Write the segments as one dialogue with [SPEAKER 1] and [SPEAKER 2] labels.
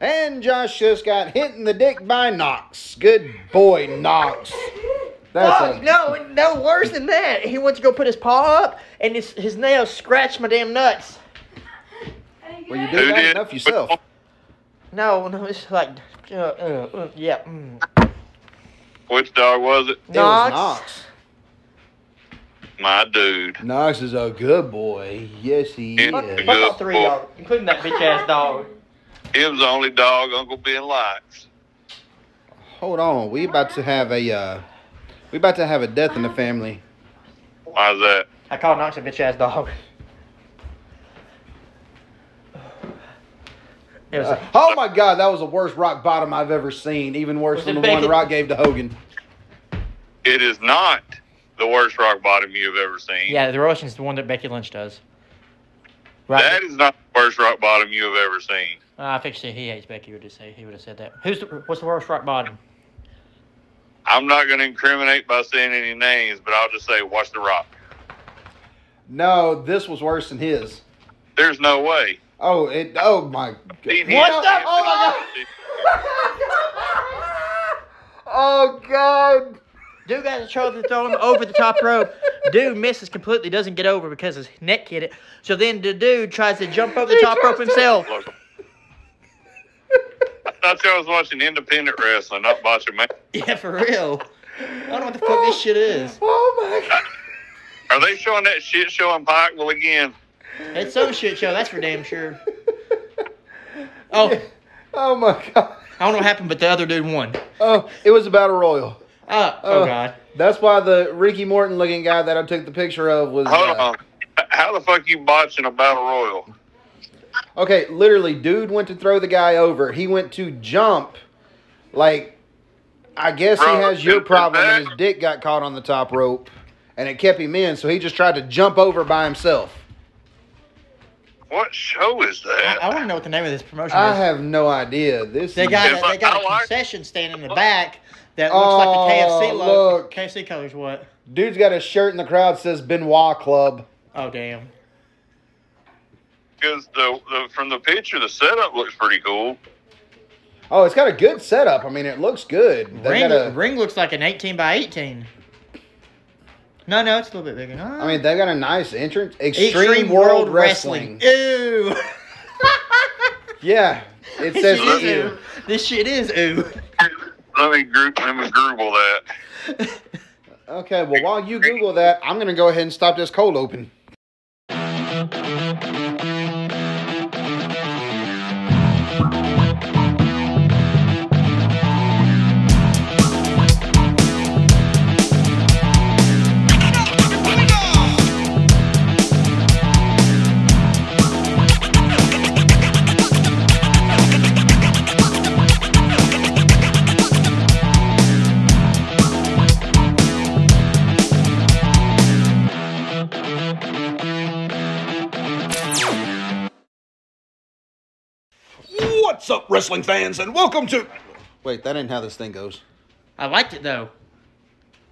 [SPEAKER 1] And Josh just got hit in the dick by Knox. Good boy, Knox. That's
[SPEAKER 2] Fuck,
[SPEAKER 1] a-
[SPEAKER 2] no, no, worse than that. He went to go put his paw up, and his, his nail scratched my damn nuts.
[SPEAKER 1] Well, you
[SPEAKER 3] Who
[SPEAKER 1] did that
[SPEAKER 3] did?
[SPEAKER 1] enough yourself.
[SPEAKER 2] No, no, it's like, uh, uh, uh, yeah. Mm.
[SPEAKER 3] Which dog was it?
[SPEAKER 1] It was
[SPEAKER 2] Knox.
[SPEAKER 1] Knox.
[SPEAKER 3] My dude.
[SPEAKER 1] Knox is a good boy. Yes, he
[SPEAKER 3] Yeah.
[SPEAKER 2] Fuck,
[SPEAKER 1] is.
[SPEAKER 2] fuck all three
[SPEAKER 3] boy.
[SPEAKER 2] y'all, including that bitch ass dog.
[SPEAKER 3] It was the only dog Uncle Ben likes.
[SPEAKER 1] Hold on, we about to have a uh, we about to have a death in the family.
[SPEAKER 3] Why's that?
[SPEAKER 2] I call Knox a bitch ass dog. It was,
[SPEAKER 1] Uh, oh my God, that was the worst rock bottom I've ever seen. Even worse
[SPEAKER 2] Was
[SPEAKER 1] than
[SPEAKER 2] it
[SPEAKER 1] the
[SPEAKER 2] back
[SPEAKER 1] one
[SPEAKER 2] in-
[SPEAKER 1] Rock gave to Hogan.
[SPEAKER 3] It is not the worst rock bottom you've ever seen.
[SPEAKER 2] yeah, the Russian's the one that Becky Lynch does. Right?
[SPEAKER 3] That is not the worst rock bottom you have ever seen.
[SPEAKER 2] Uh, I think she, he hates Becky. Would have said he would have said that. Who's the, what's the worst rock bottom?
[SPEAKER 3] I'm not going to incriminate by saying any names, but I'll just say, watch the rock.
[SPEAKER 1] No, this was worse than his.
[SPEAKER 3] There's no way.
[SPEAKER 1] Oh, it. Oh my.
[SPEAKER 3] He-
[SPEAKER 1] God.
[SPEAKER 3] he-
[SPEAKER 1] What the? Oh my God. Oh God.
[SPEAKER 2] Dude got in trouble for throwing him over the top rope. Dude misses completely, doesn't get over because his neck hit it. So then the dude tries to jump over the
[SPEAKER 1] He
[SPEAKER 2] top
[SPEAKER 1] tries
[SPEAKER 2] rope
[SPEAKER 1] to-
[SPEAKER 2] himself.
[SPEAKER 3] Look. I thought y'all was watching independent wrestling, not watching man.
[SPEAKER 2] Yeah, for real. I don't know what the fuck this shit is.
[SPEAKER 1] Oh my God.
[SPEAKER 3] Are they showing that shit show in Pikeville again?
[SPEAKER 2] It's some shit show, that's for damn sure. Oh,
[SPEAKER 1] Oh my God.
[SPEAKER 2] I don't know what happened, but the other dude won.
[SPEAKER 1] Oh, it was a battle royal.
[SPEAKER 2] Uh, oh,
[SPEAKER 1] Uh,
[SPEAKER 2] God.
[SPEAKER 1] That's why the Ricky Morton looking guy that I took the picture of was.
[SPEAKER 3] Hold
[SPEAKER 1] uh,
[SPEAKER 3] on. How the fuck you botching a battle royal?
[SPEAKER 1] Okay, literally, dude went to throw the guy over. He went to jump. Like, I guess he
[SPEAKER 3] Bro,
[SPEAKER 1] has your
[SPEAKER 3] dude,
[SPEAKER 1] problem, and
[SPEAKER 3] that-
[SPEAKER 1] his dick got caught on the top rope, and it kept him in, so he just tried to jump over by himself.
[SPEAKER 3] What show is
[SPEAKER 2] I,
[SPEAKER 3] that?
[SPEAKER 2] I want to know what the name of this promotion
[SPEAKER 1] I
[SPEAKER 2] is.
[SPEAKER 1] have no idea. This
[SPEAKER 2] They
[SPEAKER 1] is-
[SPEAKER 2] got
[SPEAKER 3] It's
[SPEAKER 2] a, they
[SPEAKER 3] like-
[SPEAKER 2] got a
[SPEAKER 3] I like-
[SPEAKER 2] concession stand in the back that looks like
[SPEAKER 1] Oh,
[SPEAKER 2] the KFC logo.
[SPEAKER 1] look.
[SPEAKER 2] KFC colors what?
[SPEAKER 1] dude's got a shirt in the crowd that says Benoit Club.
[SPEAKER 2] Oh damn.
[SPEAKER 3] Because the, the from the picture, the setup looks pretty cool.
[SPEAKER 1] Oh, it's got a good setup. I mean, it looks good. They
[SPEAKER 2] Ring,
[SPEAKER 1] got a,
[SPEAKER 2] ring looks like an eighteen by eighteen. No, no, it's a little bit bigger. No.
[SPEAKER 1] I mean, they've got a nice entrance. Extreme, World, Wrestling.
[SPEAKER 2] Ooh.
[SPEAKER 1] Yeah, it
[SPEAKER 2] This
[SPEAKER 1] says
[SPEAKER 2] shit is
[SPEAKER 1] you.
[SPEAKER 2] ooh. This shit is ooh.
[SPEAKER 3] Let me group. Let me Google that.
[SPEAKER 1] Okay, well, while you Google that, I'm going to go ahead and stop this cold open.
[SPEAKER 4] What's up, wrestling fans, and welcome to.
[SPEAKER 1] Wait, that ain't how this thing goes.
[SPEAKER 2] I liked it though.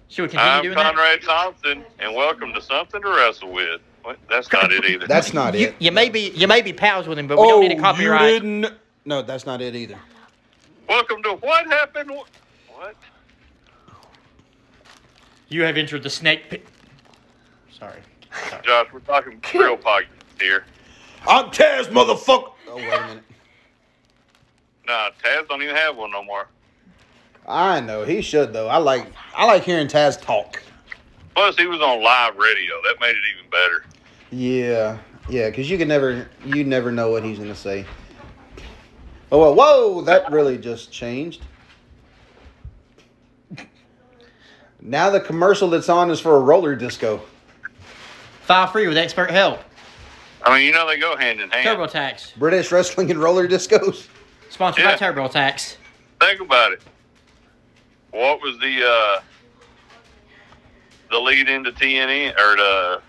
[SPEAKER 2] Should we continue
[SPEAKER 3] I'm
[SPEAKER 2] doing
[SPEAKER 3] Conrad Thompson, and welcome to Something to Wrestle With. What? That's not it either.
[SPEAKER 1] That's not
[SPEAKER 2] that? You,
[SPEAKER 1] it.
[SPEAKER 2] you may be you may be pals with him, but we don't
[SPEAKER 1] Oh,
[SPEAKER 2] need a copyright.
[SPEAKER 4] Oh, you didn't.
[SPEAKER 1] No, that's not it either.
[SPEAKER 3] welcome to what happened. Wh- What?
[SPEAKER 2] You have entered the snake pit. Sorry.
[SPEAKER 3] Josh, we're talking real podcast here.
[SPEAKER 4] I'm Taz, motherfucker.
[SPEAKER 1] Oh, wait a minute.
[SPEAKER 3] Nah, Taz don't even have one no more.
[SPEAKER 1] I know he should though. I like I like hearing Taz talk.
[SPEAKER 3] Plus, he was on live radio. That made it even better.
[SPEAKER 1] Yeah, yeah, because you can never you never know what he's gonna say. Oh well, whoa, that really just changed. Now the commercial that's on is for a roller disco.
[SPEAKER 2] File free with expert help.
[SPEAKER 3] I mean, you know they go hand in hand.
[SPEAKER 2] TurboTax.
[SPEAKER 1] British wrestling and roller discos.
[SPEAKER 2] Sponsored
[SPEAKER 3] Yeah.
[SPEAKER 2] by TurboTax.
[SPEAKER 3] Think about it. What was the uh, the lead into TNE or the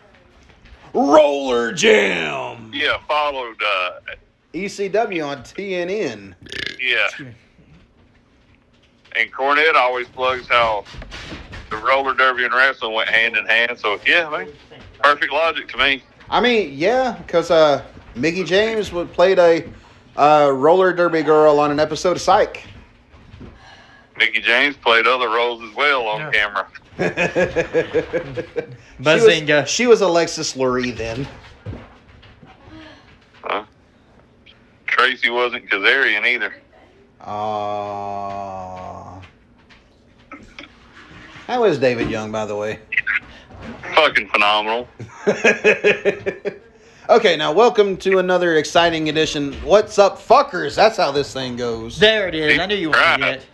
[SPEAKER 4] Roller Jam.
[SPEAKER 3] yeah followed uh,
[SPEAKER 1] ECW E on TNN.
[SPEAKER 3] yeah. And Cornette always plugs how the roller derby and wrestling went hand in hand. So yeah, man, perfect logic to me.
[SPEAKER 1] I mean, yeah, because uh, Mickey James would played a Uh, roller derby girl on an episode of Psych.
[SPEAKER 3] Mickey James played other roles as well on
[SPEAKER 2] Yeah.
[SPEAKER 3] camera.
[SPEAKER 1] She
[SPEAKER 2] Bazinga.
[SPEAKER 1] was, she was Alexis Lurie then.
[SPEAKER 3] Huh? Tracy wasn't Kazarian either.
[SPEAKER 1] Uh, how is David Young, by the way?
[SPEAKER 3] Fucking phenomenal.
[SPEAKER 1] okay, now welcome to another exciting edition. What's up, fuckers? That's how this thing goes.
[SPEAKER 2] There it is. I knew you wanted
[SPEAKER 3] Right.
[SPEAKER 2] it.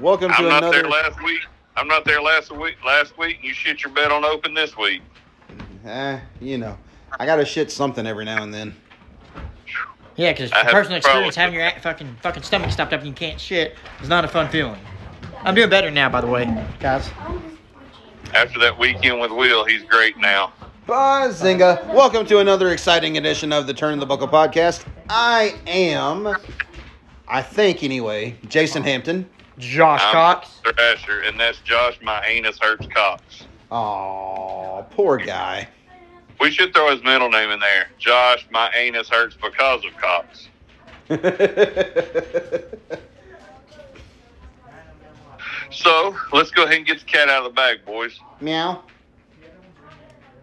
[SPEAKER 1] welcome to
[SPEAKER 3] I'm not
[SPEAKER 1] another.
[SPEAKER 3] there last week. I'm not there last week. Last week, you shit your bet on open this week.
[SPEAKER 1] Eh, you know, I gotta shit something every now and then.
[SPEAKER 2] Yeah, because
[SPEAKER 3] I have
[SPEAKER 2] personal experience,
[SPEAKER 3] problems
[SPEAKER 2] having your a- fucking fucking stomach stopped up and you can't shit is not a fun feeling. I'm doing better now, by the way, guys.
[SPEAKER 3] After that weekend with Will, he's great now.
[SPEAKER 1] Bazinga! Welcome to another exciting edition of the Turn the Buckle podcast. I am, I think anyway, Jason Hampton.
[SPEAKER 2] Josh
[SPEAKER 3] I'm
[SPEAKER 2] Cox.
[SPEAKER 3] Thrasher, and that's Josh. My anus hurts Cox.
[SPEAKER 1] Aw, poor guy.
[SPEAKER 3] We should throw his middle name in there. Josh, my anus hurts because of Cox. So let's go ahead and get the cat out of the bag, boys.
[SPEAKER 1] Meow.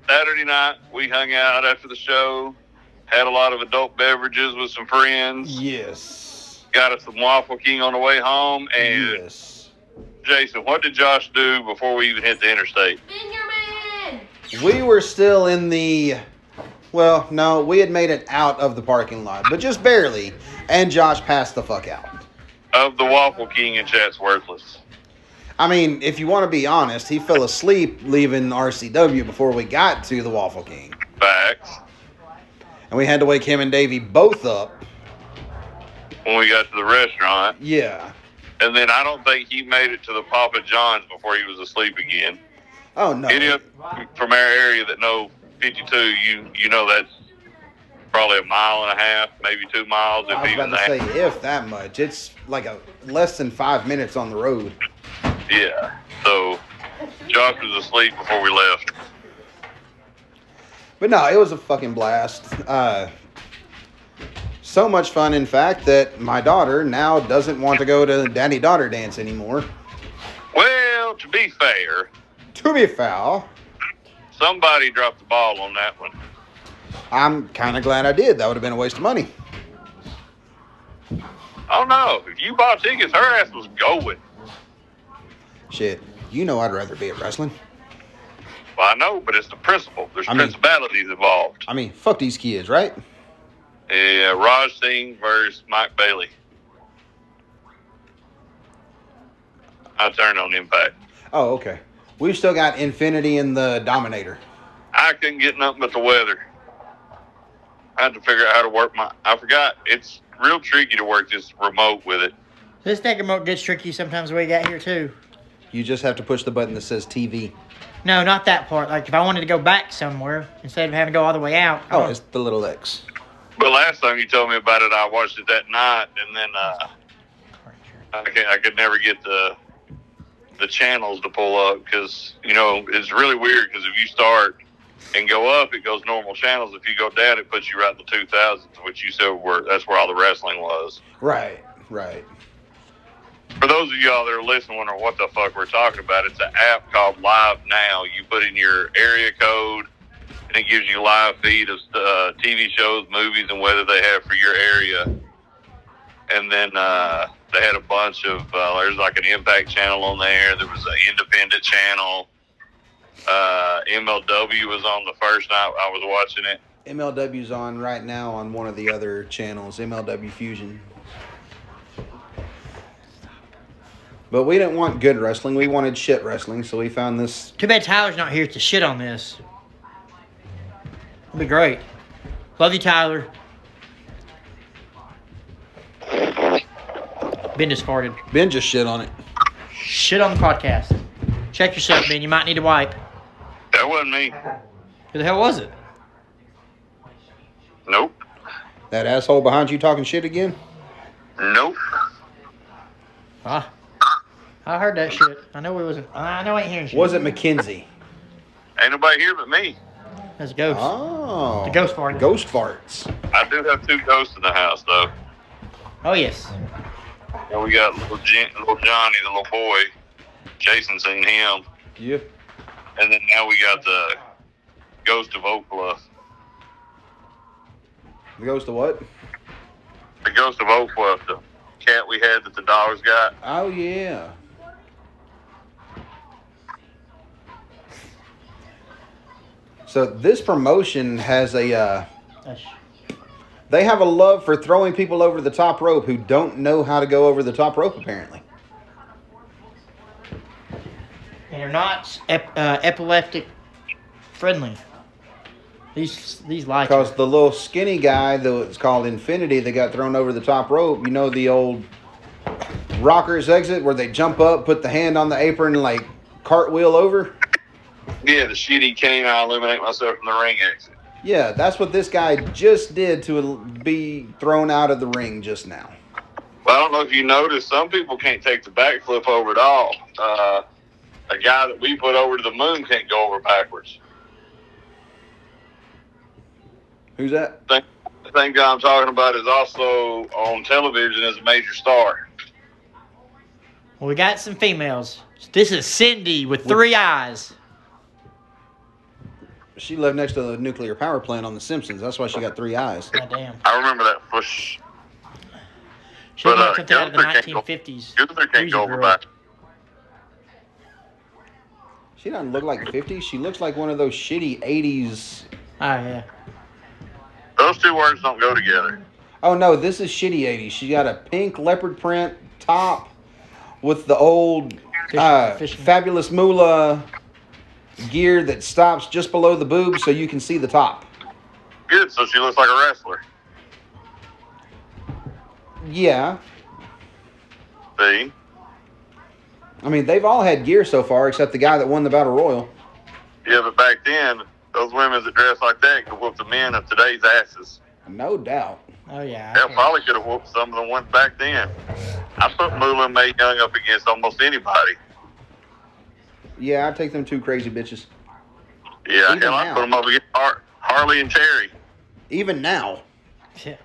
[SPEAKER 3] Saturday night, we hung out after the show, had a lot of adult beverages with some friends,
[SPEAKER 1] Yes.
[SPEAKER 3] got us some Waffle King on the way home. And
[SPEAKER 1] Yes.
[SPEAKER 3] Jason, what did Josh do before we even hit the interstate?
[SPEAKER 5] Bingerman!
[SPEAKER 1] We were still in the. Well, no, we had made it out of the parking lot, but just barely. And Josh passed the fuck out.
[SPEAKER 3] Of the Waffle King in Chatsworthless.
[SPEAKER 1] I mean, if you want to be honest, he fell asleep leaving RCW before we got to the Waffle King.
[SPEAKER 3] Facts.
[SPEAKER 1] And we had to wake him and Davey both up.
[SPEAKER 3] When we got to the restaurant.
[SPEAKER 1] Yeah.
[SPEAKER 3] And then I don't think he made it to the Papa John's before he was asleep again.
[SPEAKER 1] Oh, no.
[SPEAKER 3] Any of from our area that know 52, you you know that's probably a mile and a half, maybe two miles, if
[SPEAKER 1] I was
[SPEAKER 3] even
[SPEAKER 1] about to
[SPEAKER 3] that.
[SPEAKER 1] say, if that much. It's like a less than five minutes on the road.
[SPEAKER 3] Yeah. So Josh was asleep before we left.
[SPEAKER 1] But no, it was a fucking blast. Uh, so much fun, in fact, that my daughter now doesn't want to go to daddy daughter dance anymore.
[SPEAKER 3] Well, to be fair,
[SPEAKER 1] To be foul,
[SPEAKER 3] somebody dropped the ball on that one.
[SPEAKER 1] I'm kind of glad I did. That would have been a waste of money.
[SPEAKER 3] Oh no! If you bought tickets, her ass was going.
[SPEAKER 1] Shit, you know I'd rather be at wrestling.
[SPEAKER 3] Well, I know, but it's the principle. There's
[SPEAKER 1] I mean-
[SPEAKER 3] principalities involved.
[SPEAKER 1] I mean, fuck these kids, right?
[SPEAKER 3] Yeah, Raj Singh versus Mike Bailey. I turned on Impact.
[SPEAKER 1] Oh, okay. We've still got Infinity and the Dominator.
[SPEAKER 3] I couldn't get nothing but the weather. I had to figure out how to work my. I forgot it's real tricky to work this remote with it.
[SPEAKER 2] This neck remote gets tricky sometimes where you got here too.
[SPEAKER 1] You just have to push the button that says TV.
[SPEAKER 2] No, not that part. Like if I wanted to go back somewhere instead of having to go all the way out. I
[SPEAKER 1] Oh,
[SPEAKER 2] don't-
[SPEAKER 1] it's the little X.
[SPEAKER 3] But last time you told me about it, I watched it that night, and then uh, I, could, I could never get the the channels to pull up because you know it's really weird because if you start and go up, it goes normal channels. If you go down, it puts you right in the two thousands, which you said were that's where all the wrestling was.
[SPEAKER 1] Right, right.
[SPEAKER 3] For those of y'all that are listening, wondering what the fuck we're talking about, it's an app called Live Now. You put in your area code, and it gives you live feed of uh, TV shows, movies, and whether they have for your area. And then uh, they had a bunch of uh, there's like an Impact channel on there. There was an Independent channel. Uh, MLW was on the first night I was watching it.
[SPEAKER 1] MLW's on right now on one of the other channels, MLW Fusion. But we didn't want good wrestling. We wanted shit wrestling, so we found this.
[SPEAKER 2] Too bad Tyler's not here to shit on this. It'd be great. Love you, Tyler. Ben just farted.
[SPEAKER 1] Ben just shit on it.
[SPEAKER 2] Shit on the podcast. Check yourself, Ben. You might need to wipe.
[SPEAKER 3] That wasn't me.
[SPEAKER 2] Who the hell was it?
[SPEAKER 3] Nope.
[SPEAKER 1] That asshole behind you talking shit again?
[SPEAKER 3] Nope.
[SPEAKER 2] Ah. I heard that shit. I know it wasn't. I know I ain't hearing shit.
[SPEAKER 1] Was it McKenzie?
[SPEAKER 3] Ain't nobody here but me.
[SPEAKER 2] That's a ghost.
[SPEAKER 1] Oh.
[SPEAKER 2] The ghost fart.
[SPEAKER 1] Ghost farts.
[SPEAKER 3] I do have two ghosts in the house though.
[SPEAKER 2] Oh yes.
[SPEAKER 3] And we got little, Jan- little Johnny, the little boy. Jason seen him,
[SPEAKER 1] Yeah.
[SPEAKER 3] and then now we got the ghost of Oakla.
[SPEAKER 1] The ghost of what?
[SPEAKER 3] The ghost of Oakla, the cat we had that the dollars got.
[SPEAKER 1] Oh yeah. So this promotion has a uh,
[SPEAKER 2] That's-
[SPEAKER 1] they have a love for throwing people over the top rope who don't know how to go over the top rope apparently.
[SPEAKER 2] And they're not ep- uh, epileptic friendly. These these lights.
[SPEAKER 1] Because the little skinny guy that was called Infinity that got thrown over the top rope, you know the old rockers exit where they jump up, put the hand on the apron, and like cartwheel over.
[SPEAKER 3] Yeah, the shitty cane I eliminate myself from the ring exit.
[SPEAKER 1] Yeah, that's what this guy just did to el- be thrown out of the ring just now.
[SPEAKER 3] Well, I don't know if you noticed, some people can't take the backflip over at all. Uh, a guy that we put over to the moon can't go over backwards.
[SPEAKER 1] Who's that?
[SPEAKER 3] Same, same guy I'm talking about is also on television as a major star.
[SPEAKER 2] Well, we got some females. This is Cindy with three eyes.
[SPEAKER 1] She lived next to the nuclear power plant on The Simpsons. That's why she got three eyes.
[SPEAKER 2] God damn.
[SPEAKER 3] I remember that push.
[SPEAKER 2] She
[SPEAKER 3] But,
[SPEAKER 2] looked
[SPEAKER 3] uh,
[SPEAKER 2] something out of the
[SPEAKER 3] Gunther can't go-
[SPEAKER 2] 1950s.
[SPEAKER 3] Gunther can't
[SPEAKER 2] Boozy
[SPEAKER 3] go over
[SPEAKER 2] Girl.
[SPEAKER 3] back.
[SPEAKER 1] She doesn't look like 50. She looks like one of those shitty 80s.
[SPEAKER 2] Oh yeah.
[SPEAKER 3] Those two words don't go together.
[SPEAKER 1] Oh no, this is shitty 80s. She got a pink leopard print top with the old
[SPEAKER 2] Fishing-
[SPEAKER 1] uh,
[SPEAKER 2] fishing.
[SPEAKER 1] fabulous moolah gear that stops just below the boob so you can see the top.
[SPEAKER 3] Good, so she looks like a wrestler.
[SPEAKER 1] Yeah.
[SPEAKER 3] See?
[SPEAKER 1] I mean, they've all had gear so far except the guy that won the Battle Royal.
[SPEAKER 3] Yeah, but back then, those women that dressed like that could whoop the men of today's asses.
[SPEAKER 1] No doubt.
[SPEAKER 2] Oh yeah. I
[SPEAKER 3] Hell,
[SPEAKER 2] can't-
[SPEAKER 3] probably could have whooped some of the ones back then. I put Moolah and Mae Young up against almost anybody.
[SPEAKER 1] Yeah, I take them two crazy bitches.
[SPEAKER 3] Yeah,
[SPEAKER 1] Even
[SPEAKER 3] hell, I
[SPEAKER 1] now.
[SPEAKER 3] put them up against Har- Harley and Terry.
[SPEAKER 1] Even now.
[SPEAKER 2] Yeah.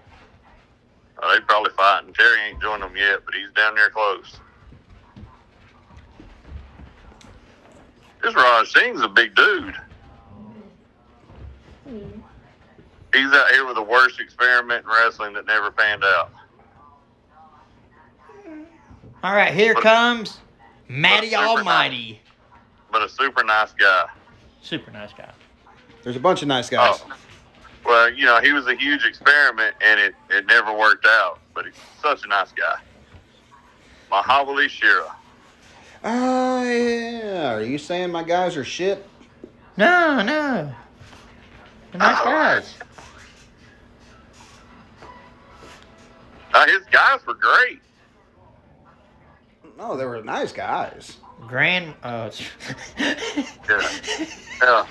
[SPEAKER 3] Uh, they probably fighting. Terry ain't joined them yet, but he's down there close. This Raj Singh's a big dude. He's out here with the worst experiment in wrestling that never panned out.
[SPEAKER 2] All right, here comes Matty
[SPEAKER 3] Super nice.
[SPEAKER 2] Almighty.
[SPEAKER 3] But a super nice guy.
[SPEAKER 2] Super nice guy.
[SPEAKER 1] There's a bunch of nice guys.
[SPEAKER 3] Oh. Well, you know, he was a huge experiment and it, it never worked out, but he's such a nice guy. Mahabali Shira.
[SPEAKER 1] Ah, yeah. Are you saying my guys are shit?
[SPEAKER 2] No, no. They're nice guys.
[SPEAKER 3] Uh, his guys were great.
[SPEAKER 1] No, they were nice guys.
[SPEAKER 2] Grand. Uh,
[SPEAKER 3] Yeah. Yeah.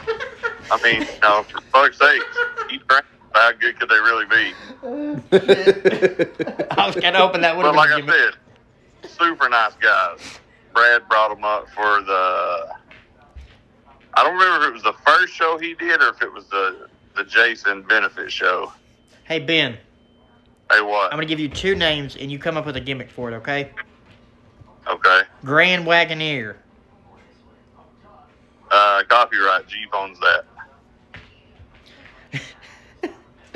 [SPEAKER 3] I mean, you know, for fuck's sake, he drank. How good could they really be?
[SPEAKER 2] I was gonna open that one.
[SPEAKER 3] But like I said, super nice guys. Brad brought him up for the. I don't remember if it was the first show he did or if it was the the Jason benefit show.
[SPEAKER 2] Hey Ben,
[SPEAKER 3] Hey, what?
[SPEAKER 2] I'm gonna give you two names and you come up with a gimmick for it, okay?
[SPEAKER 3] okay.
[SPEAKER 2] Grand Wagoneer.
[SPEAKER 3] Uh, copyright. G phones that.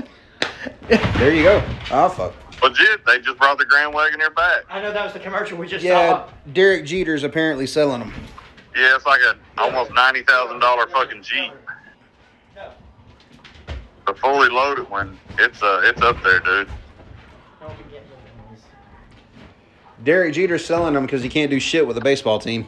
[SPEAKER 1] there you go. Oh, fuck.
[SPEAKER 3] Legit, they just brought the Grand Wagoneer back.
[SPEAKER 2] I know that was the commercial we just
[SPEAKER 1] Yeah, Derek Jeter's apparently selling them.
[SPEAKER 3] Yeah, it's like a almost ninety thousand dollar fucking Jeep. The fully loaded one, it's uh, it's up there, dude.
[SPEAKER 1] Derek Jeter's selling them because he can't do shit with a baseball team.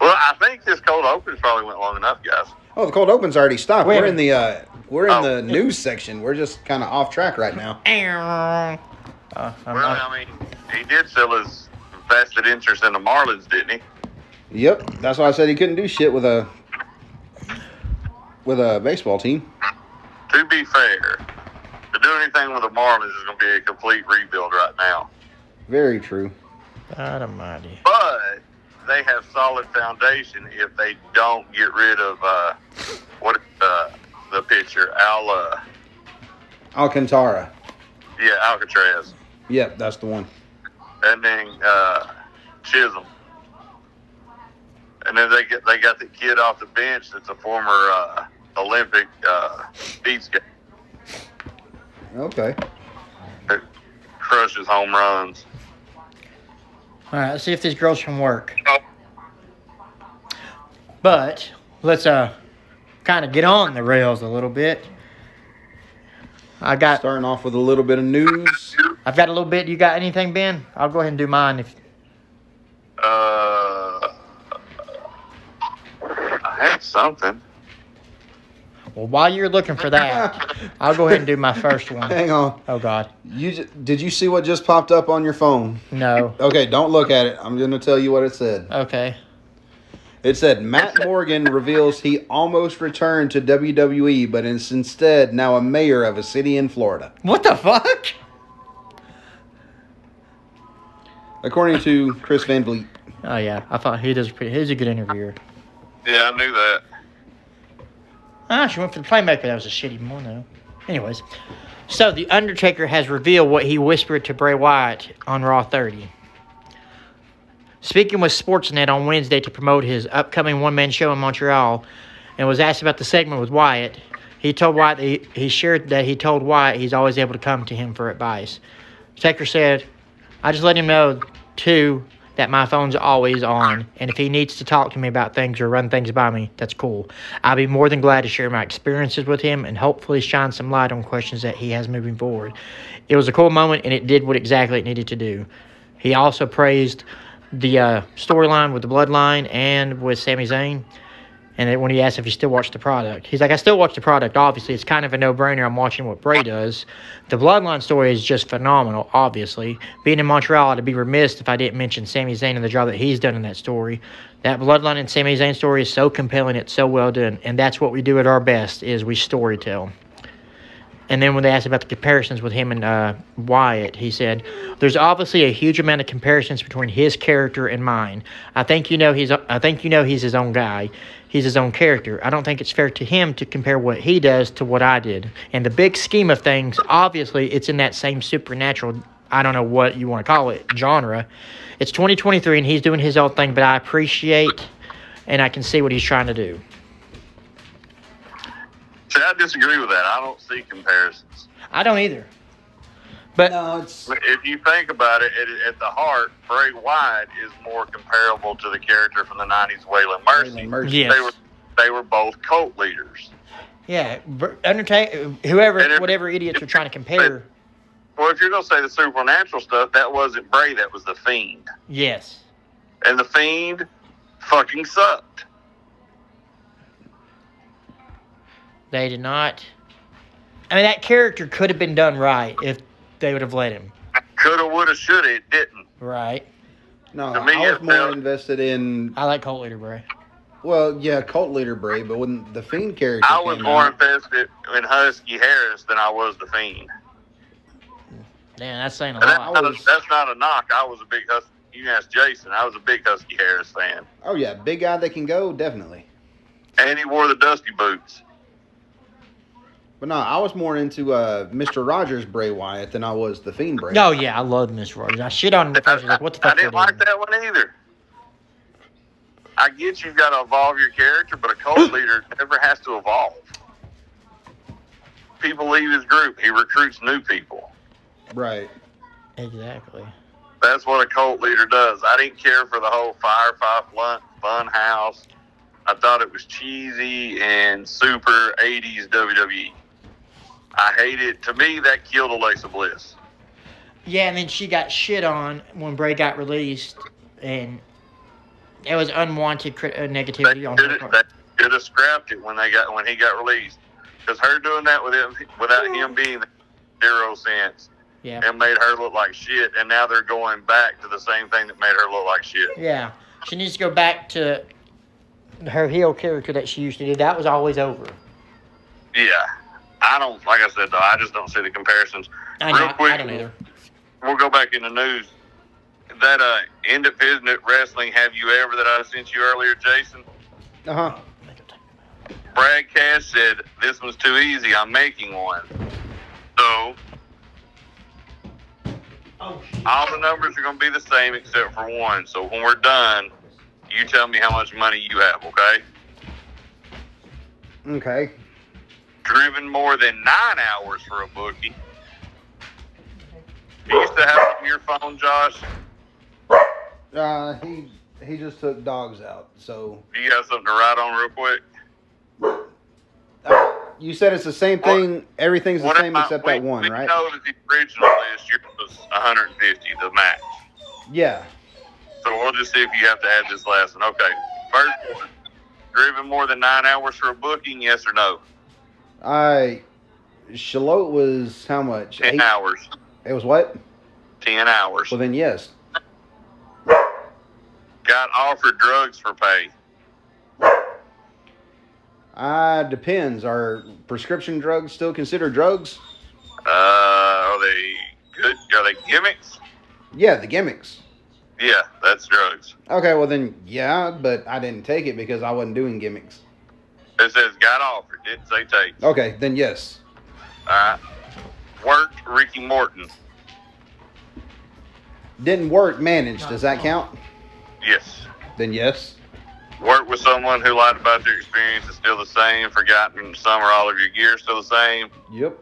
[SPEAKER 3] Well, I think this cold open probably went long enough, guys.
[SPEAKER 1] Oh, the cold open's already stopped.
[SPEAKER 2] Wait a
[SPEAKER 1] We're in the uh, we're in
[SPEAKER 3] Oh.
[SPEAKER 1] the news section. We're just kind of off track right now.
[SPEAKER 2] Ow. Uh, I'm
[SPEAKER 3] Well,
[SPEAKER 2] not,
[SPEAKER 3] I mean, he did sell his vested interest in the Marlins, didn't he?
[SPEAKER 1] Yep, that's why I said he couldn't do shit with a with a baseball team.
[SPEAKER 3] To be fair, to do anything with the Marlins is going to be a complete rebuild right now.
[SPEAKER 1] Very true.
[SPEAKER 2] God almighty.
[SPEAKER 3] But they have solid foundation if they don't get rid of uh, what uh, the picture. Al, uh,
[SPEAKER 1] Alcantara.
[SPEAKER 3] yeah, Alcatraz,
[SPEAKER 1] Yep, that's the one.
[SPEAKER 3] and then uh, Chisholm, and then they get they got the kid off the bench that's a former uh, Olympic uh, speed skater
[SPEAKER 1] Okay.
[SPEAKER 3] that crushes home runs.
[SPEAKER 2] All right, let's see if these girls can work. But let's uh kind of get on the rails a little bit. I got
[SPEAKER 1] Starting off with a little bit of news.
[SPEAKER 2] I've got a little bit. You got anything, Ben? I'll go ahead and do mine if
[SPEAKER 3] Uh, I had something.
[SPEAKER 2] Well, while you're looking for that, I'll go ahead and do my first one.
[SPEAKER 1] Hang on.
[SPEAKER 2] Oh god.
[SPEAKER 1] You ju- did you see what just popped up on your phone?
[SPEAKER 2] No.
[SPEAKER 1] Okay, don't look at it. I'm gonna tell you what it said.
[SPEAKER 2] Okay.
[SPEAKER 1] It said Matt Morgan reveals he almost returned to WWE, but is instead now a mayor of a city in Florida.
[SPEAKER 2] What the fuck?
[SPEAKER 1] According to Chris Van Vliet.
[SPEAKER 2] Oh yeah, I thought he does a pretty. He's a good interviewer.
[SPEAKER 3] Yeah, I knew that.
[SPEAKER 2] Ah, she went for the playmaker. That was a shitty one though. Anyways, so the Undertaker has revealed what he whispered to Bray Wyatt on Raw 30. Speaking with Sportsnet on Wednesday to promote his upcoming one-man show in Montreal, and was asked about the segment with Wyatt, he told Wyatt that he, he shared that he told Wyatt he's always able to come to him for advice. Taker said, I just let him know, too, that my phone's always on, and if he needs to talk to me about things or run things by me, that's cool. I'll be more than glad to share my experiences with him and hopefully shine some light on questions that he has moving forward. It was a cool moment, and it did what exactly it needed to do. He also praised the uh, storyline with the Bloodline and with Sami Zayn. And then when he asked if he still watched the product, he's like, I still watch the product. Obviously, it's kind of a no brainer. I'm watching what Bray does. The Bloodline story is just phenomenal, obviously. Being in Montreal, I'd be remiss if I didn't mention Sami Zayn and the job that he's done in that story. That Bloodline and Sami Zayn story is so compelling. It's so well done. And that's what we do at our best is we story tell. And then when they asked about the comparisons with him and uh, Wyatt, he said, "There's obviously a huge amount of comparisons between his character and mine. I think you know he's I think you know he's his own guy. He's his own character. I don't think it's fair to him to compare what he does to what I did. And the big scheme of things, obviously, it's in that same supernatural I don't know what you want to call it genre. It's 2023 and he's doing his own thing, but I appreciate and I can see what he's trying to do.
[SPEAKER 3] See, I disagree with that. I don't see comparisons.
[SPEAKER 2] I don't either. But
[SPEAKER 1] No, it's
[SPEAKER 3] If you think about it, at, at the heart, Bray Wyatt is more comparable to the character from the '90s, Waylon Mercy.
[SPEAKER 2] Yes.
[SPEAKER 3] They were they were both cult leaders.
[SPEAKER 2] Yeah, Undertaker, whoever,
[SPEAKER 3] And if-
[SPEAKER 2] whatever idiots are trying to compare.
[SPEAKER 3] Well, if you're gonna say the supernatural stuff, that wasn't Bray. That was the Fiend,
[SPEAKER 2] Yes.
[SPEAKER 3] and the Fiend fucking sucked.
[SPEAKER 2] They did not. I mean, that character could have been done right if they would have let him.
[SPEAKER 3] Coulda, woulda, shoulda. It didn't.
[SPEAKER 2] Right.
[SPEAKER 1] No,
[SPEAKER 3] To me,
[SPEAKER 1] I was
[SPEAKER 3] it
[SPEAKER 1] more
[SPEAKER 3] felt-
[SPEAKER 1] invested in
[SPEAKER 2] I like Colt Leader, bro.
[SPEAKER 1] well, yeah, cult leader Bray, but when the fiend character
[SPEAKER 3] I was
[SPEAKER 1] came
[SPEAKER 3] more
[SPEAKER 1] out-
[SPEAKER 3] invested in Husky Harris than I was the Fiend.
[SPEAKER 2] Damn, that's saying a
[SPEAKER 3] And that's,
[SPEAKER 2] lot.
[SPEAKER 3] not a, that's not a knock. I was a big Husky. You asked Jason. I was a big Husky Harris fan,
[SPEAKER 1] Oh yeah, big guy that can go definitely.
[SPEAKER 3] and he wore the dusty boots.
[SPEAKER 1] But no, I was more into uh, Mr. Rogers Bray Wyatt than I was the Fiend Bray.
[SPEAKER 2] No, Oh, yeah, I love Miss Rogers. I shit on him at first. I was Like, what the
[SPEAKER 3] I
[SPEAKER 2] fuck?
[SPEAKER 3] didn't like that one either. I get you've got to evolve your character, but a cult leader never has to evolve. People leave his group; he recruits new people.
[SPEAKER 1] right.
[SPEAKER 2] Exactly.
[SPEAKER 3] That's what a cult leader does. I didn't care for the whole Firefly Fun, fun House. I thought it was cheesy and super '80s WWE. E. I hate it. To me, that killed Alexa Bliss.
[SPEAKER 2] Yeah, and then she got shit on when Bray got released, and it was unwanted crit- uh,
[SPEAKER 3] They
[SPEAKER 2] negativity on her part.
[SPEAKER 3] could have scrapped it when they got when he got released, because her doing that with him, without him being zero cents
[SPEAKER 2] Yeah.
[SPEAKER 3] and made her look like shit, and now they're going back to the same thing that made her look like shit.
[SPEAKER 2] Yeah. She needs to go back to her heel character that she used to do. That was always over.
[SPEAKER 3] Yeah, I don't like I said though. I just don't see the comparisons.
[SPEAKER 2] I,
[SPEAKER 3] Real
[SPEAKER 2] know, I- I
[SPEAKER 3] quick.
[SPEAKER 2] don't either.
[SPEAKER 3] We'll go back in the news. That uh,
[SPEAKER 1] Uh-huh.
[SPEAKER 3] independent wrestling, have you ever that I sent you earlier, Jason?
[SPEAKER 1] Uh huh.
[SPEAKER 3] Brad Cash said, This one's too easy. I'm making one. So, all the numbers are going to be the same except for one. So, when we're done, you tell me how much money you have, okay?
[SPEAKER 1] Okay.
[SPEAKER 3] Driven more than nine hours for a bookie. Do you still have it in your phone, Josh?
[SPEAKER 1] Uh, he he just took dogs out. So
[SPEAKER 3] Do you have something to write on real quick?
[SPEAKER 1] uh, you said it's the same thing. Everything's the
[SPEAKER 3] What
[SPEAKER 1] same
[SPEAKER 3] if I-
[SPEAKER 1] except
[SPEAKER 3] we-
[SPEAKER 1] that one,
[SPEAKER 3] we
[SPEAKER 1] right?
[SPEAKER 3] know that the original list yours was 150, the max.
[SPEAKER 1] Yeah.
[SPEAKER 3] So we'll just see if you have to add this last one. Okay. First one. Driven more than nine hours for a booking, yes or no?
[SPEAKER 1] I Shalote was how much?
[SPEAKER 3] Ten hours.
[SPEAKER 1] It was what?
[SPEAKER 3] Ten hours.
[SPEAKER 1] Well then, yes.
[SPEAKER 3] Got offered drugs for pay.
[SPEAKER 1] Uh, depends. Are prescription drugs still considered drugs?
[SPEAKER 3] Uh, are they good? Are they gimmicks?
[SPEAKER 1] Yeah, the gimmicks.
[SPEAKER 3] Yeah, that's drugs.
[SPEAKER 1] Okay, well then, yeah, but I didn't take it because I wasn't doing gimmicks.
[SPEAKER 3] It says got offered. Didn't say take.
[SPEAKER 1] Okay, then yes.
[SPEAKER 3] All right. Worked Ricky Morton.
[SPEAKER 1] Didn't work, managed. Does that count?
[SPEAKER 3] Yes.
[SPEAKER 1] Then yes.
[SPEAKER 3] Worked with someone who lied about their experience is still the same. Forgotten some or all of your gear still the same.
[SPEAKER 1] Yep.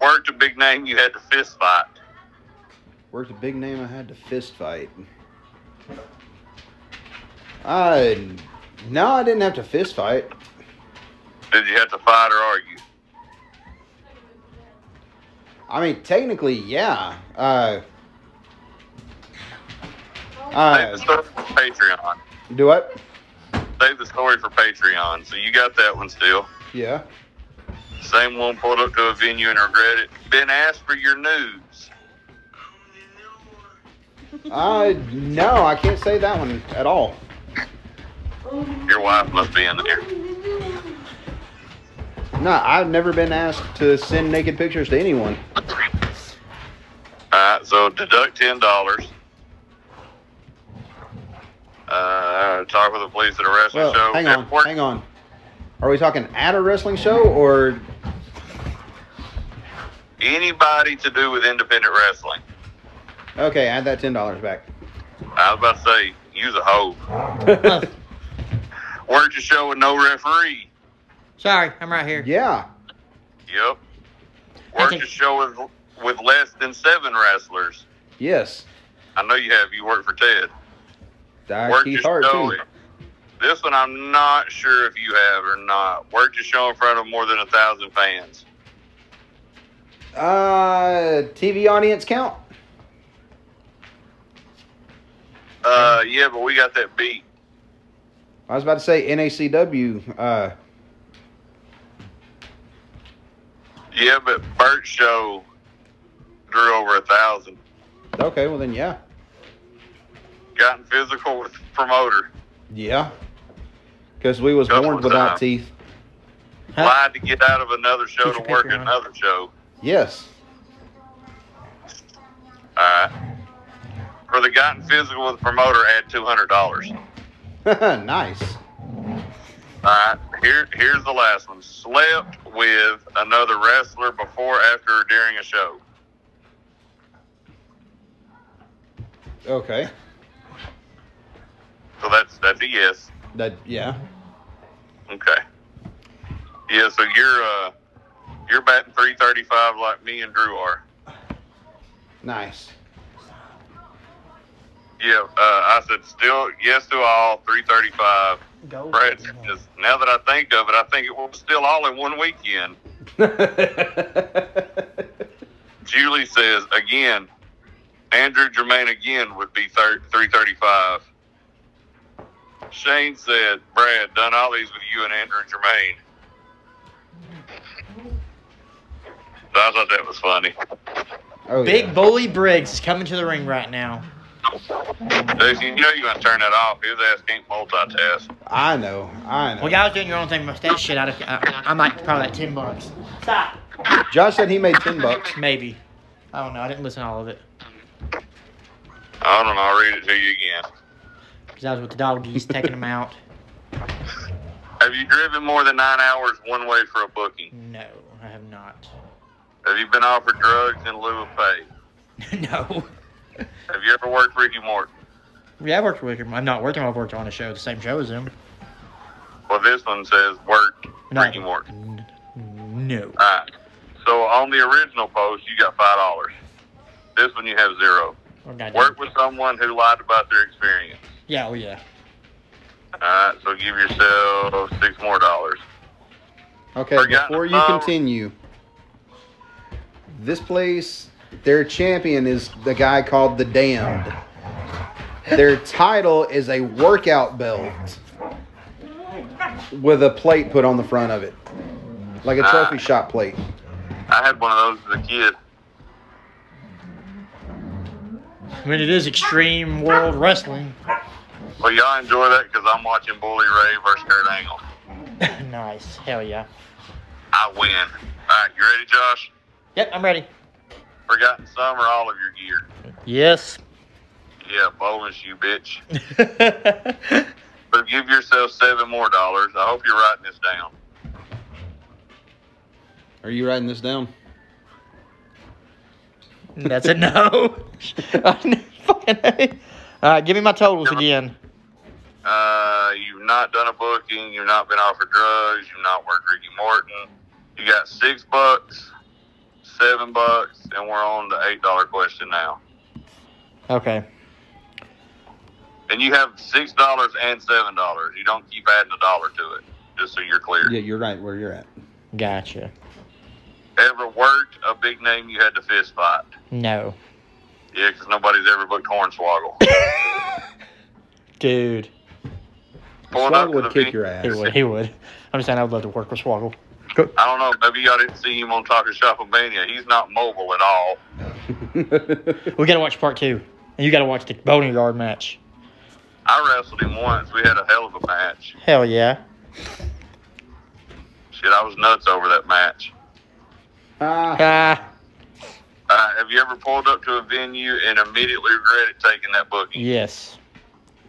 [SPEAKER 3] Worked a big name you had to fist fight.
[SPEAKER 1] Worked a big name I had to fist fight. I no, I didn't have to fist fight.
[SPEAKER 3] Did you have to fight or argue?
[SPEAKER 1] I mean, technically, yeah. Uh, uh,
[SPEAKER 3] Save the story for Patreon.
[SPEAKER 1] do what?
[SPEAKER 3] Save the story for Patreon. So you got that one still.
[SPEAKER 1] Yeah.
[SPEAKER 3] Same one pulled up to a venue and regret it. Been asked for your nudes.
[SPEAKER 1] Uh, no, I can't say that one at all.
[SPEAKER 3] Your wife must be in there.
[SPEAKER 1] No, I've never been asked to send naked pictures to anyone.
[SPEAKER 3] All right, so deduct ten dollars. Uh, talk with the police at a wrestling
[SPEAKER 1] Well,
[SPEAKER 3] show.
[SPEAKER 1] hang on,
[SPEAKER 3] If work-
[SPEAKER 1] hang on. Are we talking at a wrestling show or
[SPEAKER 3] Anybody to do with independent wrestling?
[SPEAKER 1] okay? Add that ten dollars back.
[SPEAKER 3] I was about to say, use a hoe. Worked a show with no referee.
[SPEAKER 2] Sorry, I'm right here.
[SPEAKER 1] Yeah.
[SPEAKER 3] Yep. Worked
[SPEAKER 2] Okay.
[SPEAKER 3] a show with with less than seven wrestlers.
[SPEAKER 1] Yes.
[SPEAKER 3] I know you have. You work for Ted.
[SPEAKER 1] Uh,
[SPEAKER 3] Worked
[SPEAKER 1] Keith
[SPEAKER 3] a
[SPEAKER 1] Hart
[SPEAKER 3] show.
[SPEAKER 1] too.
[SPEAKER 3] This one I'm not sure if you have or not. Worked a show in front of more than a thousand fans.
[SPEAKER 1] Uh, TV audience count.
[SPEAKER 2] Mm-hmm.
[SPEAKER 3] Uh, yeah, but we got that beat.
[SPEAKER 1] I was about to say NACW. Uh,
[SPEAKER 3] Yeah, but Bert show drew over a thousand.
[SPEAKER 1] okay, well then, yeah,
[SPEAKER 3] Gotten physical with the promoter.
[SPEAKER 1] yeah, because we was
[SPEAKER 3] Couple
[SPEAKER 1] warned without
[SPEAKER 3] times.
[SPEAKER 1] teeth.
[SPEAKER 2] Huh?
[SPEAKER 3] Lied to get out of another show
[SPEAKER 2] Put your
[SPEAKER 3] to work
[SPEAKER 2] paper on.
[SPEAKER 3] another show.
[SPEAKER 1] Yes.
[SPEAKER 3] All right. For the gotten physical with the promoter, add two hundred dollars.
[SPEAKER 1] nice.
[SPEAKER 3] All right. Here, here's the last one. Slept with another wrestler before, after, or during a show.
[SPEAKER 1] Okay.
[SPEAKER 3] So that's that's a yes.
[SPEAKER 1] That yeah.
[SPEAKER 3] Okay. Yeah, so you're uh you're batting three thirty five like me and Drew are.
[SPEAKER 1] Nice.
[SPEAKER 3] Yeah, uh, I said still yes to all three thirty five.
[SPEAKER 2] Go.
[SPEAKER 3] Brad says, now that I think of it, I think it was still all in one weekend.
[SPEAKER 1] Oh,
[SPEAKER 3] Julie says again, Andrew Germain again would be thir- three thirty five. Shane said, Brad, done all these with you and Andrew Germain. So I thought that was funny.
[SPEAKER 1] oh,
[SPEAKER 2] Big
[SPEAKER 1] yeah.
[SPEAKER 2] Bully Briggs coming to the ring right now.
[SPEAKER 3] Dude, you know you're gonna turn that off. His ass can't multitask.
[SPEAKER 1] I know. I know.
[SPEAKER 2] Well, y'all was doing your own thing, but that shit out of I, I might probably like ten bucks,
[SPEAKER 1] Josh said he made ten bucks.
[SPEAKER 2] maybe. I don't know. I didn't listen to all of it
[SPEAKER 3] I don't know. I'll read it to you again.
[SPEAKER 2] because I was with the doggies taking them out.
[SPEAKER 3] Have you driven more than nine hours one way for a booking?
[SPEAKER 2] No, I have not.
[SPEAKER 3] Have you been offered drugs in lieu of pay?
[SPEAKER 2] no.
[SPEAKER 3] Have you ever worked Ricky Morton?
[SPEAKER 2] Yeah, I've worked with him. I'm not working. I've worked on a show, the same show as him.
[SPEAKER 3] Well, this one says worked
[SPEAKER 2] No.
[SPEAKER 3] Ricky Morton.
[SPEAKER 2] N- No.
[SPEAKER 3] All right. So on the original post, you got five dollars. This one you have zero.
[SPEAKER 2] Oh, goddamn.
[SPEAKER 3] Work with someone who lied about their experience.
[SPEAKER 2] Yeah, oh yeah.
[SPEAKER 3] All right. So give yourself six more dollars.
[SPEAKER 1] Okay,
[SPEAKER 3] Forgotten
[SPEAKER 1] before you
[SPEAKER 3] about-
[SPEAKER 1] continue, this place, their champion is the guy called the Damned. Their title is a workout belt with a plate put on the front of it, like a trophy shop plate.
[SPEAKER 3] I had one of those as a kid.
[SPEAKER 2] I mean, it is extreme world wrestling.
[SPEAKER 3] Well, y'all enjoy that because I'm watching Bully Ray versus Kurt Angle.
[SPEAKER 2] nice. Hell yeah.
[SPEAKER 3] I win. All right, you ready, Josh?
[SPEAKER 2] Yep, I'm ready.
[SPEAKER 3] Forgotten some or all of your gear?
[SPEAKER 2] Yes.
[SPEAKER 3] Yeah, bonus you, bitch.
[SPEAKER 2] All
[SPEAKER 3] So give yourself seven more dollars. I hope you're writing this down.
[SPEAKER 1] Are you writing this down?
[SPEAKER 2] That's a no. Fucking All right, give me my totals again.
[SPEAKER 3] Uh, you've not done a booking. You've not been offered drugs. You've not worked Ricky Morton. You got six bucks, seven bucks, and we're on the eight dollar question now.
[SPEAKER 2] Okay.
[SPEAKER 3] And you have six dollars and seven dollars. You don't keep adding a dollar to it, just so you're clear.
[SPEAKER 1] Yeah, you're right where you're at.
[SPEAKER 2] Gotcha.
[SPEAKER 3] Ever worked a big name you had to fist fight?
[SPEAKER 2] No.
[SPEAKER 3] Yeah, 'cause nobody's ever booked Hornswoggle.
[SPEAKER 2] Dude.
[SPEAKER 3] Pulling
[SPEAKER 1] Swag
[SPEAKER 3] up to
[SPEAKER 1] would
[SPEAKER 3] the
[SPEAKER 1] kick
[SPEAKER 3] venue-
[SPEAKER 1] your
[SPEAKER 2] He
[SPEAKER 1] ass.
[SPEAKER 2] would. He would. I'm just saying, I would love to work with Swoggle.
[SPEAKER 3] I don't know. Maybe y'all didn't see him on Talking Shop Mania. He's not mobile at all.
[SPEAKER 2] We got to watch part two. And you got to watch the Boneyard match.
[SPEAKER 3] I wrestled him once. We had a hell of a match.
[SPEAKER 2] Hell yeah.
[SPEAKER 3] Shit, I was nuts over that match.
[SPEAKER 1] Ah,
[SPEAKER 2] Ah.
[SPEAKER 3] Uh, have you ever pulled up to a venue and immediately regretted taking that booking?
[SPEAKER 2] yes.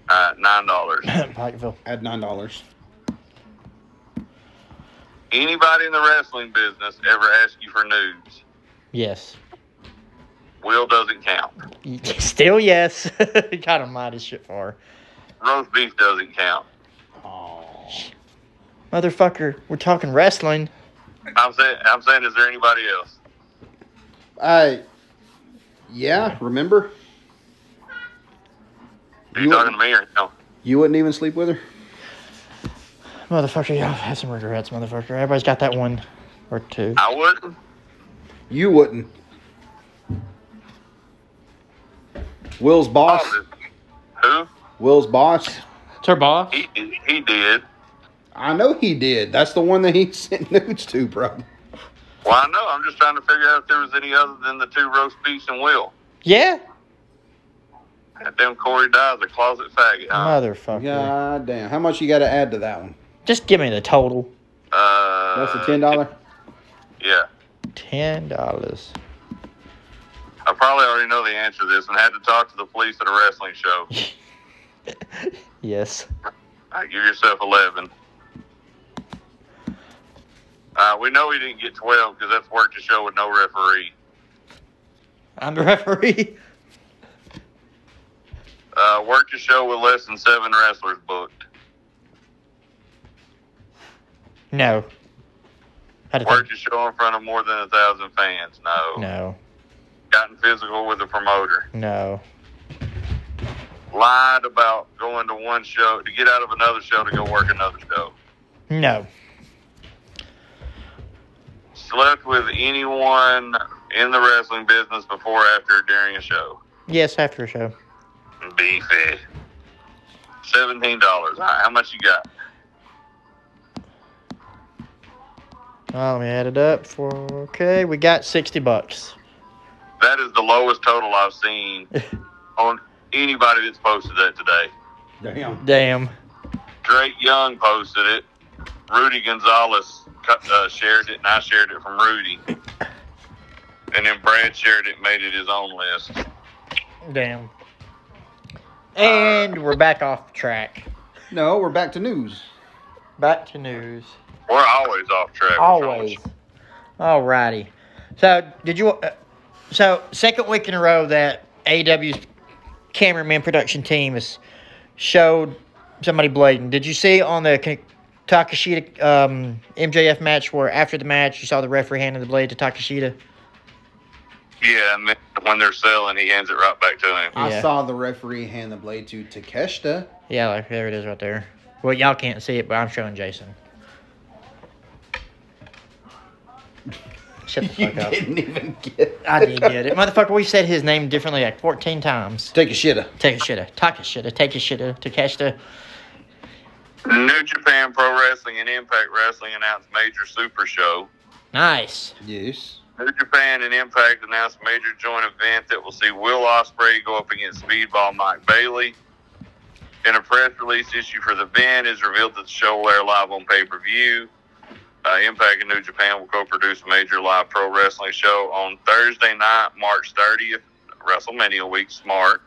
[SPEAKER 3] Uh, Nine dollars.
[SPEAKER 2] Pikeville.
[SPEAKER 1] add nine dollars.
[SPEAKER 3] Anybody in the wrestling business ever ask you for nudes?
[SPEAKER 2] Yes.
[SPEAKER 3] Will doesn't count.
[SPEAKER 2] Still yes. Got him might as shit for. her.
[SPEAKER 3] Roast beef doesn't count.
[SPEAKER 2] Motherfucker, we're talking wrestling.
[SPEAKER 3] I'm saying. I'm saying. Is there anybody else?
[SPEAKER 1] I, Uh, yeah, remember?
[SPEAKER 3] Are you,
[SPEAKER 1] You-
[SPEAKER 3] talking to me or no?
[SPEAKER 1] You wouldn't even sleep with her?
[SPEAKER 2] Motherfucker, y'all have some regrets, motherfucker. Everybody's got that one or two.
[SPEAKER 3] I wouldn't.
[SPEAKER 1] You wouldn't. Will's boss.
[SPEAKER 3] Who?
[SPEAKER 1] Will's boss.
[SPEAKER 2] It's her boss.
[SPEAKER 3] He he did.
[SPEAKER 1] I know he did. That's the one that he sent nudes to, bro.
[SPEAKER 3] Well, I know. I'm just trying to figure out if there was any other than the two roast beefs and Will.
[SPEAKER 2] Yeah.
[SPEAKER 3] That damn Corey Dye's a closet faggot. Huh?
[SPEAKER 2] Motherfucker.
[SPEAKER 1] God damn. How much you got to add to that one?
[SPEAKER 2] Just give me the total.
[SPEAKER 3] Uh,
[SPEAKER 1] That's a ten dollar.
[SPEAKER 3] Yeah.
[SPEAKER 2] Ten dollars.
[SPEAKER 3] I probably already know the answer to this and had to talk to the police at a wrestling show.
[SPEAKER 2] Yes.
[SPEAKER 3] All right, give yourself 11. Uh, we know he didn't get 12 because that's worked a show with no referee.
[SPEAKER 2] I'm the referee.
[SPEAKER 3] Uh, worked a show with less than seven wrestlers booked.
[SPEAKER 2] No. Had to think.
[SPEAKER 3] Worked a show in front of more than a thousand fans. No.
[SPEAKER 2] No.
[SPEAKER 3] Gotten physical with a promoter.
[SPEAKER 2] No.
[SPEAKER 3] Lied about going to one show to get out of another show to go work another show.
[SPEAKER 2] No.
[SPEAKER 3] Slept with anyone in the wrestling business before, after, or during a show.
[SPEAKER 2] Yes, after a show.
[SPEAKER 3] Beefy. Seventeen dollars. How much you got?
[SPEAKER 2] Oh, let me add it up for okay. We got sixty bucks.
[SPEAKER 3] That is the lowest total I've seen on anybody that's posted that today.
[SPEAKER 1] Damn.
[SPEAKER 2] Damn.
[SPEAKER 3] Drake Young posted it. Rudy Gonzalez cut- uh, shared it, and I shared it from Rudy. And then Brad shared it, and made it his own list.
[SPEAKER 2] Damn. And we're back off track.
[SPEAKER 1] No, we're back to news.
[SPEAKER 2] Back to news.
[SPEAKER 3] We're always off track. with
[SPEAKER 2] Always.
[SPEAKER 3] Jones.
[SPEAKER 2] Alrighty. So did you? Uh, so second week in a row that AW's cameraman production team has showed somebody blading. Did you see on the K- Takashita um, MJF match where after the match you saw the referee handing the blade to Takashita?
[SPEAKER 3] Yeah, and then when they're selling, he hands it right back to him.
[SPEAKER 2] Yeah.
[SPEAKER 1] I saw the referee hand the blade to Takeshita.
[SPEAKER 2] Yeah, like there it is right there. Well, y'all can't see it, but I'm showing Jason. Shut the
[SPEAKER 1] You
[SPEAKER 2] fuck up.
[SPEAKER 1] didn't even get.
[SPEAKER 2] I did get it. Motherfucker, we said his name differently like 14 times.
[SPEAKER 1] Takeshita.
[SPEAKER 2] Take a shitter. Talk a shitter. Take a shitter. To catch the.
[SPEAKER 3] New Japan Pro Wrestling and Impact Wrestling announced major super show.
[SPEAKER 2] Nice.
[SPEAKER 1] Yes.
[SPEAKER 3] New Japan and Impact announced major joint event that will see Will Ospreay go up against Speedball Mike Bailey. In a press release issued for the event, is revealed that the show will air live on pay per view. Uh, Impact and New Japan will co-produce a major live pro wrestling show on Thursday night, March 30th, WrestleMania Week Smart,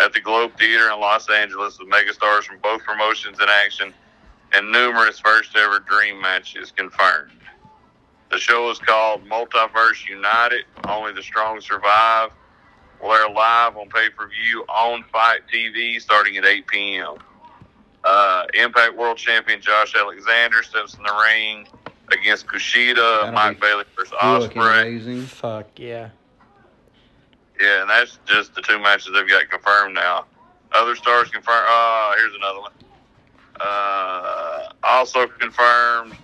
[SPEAKER 3] at the Globe Theater in Los Angeles, with megastars from both promotions in action and numerous first-ever dream matches confirmed. The show is called Multiverse United. Only the strong survive. We'll air live on pay per view on Fight TV starting at 8 p.m. Uh, Impact World Champion Josh Alexander steps in the ring against Kushida,
[SPEAKER 1] That'll
[SPEAKER 3] Mike
[SPEAKER 1] be
[SPEAKER 3] Bailey versus
[SPEAKER 1] Fucking
[SPEAKER 3] Osprey.
[SPEAKER 1] amazing.
[SPEAKER 2] Fuck yeah.
[SPEAKER 3] Yeah, and that's just the two matches they've got confirmed now. Other stars confirmed. Uh, here's another one. Uh, also confirmed,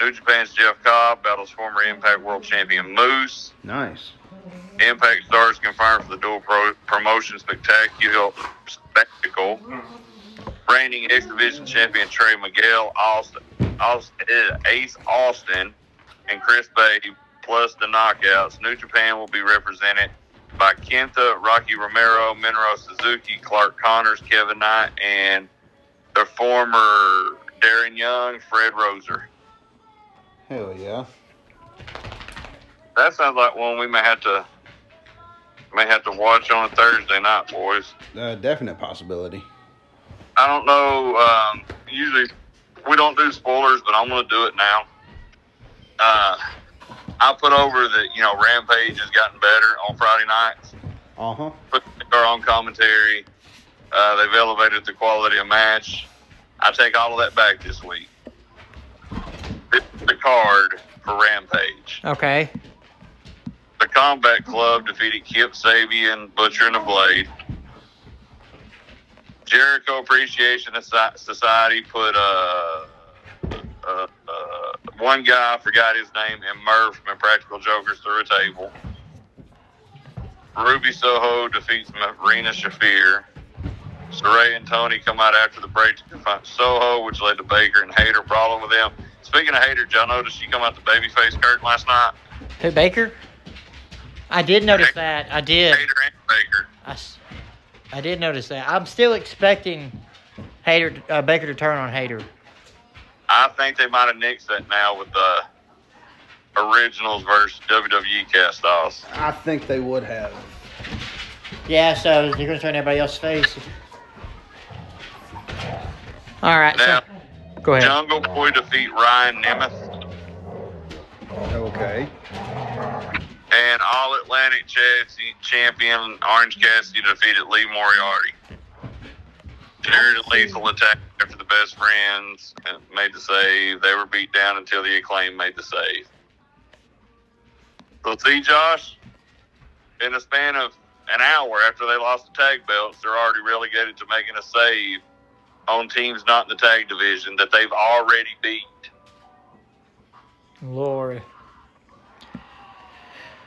[SPEAKER 3] New Japan's Jeff Cobb battles former Impact World Champion Moose.
[SPEAKER 1] Nice.
[SPEAKER 3] Impact stars confirmed for the dual pro- promotion spectacular spectacle. Reigning X Division champion Trey Miguel, Austin, Austin, Ace Austin, and Chris Bay, plus the knockouts. New Japan will be represented by Kenta, Rocky Romero, Minoru Suzuki, Clark Connors, Kevin Knight, and the former Darren Young, Fred Roser.
[SPEAKER 1] Hell yeah.
[SPEAKER 3] That sounds like one we may have to may have to watch on a Thursday night, boys.
[SPEAKER 1] Uh, definite possibility.
[SPEAKER 3] I don't know. Um, usually we don't do spoilers, but I'm going to do it now. Uh, I put over that you know Rampage has gotten better on Friday nights.
[SPEAKER 1] Uh huh.
[SPEAKER 3] Put our own commentary. Uh, they've elevated the quality of match. I take all of that back this week. This is the card for Rampage.
[SPEAKER 2] Okay.
[SPEAKER 3] The Combat Club defeated Kip Sabian, Butcher and the Blade. Jericho Appreciation Asso- Society put uh, uh, uh, one guy, I forgot his name, and Murph from Practical Jokers through a table. Ruby Soho defeats Marina Shafir. Saray and Tony come out after the break to confront Soho, which led to Baker and Hayter brawling with them. Speaking of Hayter, y'all notice she come out the babyface curtain last night?
[SPEAKER 2] Who, Baker? I did notice that. I did.
[SPEAKER 3] Hayter and Baker.
[SPEAKER 2] I, s- I did notice that. I'm still expecting Hater uh, Baker to turn on Hater.
[SPEAKER 3] I think they might have nixed that now with the originals versus WWE cast offs.
[SPEAKER 1] I think they would have.
[SPEAKER 2] Yeah, so you're going to turn everybody else's face. All right.
[SPEAKER 3] Now,
[SPEAKER 2] so, go ahead.
[SPEAKER 3] Jungle Boy defeat Ryan Nemeth
[SPEAKER 1] Okay.
[SPEAKER 3] and All Atlantic Chassis champion Orange Cassidy defeated Lee Moriarty. Jared and Lethal attacked after the best friends and made the save. They were beat down until the acclaim made the save. So see, Josh, in a span of an hour after they lost the tag belts, they're already relegated to making a save on teams not in the tag division that they've already beat.
[SPEAKER 2] Lord.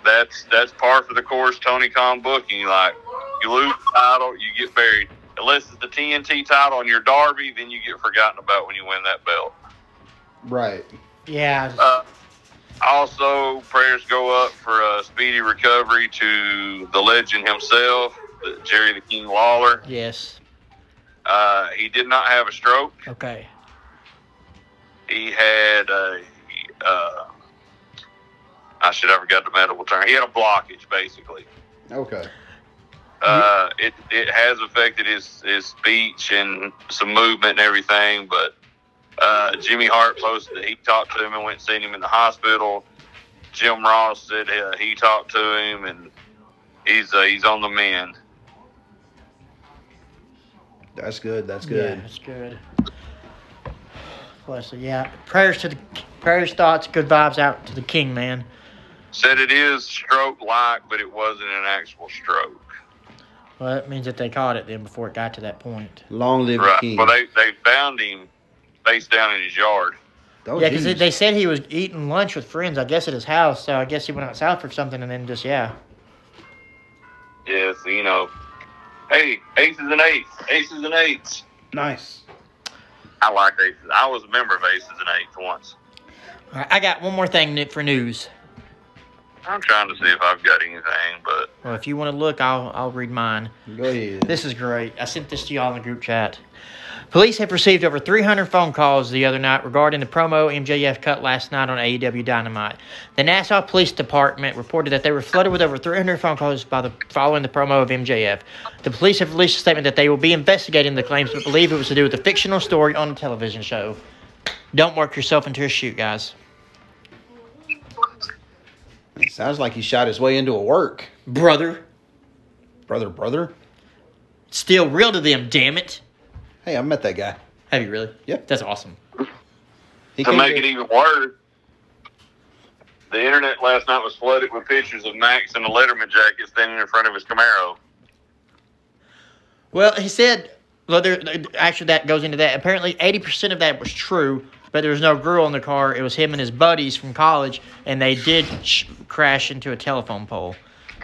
[SPEAKER 3] That's that's par for the course. Tony Khan booking like you lose the title, you get buried. Unless it's the TNT title and your Derby, then you get forgotten about when you win that belt.
[SPEAKER 1] Right.
[SPEAKER 2] Yeah.
[SPEAKER 3] Uh, also, prayers go up for a speedy recovery to the legend himself, Jerry the King Lawler.
[SPEAKER 2] yes.
[SPEAKER 3] Uh, he did not have a stroke.
[SPEAKER 2] Okay.
[SPEAKER 3] He had a, uh, I should have forgot the medical term. He had a blockage, basically.
[SPEAKER 1] Okay.
[SPEAKER 3] Uh, it it has affected his his speech and some movement and everything, but Uh, Jimmy Hart posted that he talked to him and went and seen him in the hospital. Jim Ross said uh, he talked to him and he's uh, he's on the mend.
[SPEAKER 1] That's good. That's good.
[SPEAKER 2] Yeah, that's good. Bless you. Yeah. Prayers to the prayers, thoughts, good vibes out to the king, man.
[SPEAKER 3] Said it is stroke like, but it wasn't an actual stroke.
[SPEAKER 2] Well, that means that they caught it then before it got to that point.
[SPEAKER 1] Long live the
[SPEAKER 3] Right.
[SPEAKER 1] king.
[SPEAKER 3] Well, they they found him face down in his yard.
[SPEAKER 1] oh,
[SPEAKER 2] yeah, because
[SPEAKER 1] geez.
[SPEAKER 2] they said he was eating lunch with friends, I guess, at his house. So I guess he went outside for something and then just, yeah.
[SPEAKER 3] Yes, you know. Hey, aces and eights. Aces and eights.
[SPEAKER 1] nice.
[SPEAKER 3] I like aces. I was a member of aces and eights once.
[SPEAKER 2] All right, I got one more thing Nick, for news.
[SPEAKER 3] I'm trying to see if I've got anything, but
[SPEAKER 2] Well, if you want to look, I'll, I'll read mine.
[SPEAKER 1] Go ahead.
[SPEAKER 2] This is great. I sent this to y'all in the group chat. Police have received over 300 phone calls the other night regarding the promo MJF cut last night on AEW Dynamite. The Nassau Police Department reported that they were flooded with over 300 phone calls by the following the promo of MJF. The police have released a statement that they will be investigating the claims, but believe it was to do with a fictional story on a television show. Don't work yourself into a shoot, guys.
[SPEAKER 1] Sounds like he shot his way into a work,
[SPEAKER 2] Brother,
[SPEAKER 1] brother. Brother.
[SPEAKER 2] it's still real to them, damn it.
[SPEAKER 1] Hey, I met that guy.
[SPEAKER 2] Have you really?
[SPEAKER 1] Yep.
[SPEAKER 2] That's awesome.
[SPEAKER 1] He
[SPEAKER 3] to
[SPEAKER 1] came
[SPEAKER 3] make
[SPEAKER 1] to-
[SPEAKER 3] it e- even worse, the internet last night was flooded with pictures of Max in a Letterman jacket standing in front of his Camaro.
[SPEAKER 2] Well, he said, well, there, actually, that goes into that. Apparently, 80% of that was true, but there was no girl in the car. It was him and his buddies from college, and they did sh- crash into a telephone pole.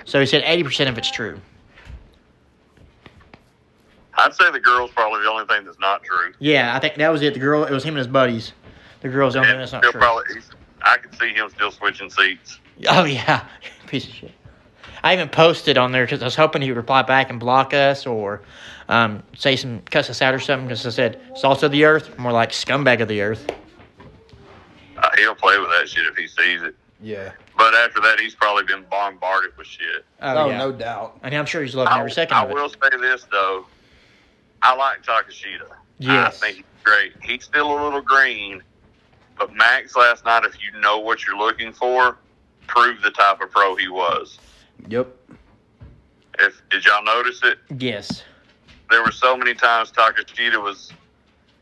[SPEAKER 2] So he said 80% of it's true.
[SPEAKER 3] I'd say the girl's probably the only thing that's not true.
[SPEAKER 2] Yeah, I think that was it. The girl, it was him and his buddies. The girl's the only one
[SPEAKER 3] And
[SPEAKER 2] that's not
[SPEAKER 3] he'll
[SPEAKER 2] true.
[SPEAKER 3] probably- he's- I could see him still switching seats.
[SPEAKER 2] Oh, yeah. Piece of shit. I even posted on there because I was hoping he would reply back and block us or um, say some, cuss us out or something because I said, salt of the earth, more like scumbag of the earth.
[SPEAKER 3] Uh, he'll play with that shit if he sees it.
[SPEAKER 1] Yeah.
[SPEAKER 3] But after that, he's probably been bombarded with shit.
[SPEAKER 1] Oh,
[SPEAKER 2] yeah.
[SPEAKER 1] no doubt.
[SPEAKER 2] And I'm sure he's loving
[SPEAKER 3] I,
[SPEAKER 2] every second
[SPEAKER 3] I
[SPEAKER 2] of it.
[SPEAKER 3] will say this though, I like Takashita.
[SPEAKER 2] Yes.
[SPEAKER 3] I think he's great. He's still a little green, but Max last night, if you know what you're looking for, proved the type of pro he was.
[SPEAKER 1] Yep.
[SPEAKER 3] If did y'all notice it?
[SPEAKER 2] Yes.
[SPEAKER 3] There were so many times Takashita was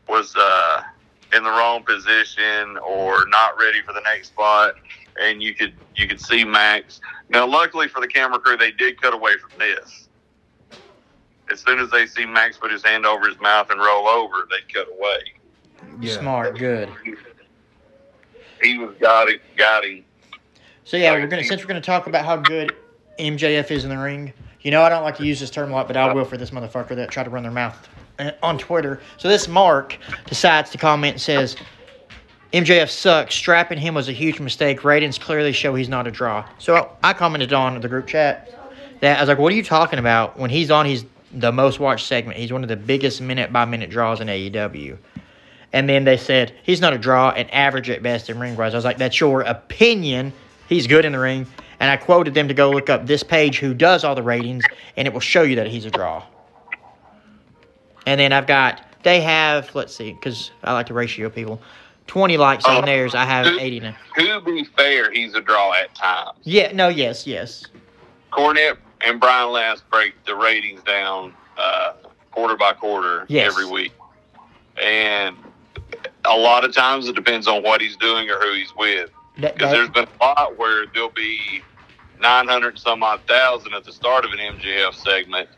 [SPEAKER 3] was uh, in the wrong position or not ready for the next spot, and you could you could see Max. Now, luckily for the camera crew, they did cut away from this. As soon as they see Max put his hand over his mouth and roll over, they cut away.
[SPEAKER 1] Yeah.
[SPEAKER 2] Smart. Good.
[SPEAKER 3] He was guiding, guiding.
[SPEAKER 2] So yeah, we're gonna since we're gonna talk about how good MJF is in the ring. You know, I don't like to use this term a lot, but I will for this motherfucker that tried to run their mouth uh, on Twitter. So this Mark decides to comment and says, MJF sucks. Strapping him was a huge mistake. Ratings clearly show he's not a draw. So I commented on the group chat that I was like, "What are you talking about? When he's on, he's the most watched segment. He's one of the biggest minute by minute draws in E AEW." And then they said he's not a draw and average at best in ring wise. I was like, that's your opinion. He's good in the ring. And I quoted them to go look up this page who does all the ratings, and it will show you that he's a draw. And then I've got they have let's see, because I like to ratio people. Twenty likes on theirs. I have eighty now.
[SPEAKER 3] To be fair, he's a draw at times.
[SPEAKER 2] Yeah. No. Yes. Yes.
[SPEAKER 3] Cornette and Brian Last break the ratings down uh, quarter by quarter
[SPEAKER 2] Yes.
[SPEAKER 3] every week. And a lot of times it depends on what he's doing or who he's with.
[SPEAKER 2] That,
[SPEAKER 3] Because
[SPEAKER 2] that-
[SPEAKER 3] there's been a lot where there'll be 900 and some odd thousand at the start of an MGF segment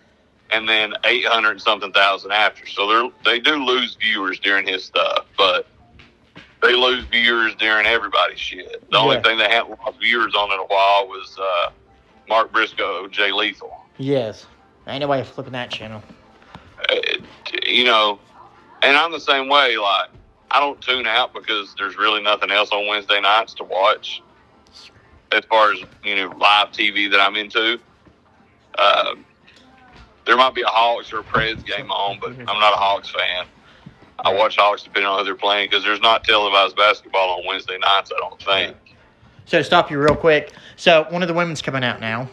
[SPEAKER 3] and then 800 and something thousand after. So they they do lose viewers during his stuff, but they lose viewers during everybody's shit. The only
[SPEAKER 2] Yeah.
[SPEAKER 3] thing they hadn't lost viewers on in a while was uh, Mark Briscoe, Jay Lethal.
[SPEAKER 2] yes. Ain't no way of flipping that channel.
[SPEAKER 3] Uh, you know, and I'm the same way. Like, I don't tune out because there's really nothing else on Wednesday nights to watch as far as, you know, live TV that I'm into. Um, there might be a Hawks or a Preds game on, but I'm not a Hawks fan. I watch Hawks depending on who they're playing because there's not televised basketball on Wednesday nights, I don't think.
[SPEAKER 2] So to stop you real quick. So one of the women's coming out now.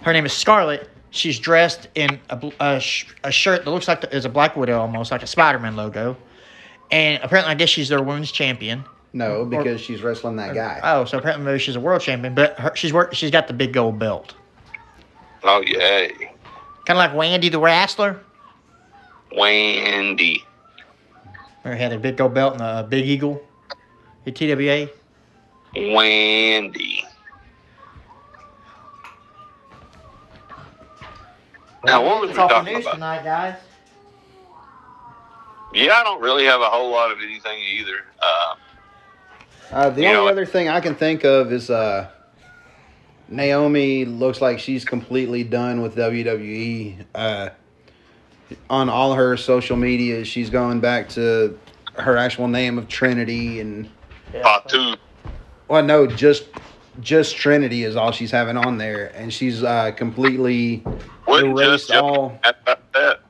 [SPEAKER 2] Her name is Scarlett. She's dressed in a, bl- a, sh- a shirt that looks like the, is a Black Widow almost, like a Spider-Man logo. And apparently, I guess she's their women's champion.
[SPEAKER 1] No, because she's wrestling that guy.
[SPEAKER 2] Oh, so apparently maybe she's a world champion, but her, she's work, she's got the big gold belt,
[SPEAKER 3] Oh, yay.
[SPEAKER 2] kind of like Wendy the wrestler.
[SPEAKER 3] Wendy.
[SPEAKER 2] Or had a big gold belt and a big eagle. The TWA.
[SPEAKER 3] Wendy. Now, what was we
[SPEAKER 2] That's all for
[SPEAKER 3] talking
[SPEAKER 2] news
[SPEAKER 3] about?
[SPEAKER 2] tonight, guys.
[SPEAKER 3] Yeah, I don't really have a whole lot of anything either. Uh,
[SPEAKER 1] Uh, the
[SPEAKER 3] You
[SPEAKER 1] only
[SPEAKER 3] know-
[SPEAKER 1] other thing I can think of is uh, Naomi looks like she's completely done with WWE. Uh, on all her social media, she's going back to her actual name of Trinity and
[SPEAKER 3] Patu.
[SPEAKER 1] Well, no, just just Trinity is all she's having on there, and she's uh, completely
[SPEAKER 3] Wouldn't
[SPEAKER 1] erased
[SPEAKER 3] just Joe
[SPEAKER 1] all.
[SPEAKER 3] get mad about that?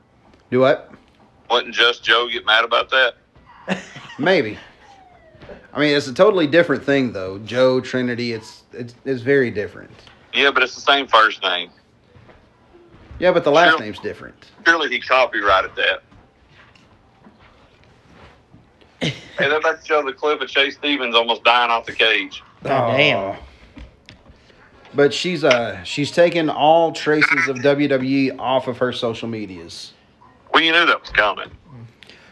[SPEAKER 1] Do what?
[SPEAKER 3] Wouldn't just Joe get mad about that?
[SPEAKER 1] Maybe. I mean, it's a totally different thing, though. Joe Trinity, it's it's it's very different.
[SPEAKER 3] Yeah, but it's the same first name.
[SPEAKER 1] Yeah, but the last
[SPEAKER 3] Sure.
[SPEAKER 1] name's different.
[SPEAKER 3] Surely he copyrighted that. hey, they're about to show the clip of Chase Stevens almost dying off the cage.
[SPEAKER 2] God damn.
[SPEAKER 1] But she's uh she's taken all traces of WWE off of her social medias.
[SPEAKER 3] Well, you knew that was coming.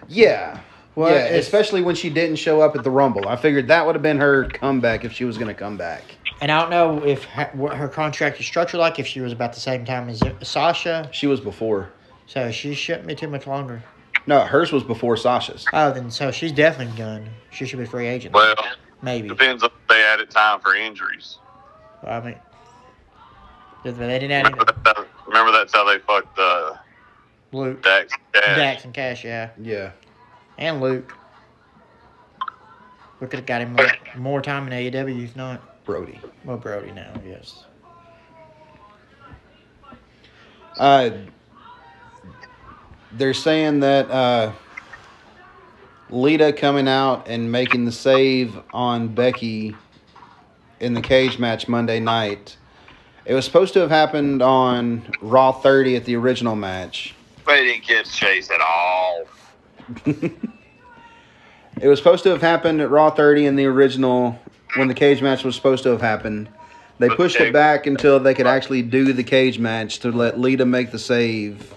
[SPEAKER 1] Yeah.
[SPEAKER 2] Well,
[SPEAKER 1] yeah,
[SPEAKER 2] it's-
[SPEAKER 1] especially when she didn't show up at the Rumble. I figured that would have been her comeback if she was going to come back.
[SPEAKER 2] And I don't know if her, what her contract is structured like, if she was about the same time as Sasha,
[SPEAKER 1] She was before.
[SPEAKER 2] so she shouldn't be too much longer.
[SPEAKER 1] No, hers was before Sasha's.
[SPEAKER 2] Oh, then so she's definitely done. She should be a free agent.
[SPEAKER 3] Well,
[SPEAKER 2] Maybe.
[SPEAKER 3] depends if they added time for injuries.
[SPEAKER 2] I mean, they they didn't add
[SPEAKER 3] Remember,
[SPEAKER 2] anything.
[SPEAKER 3] that, remember that's how they fucked uh,
[SPEAKER 2] Luke,
[SPEAKER 3] Dax. Dash.
[SPEAKER 2] Dax, and Cash, yeah,
[SPEAKER 1] Yeah.
[SPEAKER 2] and Luke. We could have got him more, more time in AEW if not.
[SPEAKER 1] Brody.
[SPEAKER 2] Well, Brody now, yes.
[SPEAKER 1] Uh, they're saying that uh, Lita coming out and making the save on Becky in the cage match Monday night. It was supposed to have happened on Raw 30 at the original match.
[SPEAKER 3] They didn't catch Chase at all.
[SPEAKER 1] It was supposed to have happened at Raw 30 in the original when the cage match was supposed to have happened. They pushed it back until they could actually do the cage match to let Lita make the save.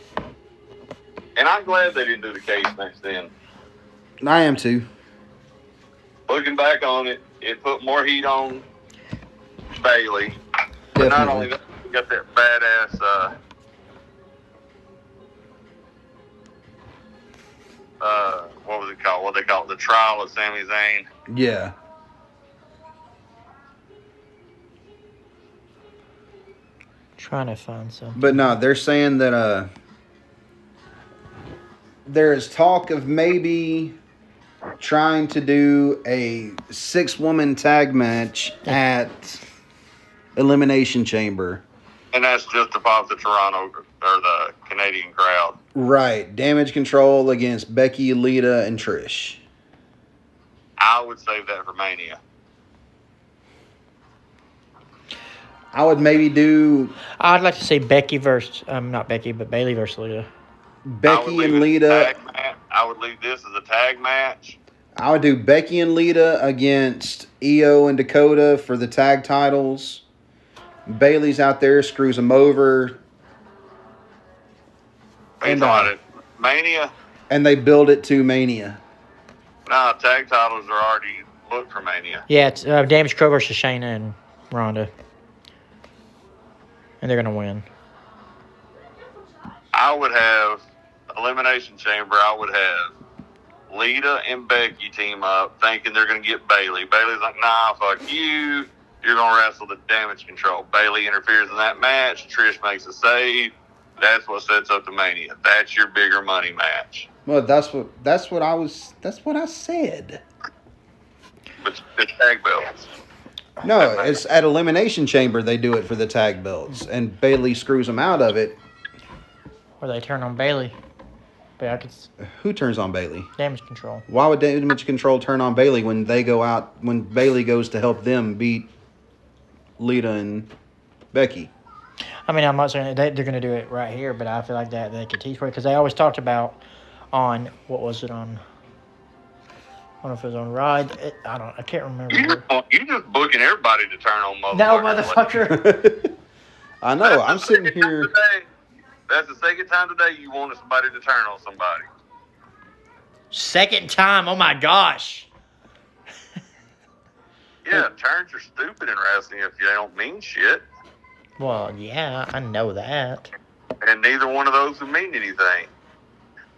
[SPEAKER 3] And I'm glad they didn't do the case next then.
[SPEAKER 1] And I am too.
[SPEAKER 3] Looking back on it, it put more heat on Bailey. But not
[SPEAKER 1] Definitely.
[SPEAKER 3] only that, you got that badass uh, uh, what was it called? What they call it? The trial of Sami Zayn.
[SPEAKER 1] Yeah.
[SPEAKER 2] Trying to find some.
[SPEAKER 1] But no, they're saying that uh there is talk of maybe trying to do a six woman tag match at Elimination Chamber.
[SPEAKER 3] And that's just to pop the Toronto or the Canadian crowd.
[SPEAKER 1] Right. Damage control against Becky, Lita, and Trish.
[SPEAKER 3] I would save that for Mania.
[SPEAKER 1] I would maybe do
[SPEAKER 2] I'd like to see Becky versus, um, not Becky, but Bailey versus Lita.
[SPEAKER 3] I would
[SPEAKER 1] Becky
[SPEAKER 3] leave
[SPEAKER 1] and
[SPEAKER 3] it as a
[SPEAKER 1] Lita.
[SPEAKER 3] tag match. I would leave this as a tag match.
[SPEAKER 1] I would do Becky and Lita against EO and Dakota for the tag titles. Bailey's out there, screws him over,
[SPEAKER 3] And
[SPEAKER 1] And, uh,
[SPEAKER 3] on it. Mania?
[SPEAKER 1] and they build it to Mania.
[SPEAKER 3] Nah, tag titles are already booked for Mania.
[SPEAKER 2] Yeah, it's uh, Damage Crow versus Shayna and Ronda. And they're going to win.
[SPEAKER 3] I would have Elimination Chamber. I would have Lita and Becky team up, thinking they're going to get Bailey. Bailey's like, nah, fuck you. You're going to wrestle the damage control. Bailey interferes in that match. Trish makes a save. That's what sets up the Mania. That's your bigger money match.
[SPEAKER 1] Well, that's what that's what I was that's what I said.
[SPEAKER 3] But the tag belts.
[SPEAKER 1] No, it's at Elimination Chamber they do it for the tag belts, and Bailey screws them out of it.
[SPEAKER 2] Or they turn on Bailey. But I could s-
[SPEAKER 1] Who turns on Bailey?
[SPEAKER 2] damage control.
[SPEAKER 1] Why would Damage Control turn on Bailey when they go out when Bailey goes to help them beat Lita and Becky?
[SPEAKER 2] I mean, I'm not saying that they, they're going to do it right here, but I feel like that they could teach for it because they always talked about on what was it on I don't know if it was on Ride. It, I don't. I can't remember.
[SPEAKER 3] You just, want- you just booking everybody to turn on motherfucker.
[SPEAKER 2] no, motherfucker.
[SPEAKER 1] I know. I'm sitting here.
[SPEAKER 3] Today, that's the second time today you wanted somebody to turn on somebody.
[SPEAKER 2] Second time. Oh my gosh.
[SPEAKER 3] Yeah, turns are stupid in wrestling if you don't mean shit,
[SPEAKER 2] Well, yeah, I know that.
[SPEAKER 3] and neither one of those would mean anything.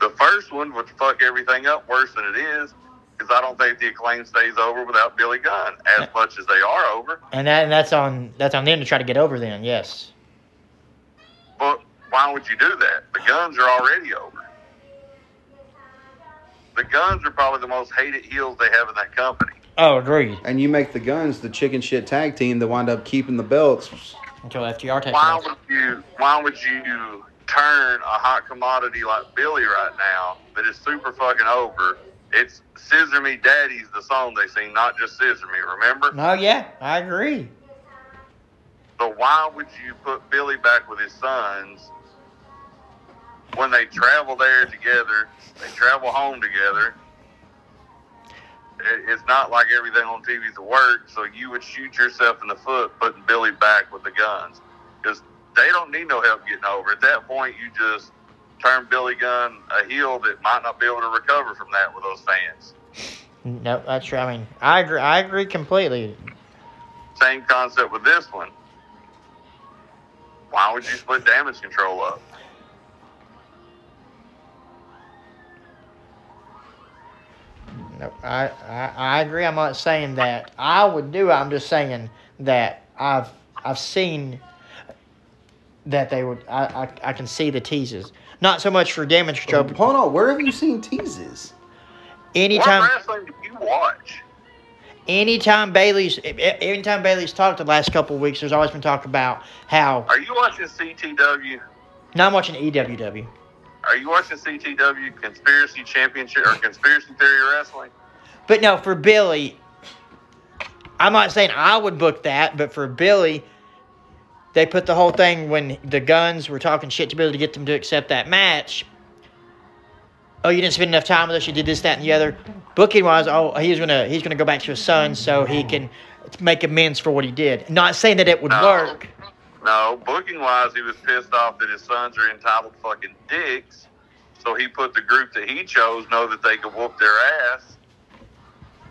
[SPEAKER 3] The first one would fuck everything up worse than it is, because I don't think the acclaim stays over without Billy Gunn as much as they are over.
[SPEAKER 2] And that and that's on that's on them to try to get over. Then yes.
[SPEAKER 3] But why would you do that? The guns are already over. The guns are probably the most hated heels they have in that company.
[SPEAKER 2] Oh, agreed.
[SPEAKER 1] And you make the guns the chicken shit tag team that wind up keeping the belts.
[SPEAKER 2] Until FTR takes
[SPEAKER 3] Why
[SPEAKER 2] over.
[SPEAKER 3] would you? Why would you turn a hot commodity like Billy right now that is super fucking over? It's "Scissor Me, Daddy's" the song they sing, not just "Scissor Me." Remember?
[SPEAKER 2] No, yeah, I agree.
[SPEAKER 3] So why would you put Billy back with his sons when they travel there together? They travel home together. It- It's not like everything on TV is a work, so you would shoot yourself in the foot putting Billy back with the guns because they don't need no help getting over. At that point, you just turn Billy Gunn a heel that might not be able to recover from that with those fans.
[SPEAKER 2] No, that's right. I mean, I agree. I agree completely.
[SPEAKER 3] Same concept with this one. Why would you split damage control up?
[SPEAKER 2] No, I, I, I agree. I'm not saying that I would do. it. I'm just saying that I've I've seen that they would. I, I, I can see the teases. Not so much for damage control. but
[SPEAKER 1] Hold on, where have you seen teases?
[SPEAKER 2] Anytime,
[SPEAKER 3] What wrestling do you watch?
[SPEAKER 2] anytime Bailey's, e- e- anytime Bailey's talked the last couple of weeks, there's always been talk about how.
[SPEAKER 3] Are you watching CTW?
[SPEAKER 2] Now I'm watching E EWW.
[SPEAKER 3] Are you watching CTW Conspiracy Championship or Conspiracy Theory Wrestling?
[SPEAKER 2] But no, for Billy, I'm not saying I would book that, but for Billy, they put the whole thing when the guns were talking shit to Billy to get them to accept that match. Oh, you didn't spend enough time with us. You did this, that, and the other. Booking wise, oh, he's gonna he's gonna go back to his son so he can make amends for what he did. Not saying that it would
[SPEAKER 3] No.
[SPEAKER 2] work.
[SPEAKER 3] No, booking wise, he was pissed off that his sons are entitled fucking dicks, so he put the group that he chose know that they could whoop their ass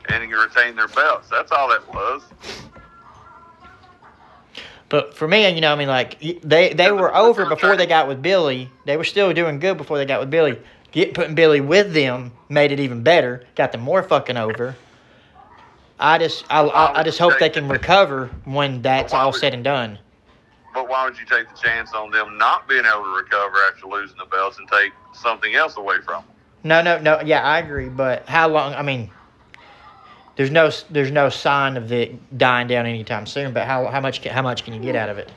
[SPEAKER 3] and he retain their belts. That's all that was.
[SPEAKER 2] But for me, you know, I mean, like y- they they were over before they got with Billy. They were still doing good before they got with Billy. Get putting Billy with them made it even better. Got them more fucking over. I just I, I, I just hope they can recover when that's all said and done.
[SPEAKER 3] But why would you take the chance on them not being able to recover after losing the belts and take something else away from them?
[SPEAKER 2] No, no, no. Yeah, I agree. But how long? I mean, there's no there's no sign of it dying down anytime soon. But how how much can, how much can you get out of it?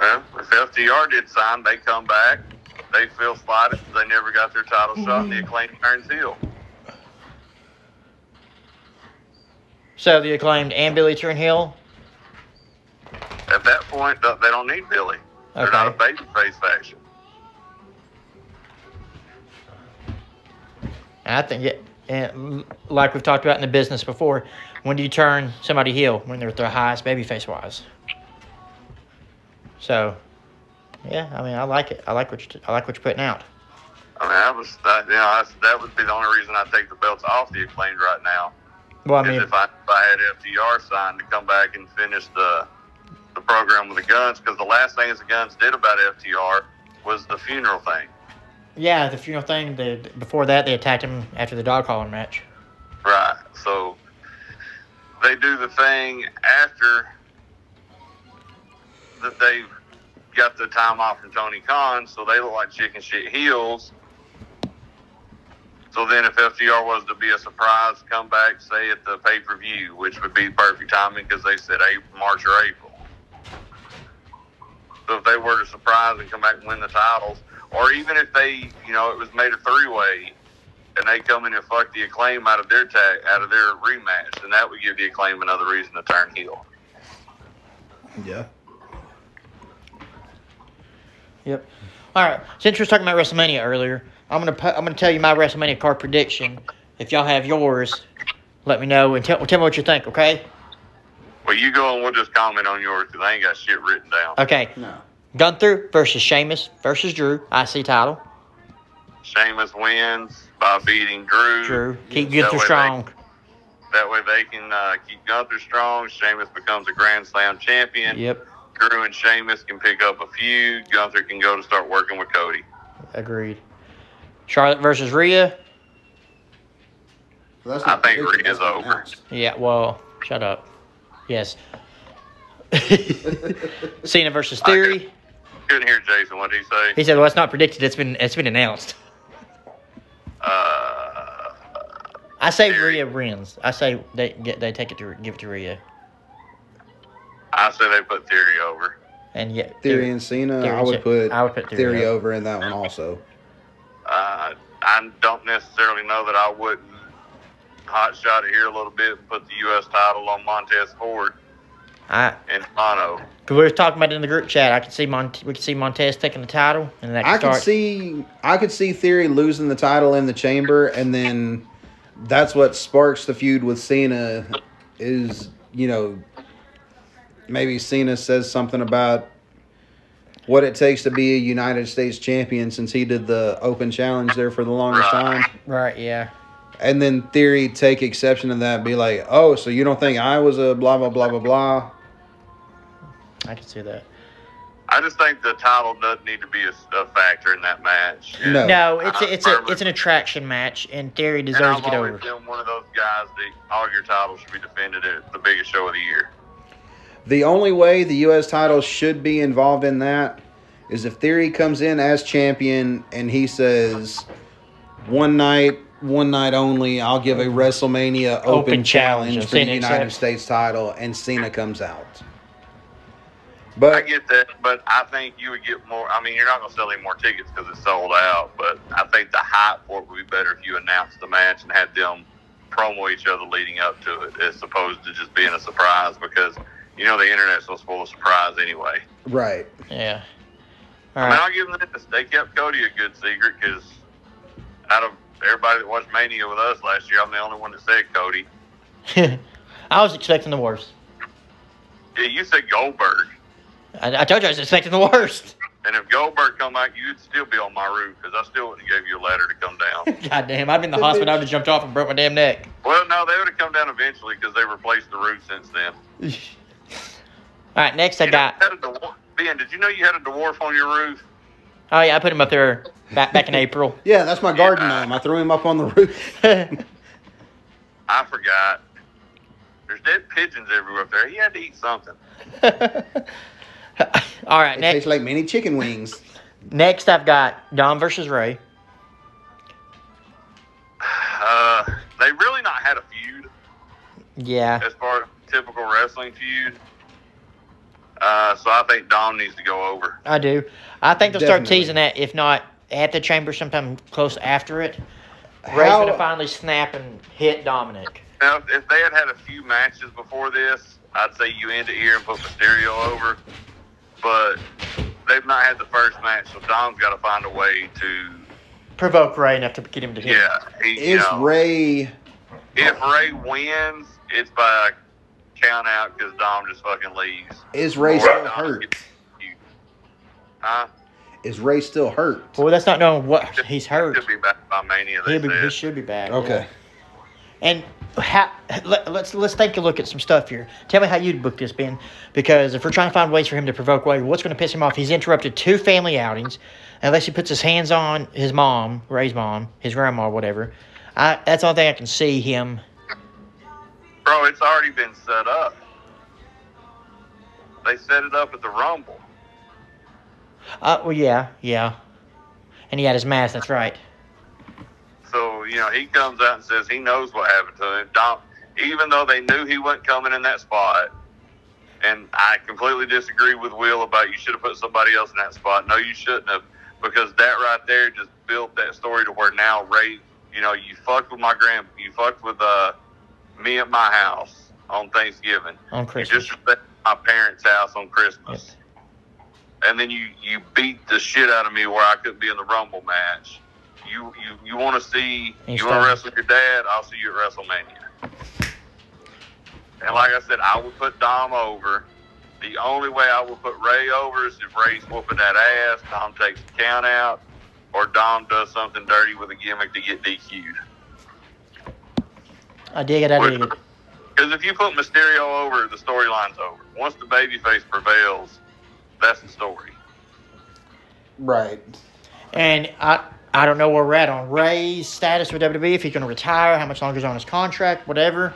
[SPEAKER 3] Well, if FDR did sign, they come back. They feel slighted. 'cause They never got their title shot, and the
[SPEAKER 2] Mm-hmm.
[SPEAKER 3] acclaim turns heel.
[SPEAKER 2] So the acclaimed and Billy Turnhill.
[SPEAKER 3] At that point, th- they don't need Billy. They're not a
[SPEAKER 2] Okay.
[SPEAKER 3] babyface faction.
[SPEAKER 2] And I think, it, and like we've talked about in the business before, when do you turn somebody heel? When they're at their highest babyface wise. So, yeah, I mean, I like it. I like what you, I like what you're putting out.
[SPEAKER 3] I mean, that was that. You know, that's, that would be the only reason I take the belts off the acclaimed right now.
[SPEAKER 2] Well, I
[SPEAKER 3] is
[SPEAKER 2] mean,
[SPEAKER 3] if I, if I had FDR signed to come back and finish the the program with the guns, because the last thing the guns did about FDR was the funeral thing,
[SPEAKER 2] yeah, the funeral thing. They, before that, they attacked him after the dog collar match.
[SPEAKER 3] right? So they do the thing after that they've got the time off from Tony Khan, so they look like chicken shit heels. So then, if FDR was to be a surprise comeback, say at the pay per view, which would be perfect timing because they said April, March or April. So if they were to surprise and come back and win the titles, or even if they, you know, it was made a three way, and they come in and fuck the acclaim out of their tag out of their rematch, then that would give the acclaim another reason to turn heel.
[SPEAKER 1] Yeah.
[SPEAKER 2] Yep. All right. Since we were talking about WrestleMania earlier, I'm gonna pu- I'm gonna tell you my WrestleMania card prediction, If y'all have yours, let me know and tell, tell me what you think, okay?
[SPEAKER 3] Well, you go and we'll just comment on yours because I ain't got shit written down.
[SPEAKER 2] Okay.
[SPEAKER 1] No.
[SPEAKER 2] Gunther versus Sheamus versus Drew. IC title.
[SPEAKER 3] Sheamus wins by beating Drew.
[SPEAKER 2] Drew. Keep
[SPEAKER 3] That
[SPEAKER 2] Gunther
[SPEAKER 3] way they-
[SPEAKER 2] strong.
[SPEAKER 3] That way they can uh, keep Gunther strong. Sheamus becomes a Grand Slam champion.
[SPEAKER 2] Yep.
[SPEAKER 3] Drew and Sheamus can pick up a few. Gunther can go to start working with Cody.
[SPEAKER 2] Agreed. Charlotte versus Rhea.
[SPEAKER 1] Well, that's
[SPEAKER 3] I think
[SPEAKER 1] predicted,
[SPEAKER 3] Reed is
[SPEAKER 1] that's
[SPEAKER 3] over.
[SPEAKER 1] announced.
[SPEAKER 2] Yeah, well, shut up. Yes. Cena versus Theory.
[SPEAKER 3] Couldn't hear Jason. What did he say?
[SPEAKER 2] He said, "Well, it's not predicted. It's been it's been announced."
[SPEAKER 3] Uh,
[SPEAKER 2] I say Rhea wins. I say they get they take it to give it to Rhea,
[SPEAKER 3] I say they put Theory over.
[SPEAKER 2] and yet
[SPEAKER 1] Theory and Cena,
[SPEAKER 2] Theory
[SPEAKER 1] I
[SPEAKER 2] and
[SPEAKER 1] would
[SPEAKER 2] Ce-
[SPEAKER 1] put
[SPEAKER 2] I would put Theory
[SPEAKER 1] Theory
[SPEAKER 2] up.
[SPEAKER 1] over in that one also.
[SPEAKER 3] Uh, I don't necessarily know that I wouldn't hot shot it here a little bit and put the U.S. title on Montez Ford
[SPEAKER 2] I
[SPEAKER 3] and Mono.
[SPEAKER 2] cause we were talking about it in the group chat. I could see Mont we could see Montez taking the title, and that could
[SPEAKER 1] I
[SPEAKER 2] start.
[SPEAKER 1] could see I could see Theory losing the title in the chamber and then that's what sparks the feud with Cena is, you know, maybe Cena says something about what it takes to be a United States champion since he did the open challenge there for the longest
[SPEAKER 3] Right.
[SPEAKER 1] time.
[SPEAKER 2] right. Yeah.
[SPEAKER 1] And then Theory take exception to that and be like, Oh, so you don't think I was a blah blah blah blah blah.
[SPEAKER 2] I could see that.
[SPEAKER 3] I just think the title does need to be a, a factor in that match. And-
[SPEAKER 1] No.
[SPEAKER 2] No, it's a, it's a
[SPEAKER 3] Firmly-
[SPEAKER 2] it's an attraction match, and Theory
[SPEAKER 3] And
[SPEAKER 2] deserves
[SPEAKER 3] I've
[SPEAKER 2] to get
[SPEAKER 3] always
[SPEAKER 2] over.
[SPEAKER 3] been one of those guys that all your titles should be defended at the biggest show of the year.
[SPEAKER 1] The only way the U.S. title should be involved in that is if Theory comes in as champion and he says, "One night, one night only, I'll give a WrestleMania open,
[SPEAKER 2] Open challenge
[SPEAKER 1] challenge
[SPEAKER 2] and
[SPEAKER 1] for the
[SPEAKER 2] Cena
[SPEAKER 1] United
[SPEAKER 2] accepts.
[SPEAKER 1] States title," and Cena comes out.
[SPEAKER 3] I
[SPEAKER 1] But
[SPEAKER 3] get that, but I think you would get more. I mean, you're not going to sell any more tickets because it's sold out. But I think the hype for it would be better if you announced the match and had them promo each other leading up to it, as opposed to just being a surprise. Because you know the internet's so full of surprise anyway.
[SPEAKER 1] right,
[SPEAKER 2] Yeah. All
[SPEAKER 3] I mean,
[SPEAKER 2] right.
[SPEAKER 3] I'll give them this. They kept Cody a good secret because out of everybody that watched Mania with us last year, I'm the only one that said Cody.
[SPEAKER 2] I was expecting the worst.
[SPEAKER 3] Yeah, you said Goldberg.
[SPEAKER 2] I, I told you I was expecting the worst.
[SPEAKER 3] And if Goldberg come out, you'd still be on my roof because I still wouldn't have gave you a ladder to come down.
[SPEAKER 2] God damn! I've been in the hospital. I would have jumped off and broke my damn neck.
[SPEAKER 3] Well, no, they would have come down eventually because they replaced the roof since then.
[SPEAKER 2] All right, next I
[SPEAKER 3] You know,
[SPEAKER 2] got.
[SPEAKER 3] you had a dwar- ben, did you know you had a dwarf on your roof?
[SPEAKER 2] Oh yeah, I put him up there back back in April.
[SPEAKER 1] yeah, that's my garden gnome. I threw him up on the roof.
[SPEAKER 3] I forgot. There's dead pigeons everywhere up there. He had to eat something.
[SPEAKER 2] All right,
[SPEAKER 1] It
[SPEAKER 2] next
[SPEAKER 1] tastes like mini chicken wings.
[SPEAKER 2] next I've got Dom versus Ray.
[SPEAKER 3] Uh, they really not had a feud
[SPEAKER 2] Yeah,
[SPEAKER 3] as far as typical wrestling feud. Uh, so I think Dom needs to go over.
[SPEAKER 2] I do. I think they'll
[SPEAKER 1] Definitely.
[SPEAKER 2] start teasing that if not at the chamber sometime close after it. Ray's
[SPEAKER 1] How-
[SPEAKER 2] gonna finally snap and hit Dominic.
[SPEAKER 3] Now, if, if they had had a few matches before this, I'd say you end it here and put Mysterio over. But they've not had the first match, so Dom's got to find a way to
[SPEAKER 2] Provoke Ray enough to get him to hit.
[SPEAKER 3] Yeah, he, you
[SPEAKER 1] Is
[SPEAKER 3] know,
[SPEAKER 1] Ray?
[SPEAKER 3] if Ray wins, it's by count out because Dom just fucking leaves.
[SPEAKER 1] Is Ray still hurt?
[SPEAKER 3] Huh?
[SPEAKER 1] Is Ray still hurt?
[SPEAKER 2] Well, that's not knowing what he's hurt.
[SPEAKER 3] He'll be back by Mania. They
[SPEAKER 2] He'll be, he
[SPEAKER 3] said.
[SPEAKER 2] should be back.
[SPEAKER 1] Okay.
[SPEAKER 2] And how, let, let's let's take a look at some stuff here. Tell me how you'd book this, Ben, because if we're trying to find ways for him to provoke Ray, what's going to piss him off? He's interrupted two family outings, unless he puts his hands on his mom, Ray's mom, his grandma, whatever. I, that's the only thing I can see him.
[SPEAKER 3] Bro, it's already been set up. They set it up at the Rumble.
[SPEAKER 2] Uh, well, yeah, yeah. And he had his mask. That's right.
[SPEAKER 3] So, you know, he comes out and says he knows what happened to him. Dom, even though they knew he wasn't coming in that spot, and I completely disagree with Will about you should have put somebody else in that spot. No, you shouldn't have, because that right there just built that story to where now Ray, you know, you fucked with my grand, you fucked with uh, me at my house on Thanksgiving.
[SPEAKER 2] On
[SPEAKER 3] You
[SPEAKER 2] Christmas.
[SPEAKER 3] disrespect my parents' house on Christmas and then you you beat the shit out of me where I couldn't be in the Rumble match. you you, you want to see
[SPEAKER 2] He's
[SPEAKER 3] you want
[SPEAKER 2] done.
[SPEAKER 3] to wrestle your dad, I'll see you at WrestleMania. And like I said, I would put Dom over. The only way I would put Ray over is if Ray's whooping that ass, Dom takes the count out, or Dom does something dirty with a gimmick to get DQ'd.
[SPEAKER 2] I dig it. I dig it.
[SPEAKER 3] Because if you put Mysterio over, the storyline's over. Once the babyface prevails, that's the story.
[SPEAKER 1] Right.
[SPEAKER 2] And I I don't know where we're at on Ray's status with WWE, if he's going to retire, how much longer he's on his contract, whatever.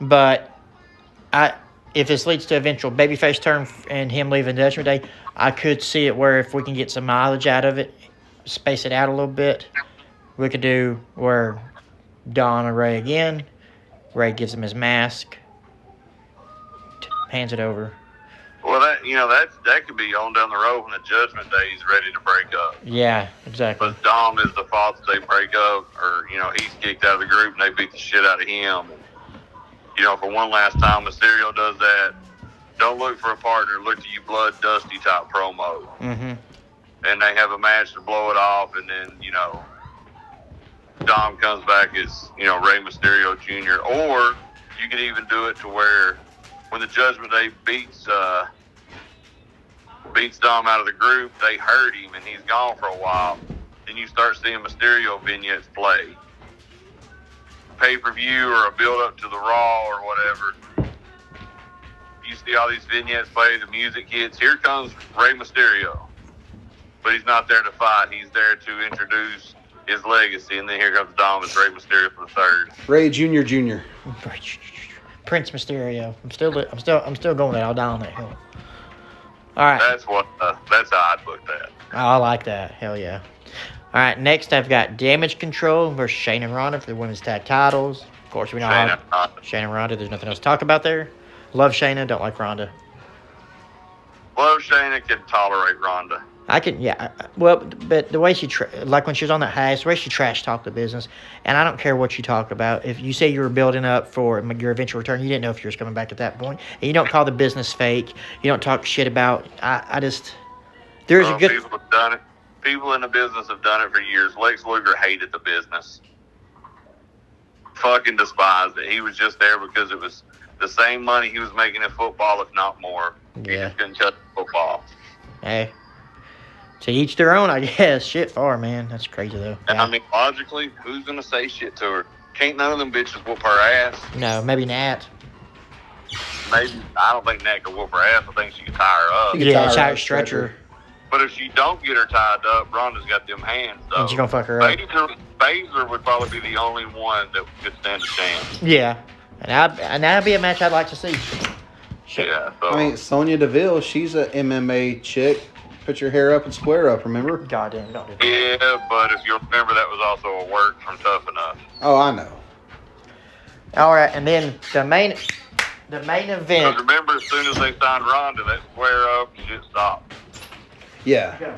[SPEAKER 2] But I if this leads to eventual babyface turn f- and him leaving Judgment Day, I could see it where if we can get some mileage out of it, space it out a little bit, we could do where Don and Ray again. Ray gives him his mask, t- hands it over.
[SPEAKER 3] Well, that you know that that could be on down the road when the Judgment Day is ready to break up.
[SPEAKER 2] Yeah, exactly.
[SPEAKER 3] But Dom is the fault that they break up, or you know he's kicked out of the group and they beat the shit out of him. You know, for one last time, Mysterio does that. Don't look for a partner. Look to you, blood dusty type promo,
[SPEAKER 2] Mm-hmm.
[SPEAKER 3] and they have a match to blow it off, and then you know Dom comes back as you know Rey Mysterio Jr. Or you could even do it to where when the Judgment Day beats uh, beats Dom out of the group, they hurt him and he's gone for a while. Then you start seeing Mysterio vignettes play, pay per view or a build up to the Raw or whatever. You see all these vignettes play, the music hits. Here comes Rey Mysterio but he's not there to fight. He's there to introduce his legacy. And then here comes Dom as Rey Mysterio for the third.
[SPEAKER 1] Ray Junior Junior.
[SPEAKER 2] Prince Mysterio. I'm still, I'm still, I'm still going there. I'll die on that hill. All right, Oh,
[SPEAKER 3] That's what. Uh, that's how I'd book that.
[SPEAKER 2] I like that. Hell yeah. All right, next I've got Damage Control versus Shane and Ronda for the women's tag titles. Of course, we know
[SPEAKER 3] Shane
[SPEAKER 2] how
[SPEAKER 3] and Ronda.
[SPEAKER 2] Shane and Ronda. There's nothing else to talk about there. Love Shayna, don't like Ronda.
[SPEAKER 3] Love Shayna can tolerate Ronda.
[SPEAKER 2] I can, yeah. I- I- Well, but the way she, tra- like when she was on that highest, the way she trash talked the business, and I don't care what you talk about. If you say you were building up for m- your eventual return, you didn't know if you was coming back at that point, and you don't call the business fake. You don't talk shit about. I, I just there's
[SPEAKER 3] Well,
[SPEAKER 2] a good.
[SPEAKER 3] Uh, Oh, people have done it. People in the business have done it for years. Lex Luger hated the business. Fucking despised it. He was just there because it was the same money he was making in football, if not more. He
[SPEAKER 2] Yeah.
[SPEAKER 3] just couldn't touch football.
[SPEAKER 2] Hey, to each their own, I guess. Shit, far man, that's crazy though.
[SPEAKER 3] And
[SPEAKER 2] Yeah.
[SPEAKER 3] I mean, logically, who's gonna say shit to her? Can't none of them bitches whoop her ass.
[SPEAKER 2] no, maybe not.
[SPEAKER 3] Maybe I don't think Nat could whoop her ass. I think she could tie her
[SPEAKER 1] You
[SPEAKER 3] up.
[SPEAKER 1] could tie
[SPEAKER 2] Yeah,
[SPEAKER 1] her up,
[SPEAKER 2] tire
[SPEAKER 1] stretcher.
[SPEAKER 2] stretcher.
[SPEAKER 3] But if she don't get her tied up, Rhonda's got them hands though.
[SPEAKER 2] And she gonna fuck her up.
[SPEAKER 3] Phaser, Phaser would probably be the only one that could stand a chance.
[SPEAKER 2] Yeah, and I and that'd be a match I'd like to see. Shit.
[SPEAKER 3] Yeah. So
[SPEAKER 1] I mean Sonya Deville. She's a MMA chick. Put your hair up and square up. Remember?
[SPEAKER 2] Goddamn, don't do that.
[SPEAKER 3] yeah, but if you remember, that was also a work from Tough Enough.
[SPEAKER 1] Oh, I know.
[SPEAKER 2] All right, and then the main, the main
[SPEAKER 3] Because
[SPEAKER 2] event.
[SPEAKER 3] remember, as soon as they signed Rhonda, that square up shit stopped.
[SPEAKER 1] Yeah.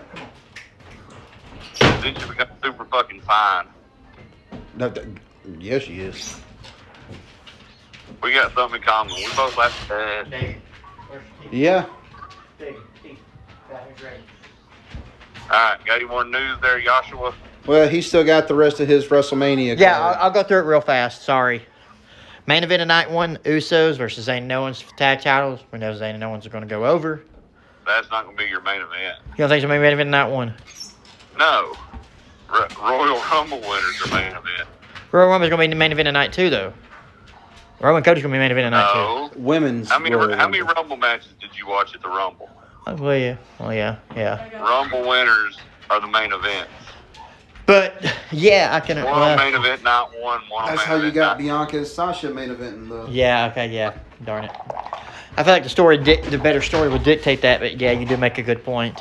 [SPEAKER 3] Then she become super fucking fine.
[SPEAKER 1] No, th- yeah, she is.
[SPEAKER 3] We got something in common. We both like uh,
[SPEAKER 1] Yeah.
[SPEAKER 3] All right, got any more news there, Joshua?
[SPEAKER 1] Well, he's still got the rest of his WrestleMania.
[SPEAKER 2] Yeah,
[SPEAKER 1] card.
[SPEAKER 2] I'll, I'll go through it real fast. Sorry. Main event of night one: Usos versus Zayn and Owens for tag titles. We know Zayn and Owens are going to go over.
[SPEAKER 3] That's not going to be your main event.
[SPEAKER 2] You don't think it's the main event of night one?
[SPEAKER 3] No. R- Royal Rumble winners are main event.
[SPEAKER 2] Royal Rumble is going to be the main event of night two, though. Roman Cody's going to be main event of night two.
[SPEAKER 3] No.
[SPEAKER 1] Women's.
[SPEAKER 3] How many,
[SPEAKER 1] Royal
[SPEAKER 3] how many
[SPEAKER 1] Rumble.
[SPEAKER 3] Rumble matches did you watch at the Rumble?
[SPEAKER 2] Oh, well, yeah. Well, yeah. Yeah.
[SPEAKER 3] Rumble winners are the main events.
[SPEAKER 2] But yeah, I can.
[SPEAKER 3] One
[SPEAKER 2] well,
[SPEAKER 3] on main event, not one. One on
[SPEAKER 1] That's
[SPEAKER 3] main
[SPEAKER 1] how you
[SPEAKER 3] event,
[SPEAKER 1] got
[SPEAKER 3] night.
[SPEAKER 1] Bianca and Sasha main eventing though.
[SPEAKER 2] Yeah. Okay. Yeah. Darn it. I feel like the story, di- the better story, would dictate that. But yeah, you do make a good point.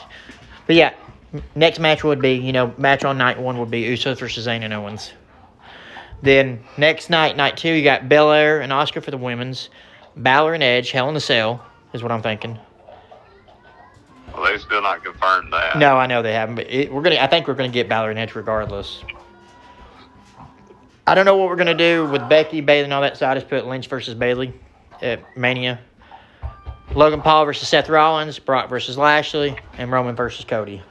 [SPEAKER 2] But yeah, n- next match would be you know match on night one would be Usos versus Zayn and Owens. Then next night, night two, you got Belair and Oscar for the women's, Balor and Edge, Hell in a Cell is what I'm thinking.
[SPEAKER 3] Well, they still not confirmed that.
[SPEAKER 2] No, I know they haven't, but it, we're gonna. I think we're gonna get Balor and Edge regardless. I don't know what we're gonna do with Becky Bailey and all that. So I just put Lynch versus Bailey at Mania. Logan Paul versus Seth Rollins, Brock versus Lashley, and Roman versus Cody.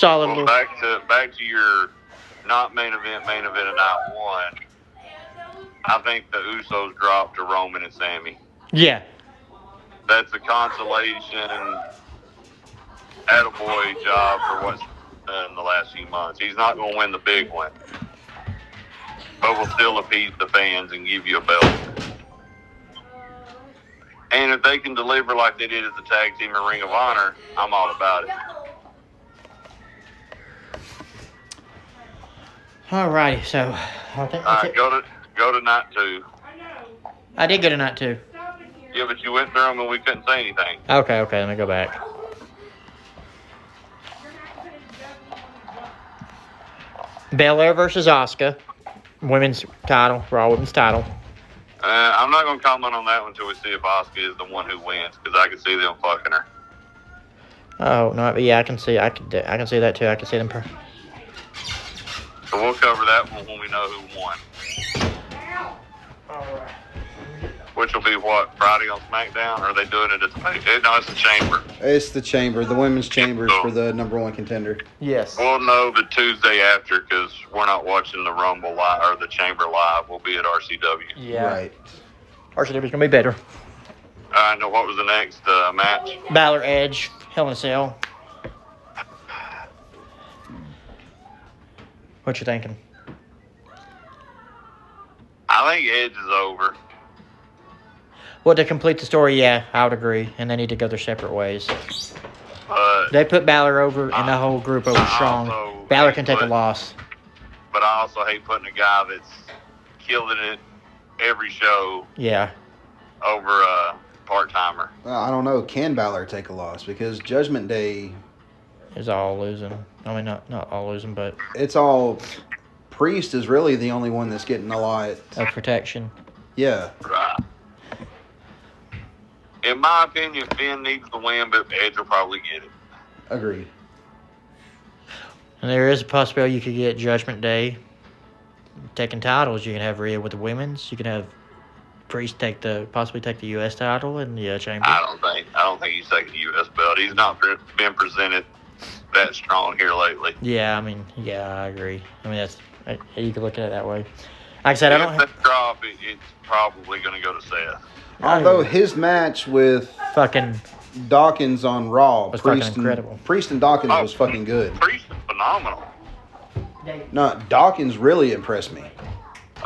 [SPEAKER 2] solid
[SPEAKER 3] Well,
[SPEAKER 2] little.
[SPEAKER 3] back to back to your not main event, main event of night one. I think the Usos dropped to Roman and Sammy.
[SPEAKER 2] Yeah,
[SPEAKER 3] That's a consolation, attaboy job for what's done in the last few months. He's not going to win the big one, but will still appease the fans and give you a belt. And if they can deliver like they did as a tag team in Ring of Honor, I'm all about it.
[SPEAKER 2] All righty, so I think
[SPEAKER 3] All
[SPEAKER 2] that's
[SPEAKER 3] right,
[SPEAKER 2] it.
[SPEAKER 3] go to go to night two.
[SPEAKER 2] I did good tonight too.
[SPEAKER 3] Yeah, but you went through them and we couldn't say anything.
[SPEAKER 2] Okay, okay, let me go back. Belair versus Oscar, women's title, Raw women's title.
[SPEAKER 3] Uh, I'm not going to comment on that one until we see if Oscar is the one who wins, because I can see them fucking her.
[SPEAKER 2] Oh no, but yeah, I can see, I can, do- I can see that too. I can see them. Per-
[SPEAKER 3] So we'll cover that one when we know who won. Which will be what Friday on SmackDown, or are they doing it at the pay- eh, no, it's the Chamber.
[SPEAKER 1] It's the chamber, the women's chambers for the number one contender.
[SPEAKER 2] yes.
[SPEAKER 3] We'll know the Tuesday after because we're not watching the Rumble live or the Chamber live. We'll be at RCW.
[SPEAKER 2] Yeah.
[SPEAKER 1] Right.
[SPEAKER 2] RCW's gonna be better.
[SPEAKER 3] I know what was the next uh, match.
[SPEAKER 2] Balor Edge, Hell in a Cell. What you thinking?
[SPEAKER 3] I think Edge is over.
[SPEAKER 2] Well, to complete the story, yeah, I would agree, and they need to go their separate ways.
[SPEAKER 3] But
[SPEAKER 2] They put Balor over and the whole group over strong.
[SPEAKER 3] also-
[SPEAKER 2] Balor can take a loss.
[SPEAKER 3] but I also hate putting a guy that's killing it every show
[SPEAKER 2] Yeah.
[SPEAKER 3] over a part timer.
[SPEAKER 1] Well, I don't know. Can Balor take a loss? Because Judgment Day,
[SPEAKER 2] Is all losing. I mean, not not all losing, but
[SPEAKER 1] it's all. Priest is really the only one that's getting a lot.
[SPEAKER 2] of protection.
[SPEAKER 1] Yeah.
[SPEAKER 3] Right. In my opinion, Finn needs the win, but Edge will probably get it.
[SPEAKER 1] Agreed.
[SPEAKER 2] And there is a possibility you could get Judgment Day taking titles. You can have Rhea with the women's. You can have Priest take the possibly take the U.S. title and the uh, chamber.
[SPEAKER 3] I don't think. I don't think he's taking the U.S. belt. He's not pre- been presented that strong here lately.
[SPEAKER 2] Yeah, I mean, yeah, I agree. I mean, that's I, you could look at it that way. Like I said, I don't.
[SPEAKER 3] if they drop it, it's probably going to go to Seth.
[SPEAKER 1] Although his match with
[SPEAKER 2] have fucking
[SPEAKER 1] Dawkins on Raw,
[SPEAKER 2] Was fucking
[SPEAKER 1] Priest
[SPEAKER 2] incredible.
[SPEAKER 1] and, Priest and Dawkins
[SPEAKER 3] Oh.
[SPEAKER 1] was fucking good.
[SPEAKER 3] Priest is phenomenal.
[SPEAKER 1] No, Dawkins really impressed me.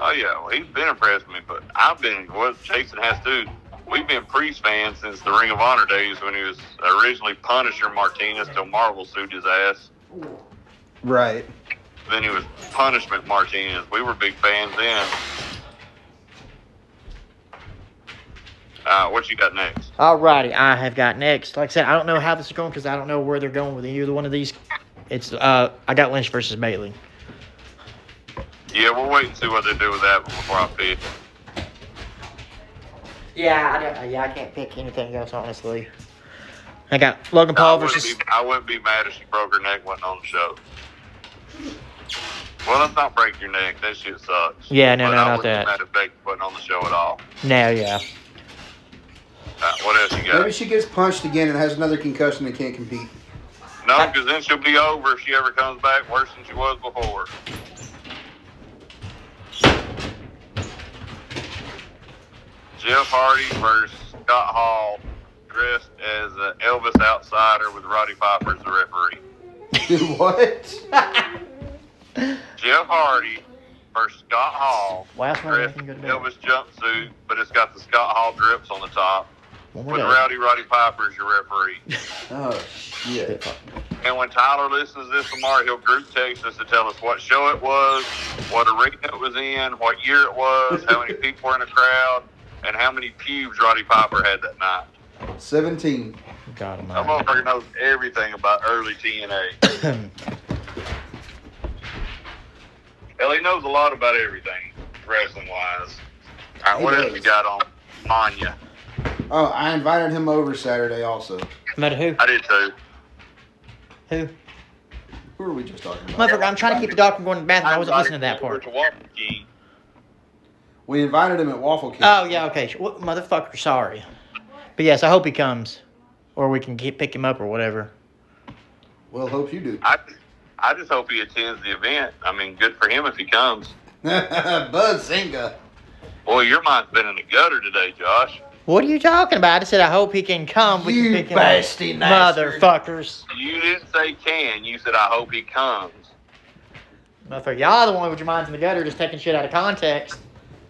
[SPEAKER 3] Oh yeah, well, he's been impressed me, but I've been what Jason has to. We've been Priest fans since the Ring of Honor days when he was originally Punisher Martinez till Marvel sued his ass.
[SPEAKER 1] Right.
[SPEAKER 3] Then he was Punishment Martinez. We were big fans then. Uh, what you got next?
[SPEAKER 2] Alrighty, I have got next. Like I said, I don't know how this is going because I don't know where they're going with either one of these. It's uh, I got Lynch versus Bailey.
[SPEAKER 3] Yeah, we'll wait and see what they do with that before I pick.
[SPEAKER 2] Yeah, I don't, uh, yeah, I can't pick anything else honestly. I got Logan Paul
[SPEAKER 3] I, wouldn't
[SPEAKER 2] versus.
[SPEAKER 3] be, I wouldn't be mad if she broke her neck wasn't on the show. Well, let's not break your neck. That shit sucks.
[SPEAKER 2] Yeah, no,
[SPEAKER 3] But
[SPEAKER 2] no,
[SPEAKER 3] I
[SPEAKER 2] not
[SPEAKER 3] wouldn't
[SPEAKER 2] that.
[SPEAKER 3] Be mad if Becky wasn't on the show at all.
[SPEAKER 2] No, yeah,
[SPEAKER 3] Uh, what else you got?
[SPEAKER 1] Maybe she gets punched again and has another concussion and can't compete.
[SPEAKER 3] No, because then she'll be over if she ever comes back worse than she was before. Jeff Hardy versus Scott Hall dressed as an Elvis outsider with Roddy Piper as the referee.
[SPEAKER 1] Dude, what?
[SPEAKER 3] Jeff Hardy versus Scott Hall
[SPEAKER 2] Wow, that's not
[SPEAKER 3] dressed
[SPEAKER 2] looking
[SPEAKER 3] in
[SPEAKER 2] good,
[SPEAKER 3] Elvis jumpsuit, but it's got the Scott Hall drips on the top
[SPEAKER 2] One more
[SPEAKER 3] with
[SPEAKER 2] day.
[SPEAKER 3] Rowdy Roddy Piper as your referee.
[SPEAKER 1] Oh shit.
[SPEAKER 3] And when Tyler listens to this tomorrow, he'll group text us to tell us what show it was, what arena it was in, what year it was, how many people were in the crowd, and how many pubes Roddy Piper had that night.
[SPEAKER 1] Seventeen.
[SPEAKER 2] God
[SPEAKER 3] That
[SPEAKER 2] Almighty.
[SPEAKER 3] motherfucker knows everything about early TNA. Hell, he knows a lot about everything, wrestling wise. All right,
[SPEAKER 1] He
[SPEAKER 3] what
[SPEAKER 1] does.
[SPEAKER 3] else we got on Manya?
[SPEAKER 1] Oh, I invited him over Saturday also.
[SPEAKER 2] Matter who?
[SPEAKER 3] I did too.
[SPEAKER 2] Who?
[SPEAKER 1] Who are we just talking about?
[SPEAKER 2] Motherfucker, I'm trying to keep the dog from going to the bathroom. I wasn't listening to
[SPEAKER 3] invited
[SPEAKER 2] that
[SPEAKER 3] him over
[SPEAKER 2] part.
[SPEAKER 3] to Waffle King.
[SPEAKER 1] We invited him at Waffle King.
[SPEAKER 2] Oh yeah, okay. Sh- What motherfucker? Sorry, but yes, I hope he comes, or we can keep, pick him up or whatever.
[SPEAKER 1] Well, hope you do.
[SPEAKER 3] I I just hope he attends the event. I mean, good for him if he comes.
[SPEAKER 1] Buzz Singa.
[SPEAKER 3] Boy, your mind's been in the gutter today, Josh.
[SPEAKER 2] What are you talking about? I said I hope he can come. We
[SPEAKER 1] You
[SPEAKER 2] can pick him up.
[SPEAKER 1] basty nastard.
[SPEAKER 2] motherfuckers.
[SPEAKER 3] You didn't say can. You said I hope he comes.
[SPEAKER 2] Motherfucker, y'all the one with your minds in the gutter, just taking shit out of context.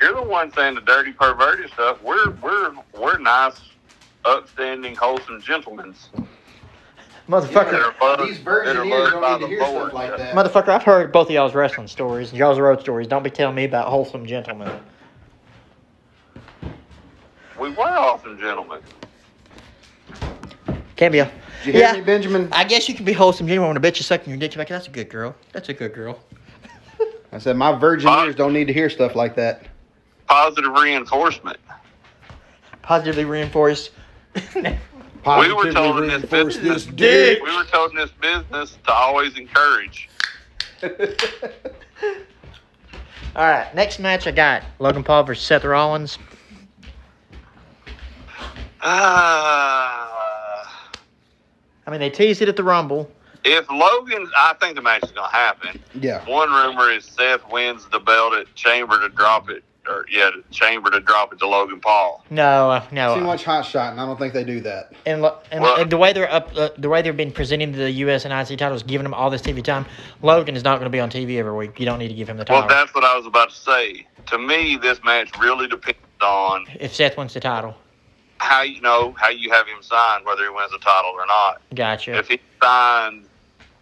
[SPEAKER 3] You're the one saying the dirty, perverted stuff. We're we're we're nice, upstanding, wholesome gentlemen. That
[SPEAKER 2] Motherfucker,
[SPEAKER 3] are above-
[SPEAKER 1] These
[SPEAKER 3] that
[SPEAKER 1] virgin
[SPEAKER 3] are
[SPEAKER 1] ears
[SPEAKER 3] loved by
[SPEAKER 1] don't need
[SPEAKER 3] the
[SPEAKER 1] to hear stuff
[SPEAKER 3] Lord.
[SPEAKER 1] like that.
[SPEAKER 2] motherfucker, I've heard both of y'all's wrestling stories, and y'all's road stories. Don't be telling me about wholesome gentlemen.
[SPEAKER 3] We were awesome gentlemen.
[SPEAKER 2] Can't be. A,
[SPEAKER 1] Did you hear
[SPEAKER 2] yeah,
[SPEAKER 1] me, Benjamin?
[SPEAKER 2] I guess you could be wholesome gentleman when a bitch is sucking your dick. You're like, that's a good girl. That's a good girl.
[SPEAKER 1] I said my virgin
[SPEAKER 3] Fuck.
[SPEAKER 1] ears don't need to hear stuff like that.
[SPEAKER 3] Positive reinforcement.
[SPEAKER 2] Positively reinforced.
[SPEAKER 3] We were
[SPEAKER 1] Positively
[SPEAKER 3] told in this
[SPEAKER 1] reinforce
[SPEAKER 3] business-
[SPEAKER 1] dick.
[SPEAKER 3] We were told in this business to always encourage.
[SPEAKER 2] All right, next match I got Logan Paul versus Seth Rollins.
[SPEAKER 3] Ah.
[SPEAKER 2] I mean, they teased it at the Rumble.
[SPEAKER 3] If Logan, I think the match is going to happen.
[SPEAKER 1] yeah.
[SPEAKER 3] One rumor is Seth wins the belt at Chamber to drop it, or yeah, to Chamber to drop it to Logan Paul.
[SPEAKER 2] No, uh, no.
[SPEAKER 1] Too
[SPEAKER 2] uh,
[SPEAKER 1] much hot shot, and I don't think they do that.
[SPEAKER 2] and, lo- and,
[SPEAKER 3] Well-
[SPEAKER 2] and the way they're up, uh, the way they've been presenting the U.S. and IC titles, giving them all this TV time. Logan is not going to be on TV every week. You don't need to give him the
[SPEAKER 3] Well,
[SPEAKER 2] title.
[SPEAKER 3] that's what I was about to say. To me, this match really depends on
[SPEAKER 2] if Seth wins the title,
[SPEAKER 3] how you know how you have him signed, whether he wins the title or not.
[SPEAKER 2] gotcha.
[SPEAKER 3] If he signed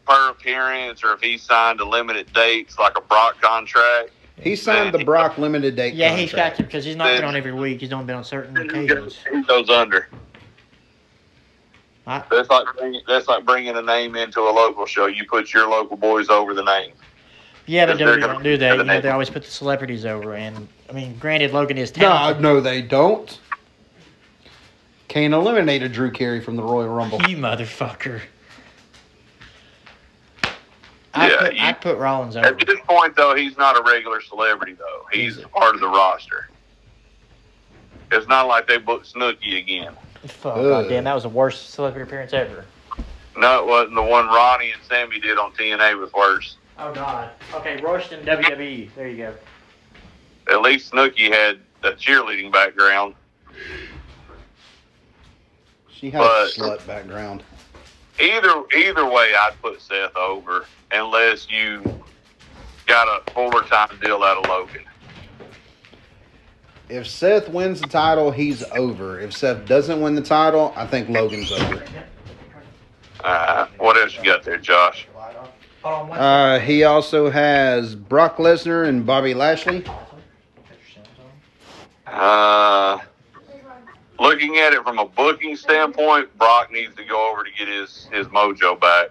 [SPEAKER 3] per appearance, or if he signed to limited dates like a Brock contract,
[SPEAKER 1] He signed the Brock limited date.
[SPEAKER 2] yeah, he's got
[SPEAKER 1] contract.
[SPEAKER 2] to because he's not been on every week. He's only been on certain
[SPEAKER 3] he
[SPEAKER 2] occasions.
[SPEAKER 3] goes, he goes under.
[SPEAKER 2] I,
[SPEAKER 3] That's like bringing, that's like bringing a name into a local show. You put your local boys over the name.
[SPEAKER 2] yeah, but
[SPEAKER 3] They're
[SPEAKER 2] WWE
[SPEAKER 3] gonna-
[SPEAKER 2] don't do that. You know,
[SPEAKER 3] they're
[SPEAKER 2] they
[SPEAKER 3] gonna-
[SPEAKER 2] always put the celebrities over. And I mean, granted, Logan is
[SPEAKER 1] No,
[SPEAKER 2] talented.
[SPEAKER 1] no, they don't. Can't eliminate a Drew Carey from the Royal Rumble.
[SPEAKER 2] You motherfucker. I
[SPEAKER 3] Yeah,
[SPEAKER 2] put,
[SPEAKER 3] you-
[SPEAKER 2] I put Rollins over.
[SPEAKER 3] At this point, though, he's not a regular celebrity, though. He's part of the roster. It's not like they booked Snooki again.
[SPEAKER 2] Fuck,
[SPEAKER 1] Ugh.
[SPEAKER 2] God damn, that was the worst celebrity appearance ever.
[SPEAKER 3] No, it wasn't the one Ronnie and Sammy did on TNA was worse.
[SPEAKER 2] Oh God. Okay, Royston WWE. E. There you go.
[SPEAKER 3] At least Snooki had a cheerleading background.
[SPEAKER 1] She has a
[SPEAKER 3] But-
[SPEAKER 1] slut background.
[SPEAKER 3] Either either way, I'd put Seth over unless you got a fuller time deal out of Logan.
[SPEAKER 1] If Seth wins the title, he's over. If Seth doesn't win the title, I think Logan's over.
[SPEAKER 3] Uh, what else you got there, Josh?
[SPEAKER 2] Hold on one
[SPEAKER 1] Uh, he also has Brock Lesnar and Bobby Lashley.
[SPEAKER 3] Uh, looking at it from a booking standpoint, Brock needs to go over to get his, his mojo back.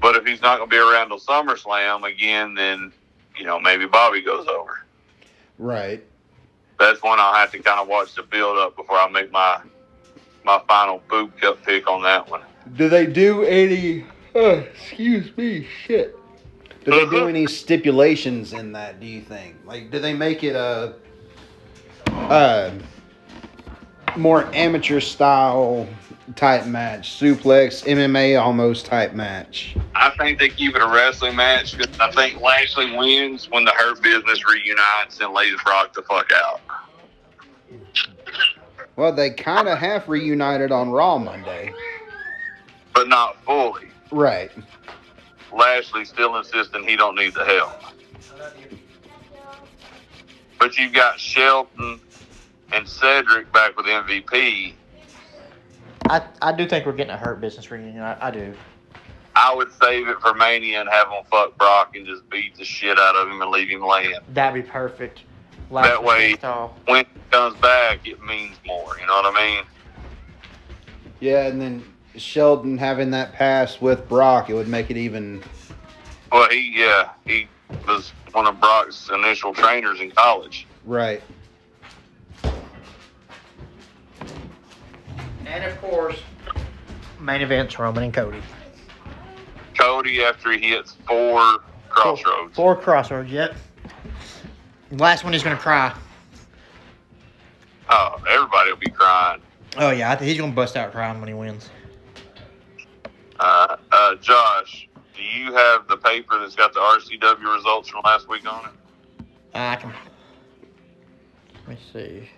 [SPEAKER 3] But if he's not going to be around till SummerSlam again, then, you know, maybe Bobby goes over.
[SPEAKER 1] Right.
[SPEAKER 3] That's when I'll have to kind of watch the build up before I make my my final boob cup pick on that one.
[SPEAKER 1] Do they do any? Uh, excuse me, shit. Do they do any stipulations in that? Do you think? Like, do they make it a, uh more amateur style type match, suplex, MMA almost type match?
[SPEAKER 3] I think they keep it a wrestling match because I think Lashley wins when the Hurt Business reunites and lays Brock the fuck out.
[SPEAKER 1] Well, they kind of half reunited on Raw Monday.
[SPEAKER 3] But not fully.
[SPEAKER 1] Right.
[SPEAKER 3] Lashley still insisting he don't need the help. But you've got Shelton and Cedric back with MVP.
[SPEAKER 2] I, I do think we're getting a hurt business reunion. I, I do.
[SPEAKER 3] I would save it for Mania and have him fuck Brock and just beat the shit out of him and leave him laying.
[SPEAKER 2] That'd be perfect.
[SPEAKER 3] That way-
[SPEAKER 2] pissed off.
[SPEAKER 3] When he comes back, it means more. You know what I mean?
[SPEAKER 1] Yeah, and then Sheldon having that pass with Brock, it would make it even.
[SPEAKER 3] Well, he yeah he was one of Brock's initial trainers in college.
[SPEAKER 1] Right.
[SPEAKER 2] And of course, main events Roman and Cody.
[SPEAKER 3] Cody after he hits four crossroads.
[SPEAKER 2] Four crossroads. Yep. Last one, he's gonna cry.
[SPEAKER 3] Oh, everybody will be crying.
[SPEAKER 2] Oh yeah, I think he's gonna bust out crying when he wins.
[SPEAKER 3] Uh, uh, Josh, do do you have the paper that's got the RCW results from last week on it?
[SPEAKER 2] I can. Let me see.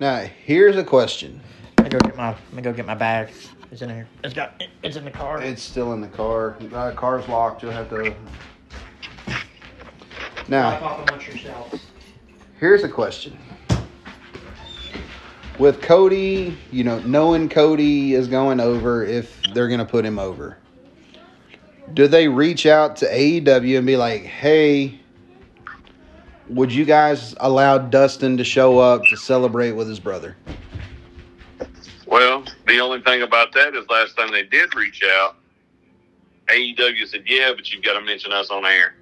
[SPEAKER 1] Now, here's a question.
[SPEAKER 2] Let me go get my. Let me go get my bag. It's in here. It's got. It's in the car.
[SPEAKER 1] It's still in the car. Uh, car's locked. You'll have to. Now,
[SPEAKER 2] amongst yourselves.
[SPEAKER 1] here's a question. With Cody, you know, knowing Cody is going over, if they're going to put him over, do they reach out to AEW and be like, hey, would you guys allow Dustin to show up to celebrate with his brother?
[SPEAKER 3] Well, the only thing about that is last time they did reach out, AEW said, "Yeah, but you've got to mention us on air."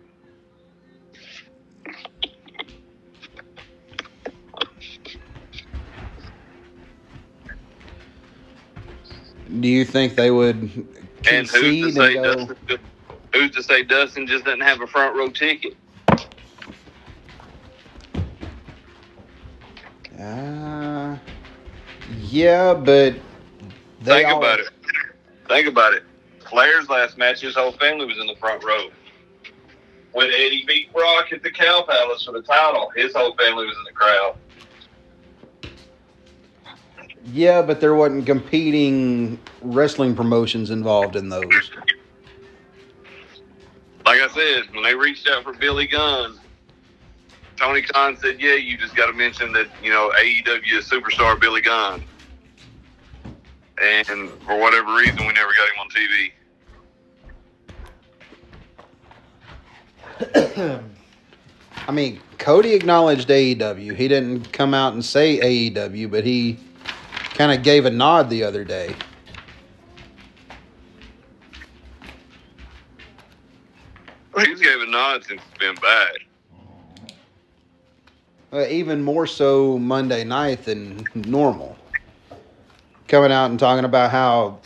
[SPEAKER 1] Do you think they would
[SPEAKER 3] And who's
[SPEAKER 1] concede
[SPEAKER 3] to say
[SPEAKER 1] and go?
[SPEAKER 3] Dustin? Who's to say Dustin just doesn't have a front row ticket?
[SPEAKER 1] Uh, yeah, but they
[SPEAKER 3] Think
[SPEAKER 1] all-
[SPEAKER 3] about it. Think about it. Flair's last match, his whole family was in the front row. When Eddie beat Brock at the Cow Palace for the title, his whole family was in the crowd.
[SPEAKER 1] Yeah, but there wasn't competing wrestling promotions involved in those.
[SPEAKER 3] Like I said, when they reached out for Billy Gunn, Tony Khan said, "Yeah, you just got to mention that you know AEW is superstar Billy Gunn." And for whatever reason, we never got him on TV.
[SPEAKER 1] I mean, Cody acknowledged AEW. He didn't come out and say AEW, but he kind of gave a nod the other day.
[SPEAKER 3] He's gave a nod since he's been back.
[SPEAKER 1] Uh, even more so Monday night than normal. Coming out and talking about how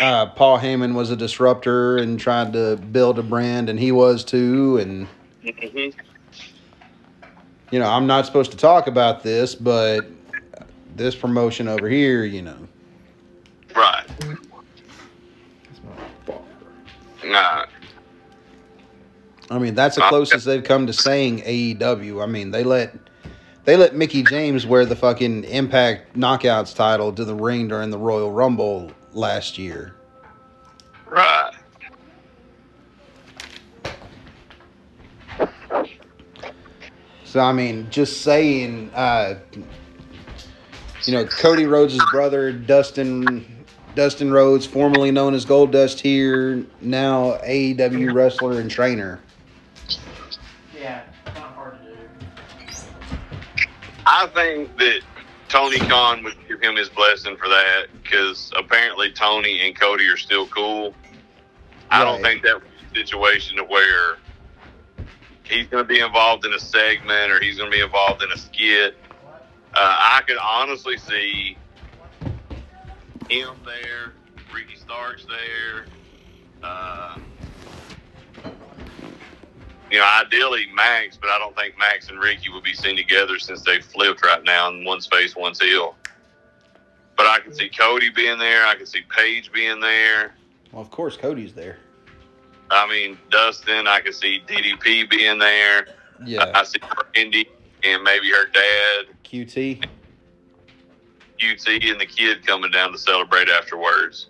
[SPEAKER 1] uh, Paul Heyman was a disruptor and tried to build a brand, and he was too. And you know, I'm not supposed to talk about this, but this promotion over here, you know,
[SPEAKER 3] Right. Nah.
[SPEAKER 1] I mean, that's the closest they've come to saying AEW. I mean, they let they let Mickey James wear the fucking Impact Knockouts title to the ring during the Royal Rumble last year.
[SPEAKER 3] Right.
[SPEAKER 1] So I mean, just saying, uh, you know, Cody Rhodes' brother, Dustin Dustin Rhodes, formerly known as Gold Dust, here now AEW wrestler and trainer.
[SPEAKER 2] Yeah, it's not hard to do.
[SPEAKER 3] I think that Tony Khan would give him his blessing for that because apparently Tony and Cody are still cool. I don't
[SPEAKER 1] Right.
[SPEAKER 3] think that was a situation to where he's going to be involved in a segment or he's going to be involved in a skit. Uh, I could honestly see him there, Ricky Starks there. Uh, you know, ideally Max, but I don't think Max and Ricky would be seen together since they flipped right now and one's face, one's heel. But I can see Cody being there. I can see Paige being there.
[SPEAKER 1] Well, of course, Cody's there.
[SPEAKER 3] I mean, Dustin. I can see DDP being there. I
[SPEAKER 1] Yeah,
[SPEAKER 3] see Brandy and maybe her dad,
[SPEAKER 1] QT.
[SPEAKER 3] QT, and the kid coming down to celebrate afterwards.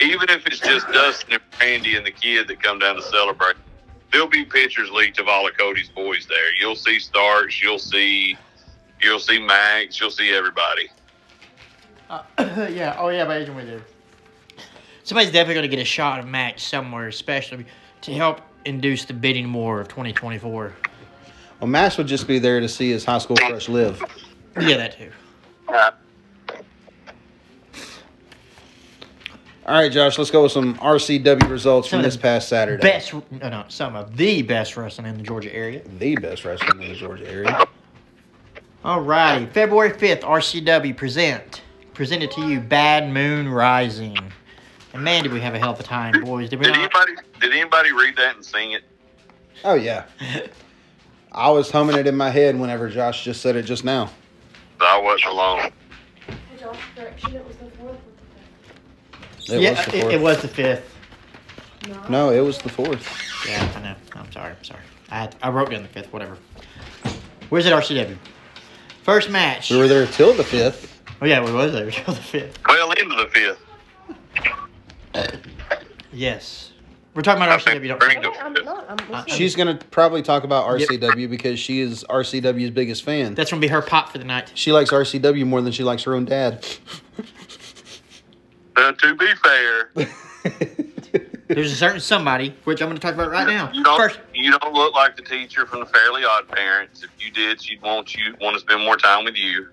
[SPEAKER 3] Even if it's just Dustin and Brandy and the kid that come down to celebrate, there'll be pictures leaked of all of Cody's boys there. You'll see Starks. You'll see. You'll see Max. You'll see everybody.
[SPEAKER 2] Uh, yeah. Oh yeah, but Adrian with you. Somebody's definitely going to get a shot of Max somewhere, especially to help induce the bidding war of 2024.
[SPEAKER 1] Well, Max would just be there to see his high school crush live.
[SPEAKER 2] Yeah, that too.
[SPEAKER 1] All right, Josh, let's go with some RCW results from this past Saturday.
[SPEAKER 2] Best, no, no, some of the best wrestling in the Georgia area.
[SPEAKER 1] The best wrestling in the Georgia area.
[SPEAKER 2] Alrighty, February 5th, RCW present. Presented to you, Bad Moon Rising. And man, did we have a hell of a time, boys. Did we
[SPEAKER 3] Did
[SPEAKER 2] not?
[SPEAKER 3] anybody? Did anybody read that and sing it?
[SPEAKER 1] Oh yeah, I was humming it in my head whenever Josh just said it just now.
[SPEAKER 3] I wasn't alone.
[SPEAKER 5] Hey, Josh, correction, it was the fourth.
[SPEAKER 1] It
[SPEAKER 2] yeah,
[SPEAKER 1] was the
[SPEAKER 2] it,
[SPEAKER 1] fourth.
[SPEAKER 2] it was the 5th.
[SPEAKER 1] No, it was the fourth.
[SPEAKER 2] Yeah, I know. I'm sorry. I'm sorry. I had, I wrote down the fifth. Whatever. Where's it RCW? First match.
[SPEAKER 1] We were there till the fifth.
[SPEAKER 2] Oh yeah, we was there till the fifth.
[SPEAKER 3] Well, into the fifth.
[SPEAKER 2] Yes. We're talking about
[SPEAKER 3] I think
[SPEAKER 2] RCW. Don't, Uh-uh.
[SPEAKER 3] bring
[SPEAKER 5] No, I'm not. I'm listening.
[SPEAKER 1] She's gonna probably talk about RCW because she is RCW's biggest fan.
[SPEAKER 2] that's gonna be her pop for the night.
[SPEAKER 1] she likes RCW more than she likes her own dad.
[SPEAKER 3] But Uh, to be fair,
[SPEAKER 2] There's a certain somebody which I'm gonna talk about right now.
[SPEAKER 3] you don't
[SPEAKER 2] First,
[SPEAKER 3] you don't look like the teacher from the Fairly Odd Parents. If you did, she'd want you want to spend more time with you.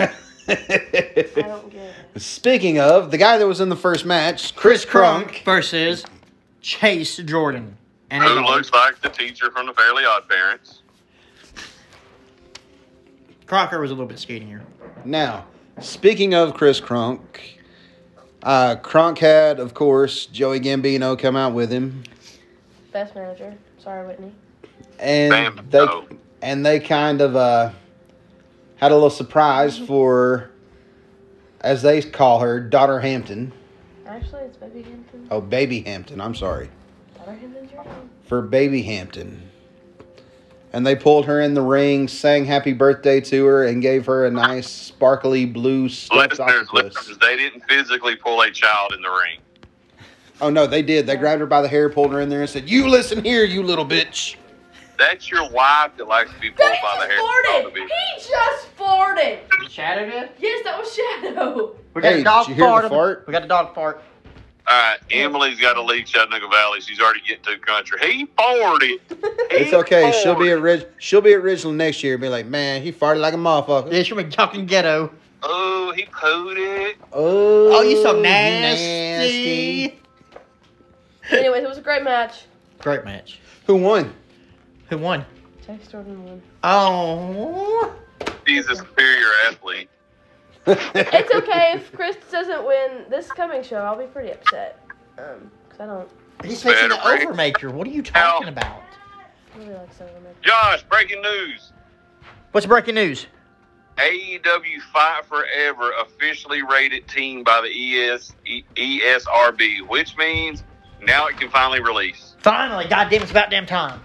[SPEAKER 5] I don't get it.
[SPEAKER 1] Speaking of the guy that was in the first match, Chris Crunk.
[SPEAKER 2] versus Chase Jordan. And
[SPEAKER 3] Who looks like the teacher from the Fairly Odd Parents?
[SPEAKER 2] Crocker was a little bit skinnier.
[SPEAKER 1] Now, speaking of Chris Crunk, uh, Crunk had, of course, Joey Gambino come out with him,
[SPEAKER 5] Best manager. Sorry, Whitney.
[SPEAKER 1] and
[SPEAKER 3] Bam,
[SPEAKER 1] they
[SPEAKER 3] no.
[SPEAKER 1] and they kind of uh, had a little surprise for, as they call her, daughter Hampton.
[SPEAKER 5] Actually, it's Baby Hampton.
[SPEAKER 1] Oh, baby Hampton. I'm sorry
[SPEAKER 5] Daughter Hampton's your name.
[SPEAKER 1] for baby Hampton. And they pulled her in the ring, sang happy birthday to her, and gave her a nice sparkly blue stuffed
[SPEAKER 3] Listeners,
[SPEAKER 1] octopus.
[SPEAKER 3] listeners, they didn't physically pull a child in the ring.
[SPEAKER 1] Oh no, they did. They grabbed her by the hair, pulled her in there, and said, "You listen here, you little bitch."
[SPEAKER 3] That's your wife that likes to be pulled by the hair.
[SPEAKER 5] farted. He just farted.
[SPEAKER 2] Shadow did?
[SPEAKER 5] Yes, that was Shadow.
[SPEAKER 2] We
[SPEAKER 1] Hey, did you hear the
[SPEAKER 2] of-
[SPEAKER 1] fart?
[SPEAKER 2] We got the dog fart.
[SPEAKER 3] All right, Emily's got to leave Chattanooga Valley. She's already getting to the country. He farted.
[SPEAKER 1] It's okay. She'll be at Ridge. She'll be at Ridgeland next year. and Be like, man, he farted like a motherfucker.
[SPEAKER 2] This should be talking ghetto.
[SPEAKER 3] Oh, he pooed it.
[SPEAKER 1] Oh,
[SPEAKER 2] Oh, you so
[SPEAKER 1] you
[SPEAKER 2] nasty.
[SPEAKER 5] Anyways, it was a great match.
[SPEAKER 2] Great match.
[SPEAKER 1] Who won?
[SPEAKER 2] Who won?
[SPEAKER 5] Chase Jordan won.
[SPEAKER 2] Oh.
[SPEAKER 3] He's a superior athlete.
[SPEAKER 5] It's okay if Chris doesn't win this coming show. I'll be pretty upset. Um, cause I don't
[SPEAKER 2] He's fixing the
[SPEAKER 3] Better break.
[SPEAKER 2] overmaker. What are you talking
[SPEAKER 3] Ow.
[SPEAKER 2] about?
[SPEAKER 5] really like Silver Man.
[SPEAKER 3] Josh, breaking news.
[SPEAKER 2] What's breaking news?
[SPEAKER 3] AEW E Fight Forever officially rated team by the ES, E- ESRB, which means now it can finally release.
[SPEAKER 2] Finally, goddamn, it's about damn time.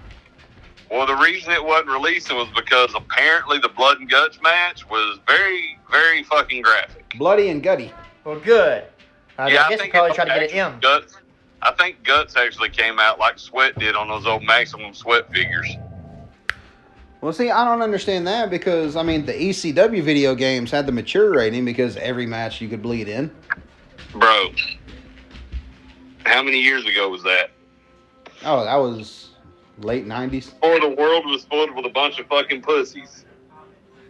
[SPEAKER 3] Well, the reason it wasn't releasing was because apparently the blood and guts match was very, very fucking graphic.
[SPEAKER 1] Bloody and gutty.
[SPEAKER 2] Well, good. I guess they probably
[SPEAKER 3] it-
[SPEAKER 2] tried to get an M.
[SPEAKER 3] Guts, I think guts actually came out like sweat did on those old maximum sweat figures.
[SPEAKER 1] Well, see, I don't understand that because I mean, the ECW video games had the mature rating because every match you could bleed in.
[SPEAKER 3] Bro, how many years ago was that?
[SPEAKER 1] Oh, that was late '90s.
[SPEAKER 3] Or the world was filled with a bunch of fucking pussies.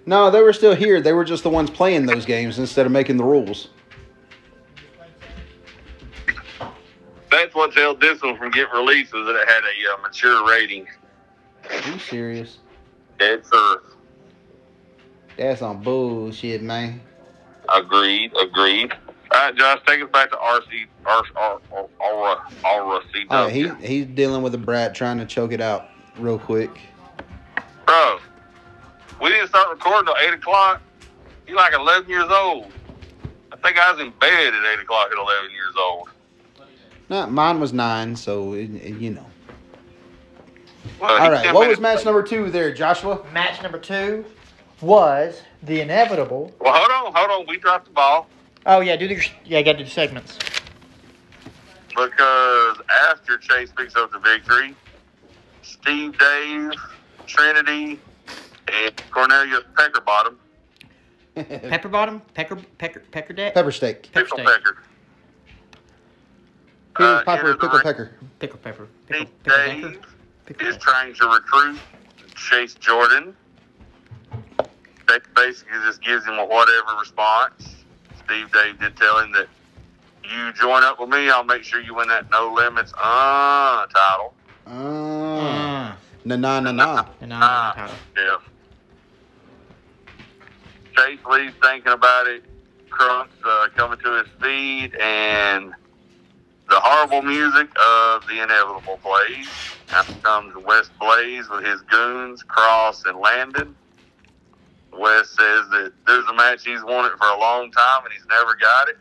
[SPEAKER 1] No, they were still here. They were just the ones playing those games instead of making the rules.
[SPEAKER 3] That's what held this one from getting released is that it had a uh, mature rating.
[SPEAKER 1] Are you serious?
[SPEAKER 3] Dead sir.
[SPEAKER 1] That's some bullshit, man.
[SPEAKER 3] Agreed. Agreed. All right, Josh, take us back to RC, R, R, R, R, R, RCW.
[SPEAKER 1] Yeah, Oh, he he's dealing with a brat trying to choke it out real quick.
[SPEAKER 3] Bro, we didn't start recording till 8 o'clock. You're like 11 years old. I think I was in bed at 8 o'clock at 11 years old.
[SPEAKER 1] Not mine was nine, so it, it- you know.
[SPEAKER 3] Well, he
[SPEAKER 1] All right,
[SPEAKER 3] ten
[SPEAKER 1] what was
[SPEAKER 3] minutes-
[SPEAKER 1] match number two there, Joshua?
[SPEAKER 2] Match number two was the inevitable.
[SPEAKER 3] Well, hold on, hold on. We dropped the ball
[SPEAKER 2] Oh yeah, do the yeah, got to do the segments.
[SPEAKER 3] because after Chase picks up the victory, Steve Dave, Trinity, and Cornelius Peckerbottom,
[SPEAKER 1] Pepper
[SPEAKER 2] Pepper bottom, pecker, pecker, pecker deck,
[SPEAKER 1] steak.
[SPEAKER 2] Pepper
[SPEAKER 3] Pickle
[SPEAKER 2] steak.
[SPEAKER 3] Pecker,
[SPEAKER 1] Peter
[SPEAKER 3] Uh,
[SPEAKER 1] Piper,
[SPEAKER 3] enter the
[SPEAKER 1] pickle
[SPEAKER 3] ring.
[SPEAKER 1] pecker.
[SPEAKER 2] pickle pepper, pickle,
[SPEAKER 3] Steve
[SPEAKER 2] pickle decker,
[SPEAKER 3] Dave
[SPEAKER 2] pickle
[SPEAKER 3] is
[SPEAKER 2] decker.
[SPEAKER 3] trying to recruit Chase Jordan. That basically just gives him a whatever response. Steve Dave did tell him that you join up with me, I'll make sure you win that No Limits uh, title.
[SPEAKER 1] Uh,
[SPEAKER 3] Mm.
[SPEAKER 2] Ah,
[SPEAKER 1] na na na na.
[SPEAKER 2] and I'm on
[SPEAKER 3] Ah.
[SPEAKER 2] title.
[SPEAKER 3] Yeah. Chase Lee's thinking about it. Crunk's uh, coming to his feet, and the horrible music of the inevitable plays. Out comes Wes Blaze with his goons, Cross and Landon. Wes says that there's a match he's wanted for a long time and he's never got it.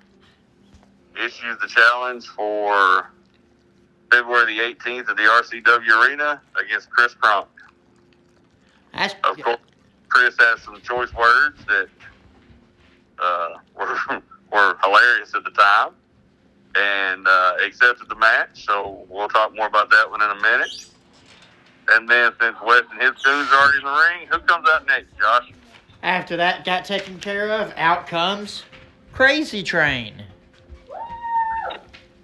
[SPEAKER 3] Issues the challenge for February the 18th at the RCW Arena against Chris Crump.
[SPEAKER 2] That's
[SPEAKER 3] Of course, Chris has some choice words that uh, were were hilarious at the time, and uh, accepted the match. So we'll talk more about that one in a minute. And then, since Wes and his tunes are already in the ring, who comes out next, Josh?
[SPEAKER 2] After that got taken care of, out comes Crazy Train.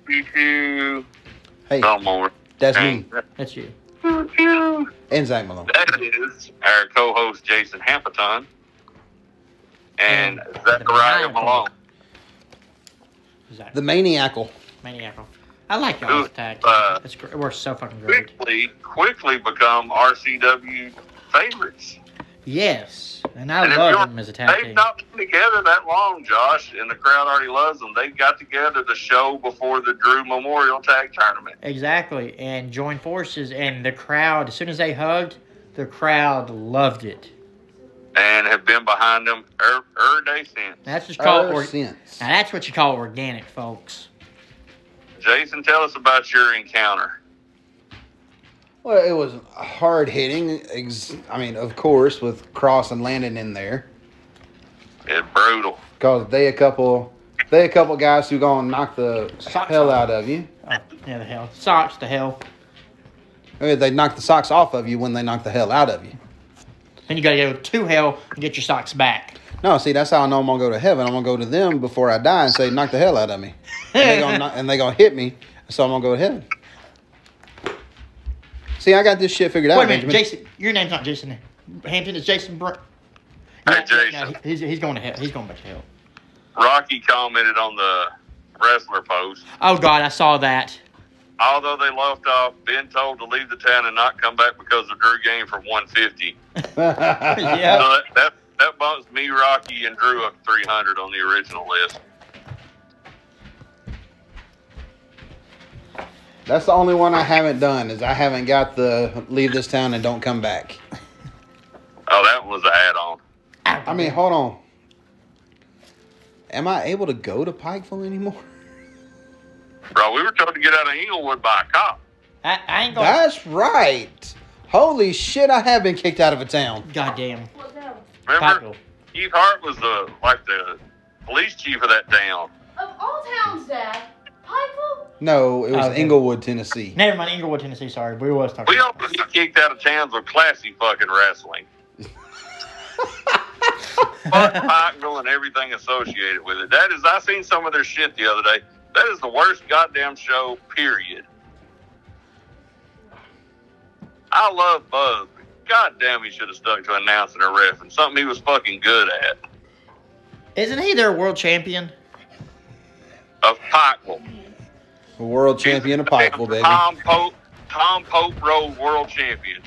[SPEAKER 3] Choo-choo.
[SPEAKER 1] Hey,
[SPEAKER 3] No more.
[SPEAKER 1] that's me
[SPEAKER 2] That's you.
[SPEAKER 3] Choo-choo.
[SPEAKER 1] and Zach Malone.
[SPEAKER 3] That is our co-host Jason Hamilton and Zachariah Malone.
[SPEAKER 2] Exactly.
[SPEAKER 1] The maniacal.
[SPEAKER 2] Maniacal. I like y'all's
[SPEAKER 3] Who,
[SPEAKER 2] tag.
[SPEAKER 3] uh,
[SPEAKER 2] That's great. We're so fucking great.
[SPEAKER 3] Quickly, quickly become RCW favorites.
[SPEAKER 2] Yes, and I
[SPEAKER 3] And if you're-
[SPEAKER 2] love them as a tag
[SPEAKER 3] They've
[SPEAKER 2] team.
[SPEAKER 3] not been together that long, Josh, and the crowd already loves them. They got together the show before the Drew Memorial Tag Tournament.
[SPEAKER 2] Exactly, and joined forces, and the crowd. As soon as they hugged, the crowd loved it.
[SPEAKER 3] And have been behind them er, er day since.
[SPEAKER 2] That's just called.
[SPEAKER 1] Ever
[SPEAKER 2] Or- now
[SPEAKER 1] since.
[SPEAKER 2] that's what you call organic, folks.
[SPEAKER 3] Jason, tell us about your encounter.
[SPEAKER 1] Well, it was hard hitting. Ex- I mean, of course, with Cross and Landon in there,
[SPEAKER 3] It's brutal.
[SPEAKER 1] because they a couple, they a couple guys who gonna knock the
[SPEAKER 2] Socks
[SPEAKER 1] hell
[SPEAKER 2] off.
[SPEAKER 1] out of you.
[SPEAKER 2] Oh, yeah, the hell socks, the hell.
[SPEAKER 1] I mean, they knock the socks off of you when they knock the hell out of you.
[SPEAKER 2] Then you gotta go to hell and get your socks back.
[SPEAKER 1] No, see, that's how I know I'm gonna go to heaven. I'm gonna go to them before I die and say, knock the hell out of me, and they gonna knock, and they gonna hit me, so I'm gonna go to heaven. See, I got this shit figured out.
[SPEAKER 2] Wait a minute,
[SPEAKER 1] Benjamin.
[SPEAKER 2] Jason. Your name's not Jason. Hampton is Jason. Br-
[SPEAKER 3] Hey,
[SPEAKER 2] No,
[SPEAKER 3] Jason.
[SPEAKER 2] he- he's, he's going to hell. He's going back to hell.
[SPEAKER 3] Rocky commented on the wrestler post.
[SPEAKER 2] Oh God, I saw that.
[SPEAKER 3] Although they left off, been told to leave the town and not come back because of Drew game for 150. So
[SPEAKER 2] yeah.
[SPEAKER 3] that, that that bumps me, Rocky, and Drew up 300 on the original list.
[SPEAKER 1] That's the only one I haven't done is I haven't got the leave this town and don't come back.
[SPEAKER 3] Oh, that was an add-on.
[SPEAKER 1] I mean, hold on. Am I able to go to Pikeville anymore?
[SPEAKER 3] Bro, we were told to get out of Englewood by a cop.
[SPEAKER 2] I, I ain't going. to
[SPEAKER 1] That's right. Holy shit! I have been kicked out of a town.
[SPEAKER 2] Goddamn.
[SPEAKER 5] Well, no.
[SPEAKER 3] Remember,
[SPEAKER 2] Pikeville.
[SPEAKER 3] Keith Hart was the like the police chief of that town.
[SPEAKER 5] Of all towns, Dad, Pikeville?
[SPEAKER 1] No, it was
[SPEAKER 2] Okay.
[SPEAKER 1] Englewood, Tennessee.
[SPEAKER 2] Never mind, Inglewood, Tennessee. Sorry, we was talking.
[SPEAKER 3] We all got kicked out of towns with classy fucking wrestling. Fuck Pikeville and everything associated with it. That is, I seen some of their shit the other day. That is the worst goddamn show. Period. I love Buzz. but Goddamn, he should have stuck to announcing a ref and something he was fucking good at.
[SPEAKER 2] Isn't he their world champion?
[SPEAKER 3] Of Pikeville.
[SPEAKER 1] The world champion of Pikeville, baby.
[SPEAKER 3] Tom Pope, Tom Pope Road World Champion.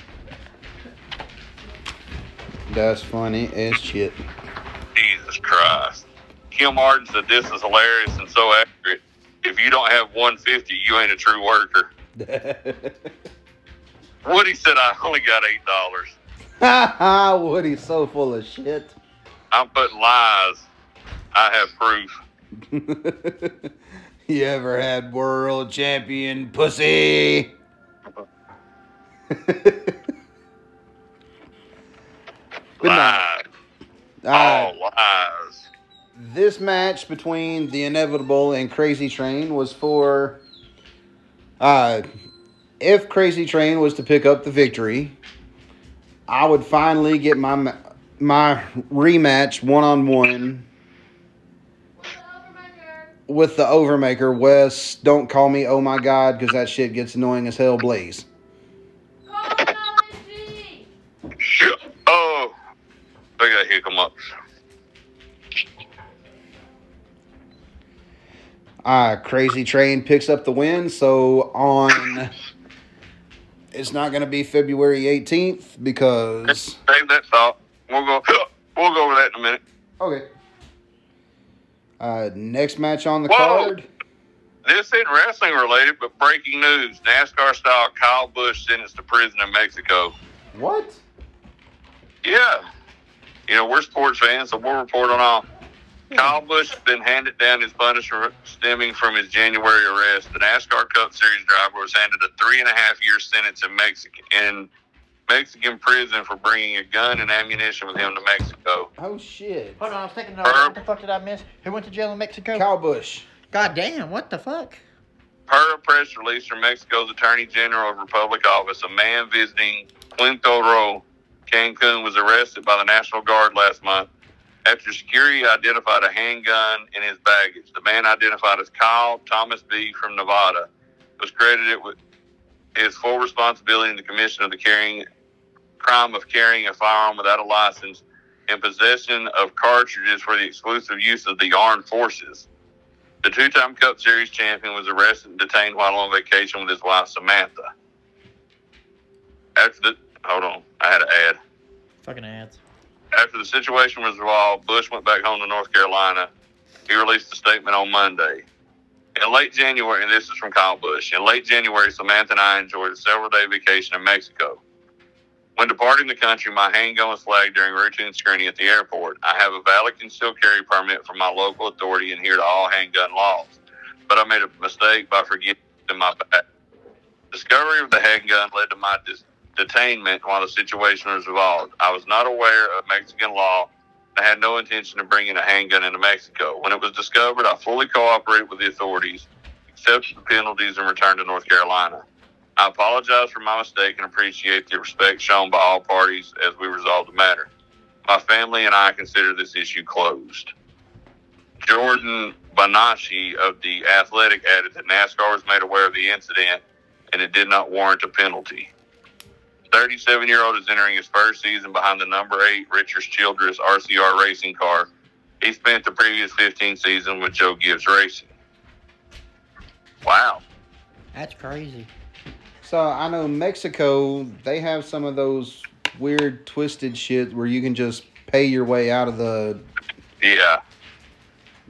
[SPEAKER 1] That's funny as shit.
[SPEAKER 3] Jesus Christ. Kim Arden said this is hilarious and so accurate. If you don't have 150, you ain't a true worker. Woody said I only got eight dollars.
[SPEAKER 1] Woody's so full of shit.
[SPEAKER 3] I'm putting lies. I have proof.
[SPEAKER 1] you ever had world champion pussy? but no,
[SPEAKER 3] Lies.
[SPEAKER 1] uh,
[SPEAKER 3] All lies.
[SPEAKER 1] this match between the inevitable and Crazy Train was for, uh, if Crazy Train was to pick up the victory, I would finally get my ma- my rematch one on one
[SPEAKER 5] What's over my nerve?
[SPEAKER 1] with the Overmaker. Wes, don't call me oh my god because that shit gets annoying as hell. Blaze.
[SPEAKER 5] Colonology!
[SPEAKER 3] Shoo- Oh, look at that hiccup.
[SPEAKER 1] Uh, Crazy Train picks up the win. So on, it's not going to be February eighteenth because.
[SPEAKER 3] Save that thought. We'll go. We'll go over that in a minute.
[SPEAKER 1] Okay. Uh, next match on the
[SPEAKER 3] Whoa.
[SPEAKER 1] card.
[SPEAKER 3] This isn't wrestling related, but breaking news: NASCAR style Kyle Busch sentenced to prison in Mexico.
[SPEAKER 1] What?
[SPEAKER 3] Yeah, you know we're sports fans, so we'll report on all. Kyle Busch has been handed down his punishment stemming from his January arrest. The NASCAR Cup Series driver was handed a three and a half year sentence in Mexican in Mexican prison for bringing a gun and ammunition with him to Mexico.
[SPEAKER 1] Oh shit.
[SPEAKER 2] Hold on, I was thinking,
[SPEAKER 3] Herb.
[SPEAKER 2] what the fuck did I miss? Who went to jail in Mexico?
[SPEAKER 1] Kyle Bush.
[SPEAKER 2] God damn, what the fuck?
[SPEAKER 3] Per a press release from Mexico's Attorney General of Republic Office, a man visiting Quintoro, Cancun, was arrested by the National Guard last month after security identified a handgun in his baggage. The man identified as Kyle Thomas B. from Nevada was credited with his full responsibility in the commission of the carrying crime of carrying a firearm without a license and possession of cartridges for the exclusive use of the armed forces. The two time Cup Series champion was arrested and detained while on vacation with his wife, Samantha. After the, hold on, I had to add.
[SPEAKER 2] Fucking ads.
[SPEAKER 3] After the situation was resolved, Bush went back home to North Carolina. He released a statement on Monday. In late January, and this is from Kyle Bush, in late January, Samantha and I enjoyed a several day vacation in Mexico. When departing the country, my handgun was flagged during routine screening at the airport. I have a valid concealed carry permit from my local authority and adhere to all handgun laws, but I made a mistake by forgetting it in my bag. Discovery of the handgun led to my dis- detainment while the situation was resolved. I was not aware of Mexican law and had no intention of bringing a handgun into Mexico. When it was discovered, I fully cooperated with the authorities, accepted the penalties, and returned to North Carolina. I apologize for my mistake and appreciate the respect shown by all parties as we resolve the matter. My family and I consider this issue closed. Jordan Banashi of The Athletic added that NASCAR was made aware of the incident and it did not warrant a penalty. 37 year old is entering his first season behind the number eight Richards Childress RCR racing car. He spent the previous 15 season with Joe Gibbs Racing. Wow.
[SPEAKER 2] That's crazy.
[SPEAKER 1] So I know Mexico, they have some of those weird twisted shit where you can just pay your way out of the.
[SPEAKER 3] Yeah.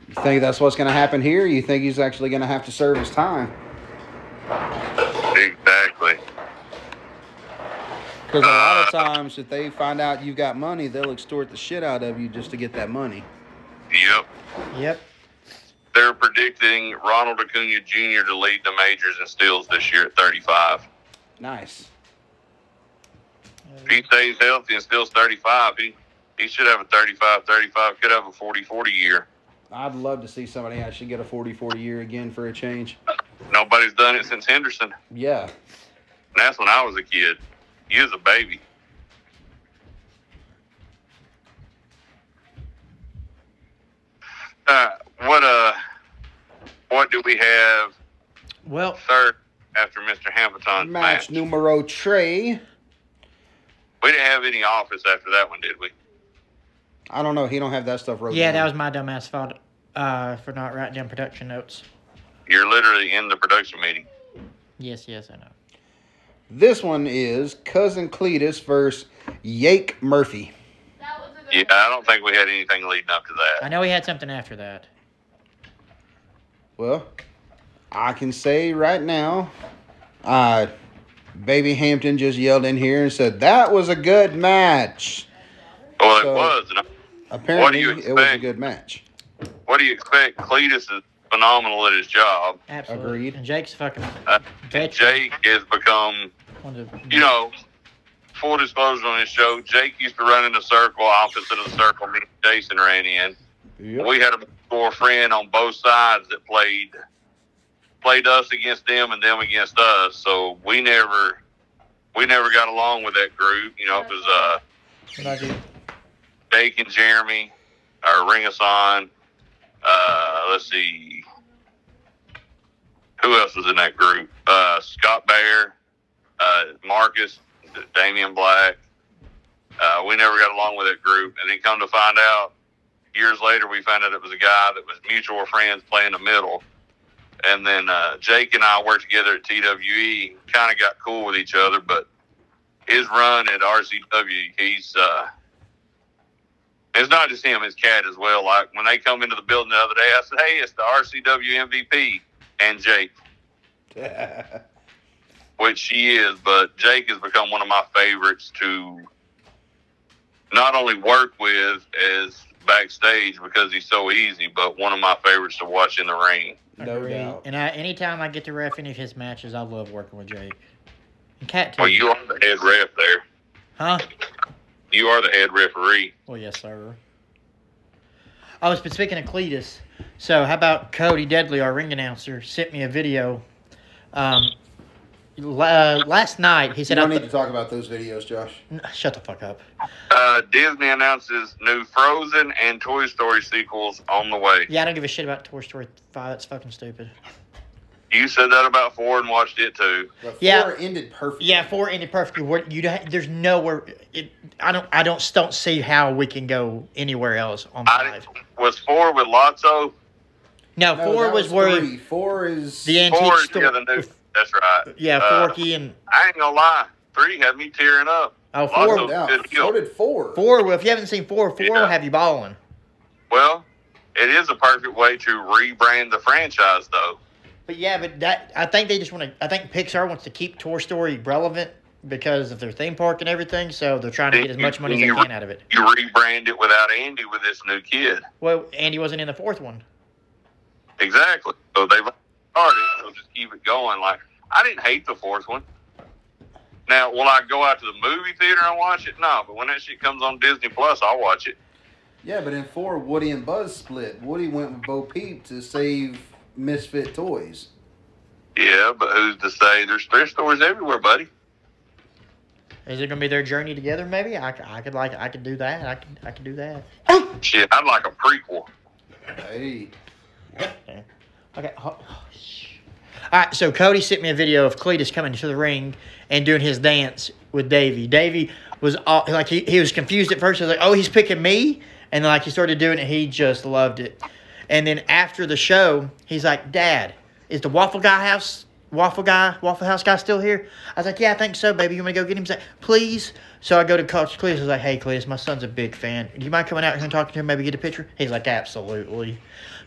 [SPEAKER 1] You think that's what's going to happen here? You think he's actually going to have to serve his time?
[SPEAKER 3] Exactly.
[SPEAKER 1] Because a lot of times, if they find out you've got money, they'll extort the shit out of you just to get that money.
[SPEAKER 3] Yep.
[SPEAKER 2] Yep.
[SPEAKER 3] They're predicting Ronald Acuna Jr. to lead the majors in steals this year at 35.
[SPEAKER 1] Nice.
[SPEAKER 3] If he stays healthy and steals 35, he, he should have a 35 35, could have a 40 40 year.
[SPEAKER 1] I'd love to see somebody actually get a 40 40 year again for a change.
[SPEAKER 3] Nobody's done it since Henderson.
[SPEAKER 1] Yeah.
[SPEAKER 3] And that's when I was a kid. He was a baby. Uh, what uh, what do we have
[SPEAKER 2] Well,
[SPEAKER 3] third after Mr. Hamilton's match?
[SPEAKER 1] Match numero tre.
[SPEAKER 3] We didn't have any office after that one, did we?
[SPEAKER 1] I don't know. He don't have that stuff wrote
[SPEAKER 2] yeah, that
[SPEAKER 1] down.
[SPEAKER 2] was my dumbass fault uh, for not writing down production notes.
[SPEAKER 3] You're literally in the production meeting.
[SPEAKER 2] Yes, yes, I know.
[SPEAKER 1] This one is Cousin Cletus versus Yake Murphy.
[SPEAKER 5] That was a good
[SPEAKER 3] Yeah, I don't think we had anything leading up to
[SPEAKER 2] I
[SPEAKER 3] that.
[SPEAKER 2] know he had something after that.
[SPEAKER 1] Well, I can say right now, uh, Baby Hampton just yelled in here and said that was a good match.
[SPEAKER 3] Well, it
[SPEAKER 1] So-
[SPEAKER 3] was. And I- What do
[SPEAKER 1] Apparently,
[SPEAKER 3] you
[SPEAKER 1] it was a
[SPEAKER 3] expect?
[SPEAKER 1] good match.
[SPEAKER 3] what do you expect? Cletus is phenomenal at his job.
[SPEAKER 2] Absolutely.
[SPEAKER 1] Agreed.
[SPEAKER 2] And Jake's fucking
[SPEAKER 3] Uh,
[SPEAKER 2] veteran.
[SPEAKER 3] Jake has become
[SPEAKER 2] One of the-
[SPEAKER 3] you know, full disclosure on this show, Jake used to run in a circle opposite of the circle me and Jason ran in.
[SPEAKER 1] Yep.
[SPEAKER 3] We had a score friend on both sides that played played us against them and them against us. So we never we never got along with that group. You know, it was uh
[SPEAKER 2] What I do?
[SPEAKER 3] Jake and Jeremy, or Ring us on. Uh, let's see. Who else was in that group? Uh, Scott Bear, uh, Marcus, Damian Black. Uh, we never got along with that group. And then come to find out, years later, we found out it was a guy that was mutual friends playing the middle. And then uh, Jake and I worked together at TWE, kind of got cool with each other. But his run at RCW, he's. Uh, it's not just him, his cat as well. Like when they come into the building the other day, I said, Hey, it's the RCW MVP and Jake, which she is, but Jake has become one of my favorites to not only work with as backstage because he's so easy, but one of my favorites to watch in the ring.
[SPEAKER 1] No
[SPEAKER 2] Agree.
[SPEAKER 1] doubt.
[SPEAKER 2] And I, anytime I get to ref any of his matches, I love working with Jake. And Cat too.
[SPEAKER 3] Well, you are the head ref there.
[SPEAKER 2] huh?
[SPEAKER 3] You are the head referee.
[SPEAKER 2] Well, yes, sir. I was but speaking of Cletus. So, how about Cody Deadly, our ring announcer, sent me a video. Um, la- uh, last night he
[SPEAKER 1] You
[SPEAKER 2] said, I
[SPEAKER 1] don't need to
[SPEAKER 2] th-
[SPEAKER 1] talk about those videos, Josh.
[SPEAKER 2] "Shut the fuck up."
[SPEAKER 3] Uh, Disney announces new Frozen and Toy Story sequels on the way.
[SPEAKER 2] Yeah, I don't give a shit about Toy Story Five. That's fucking stupid.
[SPEAKER 3] You said that about four and watched it too.
[SPEAKER 1] But four
[SPEAKER 2] Yeah.
[SPEAKER 1] ended perfectly.
[SPEAKER 2] Yeah, four ended perfectly. Where you don't- there's nowhere. It, I don't. I don't. Don't see how we can go anywhere else on
[SPEAKER 3] I
[SPEAKER 2] five.
[SPEAKER 3] didn't- was four with Lotso.
[SPEAKER 2] No,
[SPEAKER 1] No,
[SPEAKER 2] four
[SPEAKER 1] that
[SPEAKER 2] was, where
[SPEAKER 1] three. four is
[SPEAKER 2] the antique
[SPEAKER 3] Four is
[SPEAKER 2] store.
[SPEAKER 3] the other new. That's right.
[SPEAKER 2] Yeah,
[SPEAKER 3] Uh,
[SPEAKER 2] Forky and
[SPEAKER 3] I ain't gonna lie. Three had me tearing up.
[SPEAKER 2] oh
[SPEAKER 3] Lotso
[SPEAKER 1] no
[SPEAKER 2] four.
[SPEAKER 1] doubt.
[SPEAKER 3] Good deal.
[SPEAKER 1] So did four.
[SPEAKER 2] Four. Well, if you haven't seen four, four will
[SPEAKER 3] Yeah.
[SPEAKER 2] have you balling.
[SPEAKER 3] Well, it is a perfect way to rebrand the franchise, though.
[SPEAKER 2] But yeah, but that I think they just want to. I think Pixar wants to keep Toy Story relevant because of their theme park and everything. So they're trying to get as much money as they can out of it.
[SPEAKER 3] You rebrand it without Andy with this new kid.
[SPEAKER 2] Well, Andy wasn't in the fourth one.
[SPEAKER 3] Exactly. So they've started. So just keep it going. Like I didn't hate the fourth one. Now, will I go out to the movie theater and watch it? No, but when that shit comes on Disney Plus, I'll watch it.
[SPEAKER 1] Yeah, but in four, Woody and Buzz split. Woody went with Bo Peep to save Misfit Toys.
[SPEAKER 3] Yeah, but who's to say there's thrift stores everywhere, buddy?
[SPEAKER 2] Is it going to be their journey together? Maybe I, c- I could like I could do that. I could I could do that.
[SPEAKER 3] Shit, I'd like a prequel.
[SPEAKER 1] Hey,
[SPEAKER 2] Okay. ho- shh. All right. So Cody sent me a video of Cletus coming to the ring and doing his dance with Davey. Davey was all, like he, he was confused at first. He was like, "Oh, he's picking me," and then, like he started doing it. He just loved it. And then after the show, he's like, "Dad, is the Waffle Guy house Waffle Guy Waffle House guy still here?" I was like, "Yeah, I think so, baby. You want to go get him? He's like, please." So I go to Coach Cletus. I was like, "Hey, Cletus, my son's a big fan. Do you mind coming out here and talking to him? Maybe get a picture?" He's like, "Absolutely."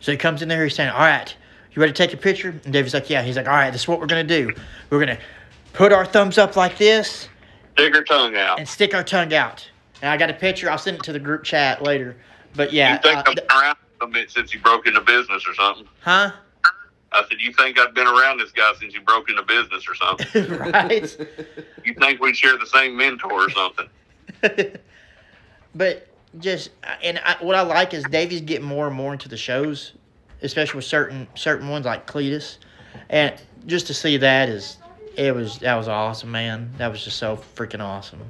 [SPEAKER 2] So he comes in there. He's saying, "All right." You ready to take a picture? And David's like, yeah. He's like, all right, this is what we're going to do. We're going to put our thumbs up like this
[SPEAKER 3] Stick her tongue out.
[SPEAKER 2] and stick our tongue out. And I got a picture. I'll send it to the group chat later. But
[SPEAKER 3] You
[SPEAKER 2] yeah.
[SPEAKER 3] think
[SPEAKER 2] uh,
[SPEAKER 3] I've
[SPEAKER 2] th-
[SPEAKER 3] been around a bit since you broke into business or something?
[SPEAKER 2] huh?
[SPEAKER 3] I said, you think I've been around this guy since you broke into business or something?
[SPEAKER 2] right?
[SPEAKER 3] you think we'd share the same mentor or something?
[SPEAKER 2] but just, and I, what I like is Davey's getting more and more into the shows, especially with certain certain ones like Cletus. And just to see that is, it was, that was awesome, man. That was just so freaking awesome.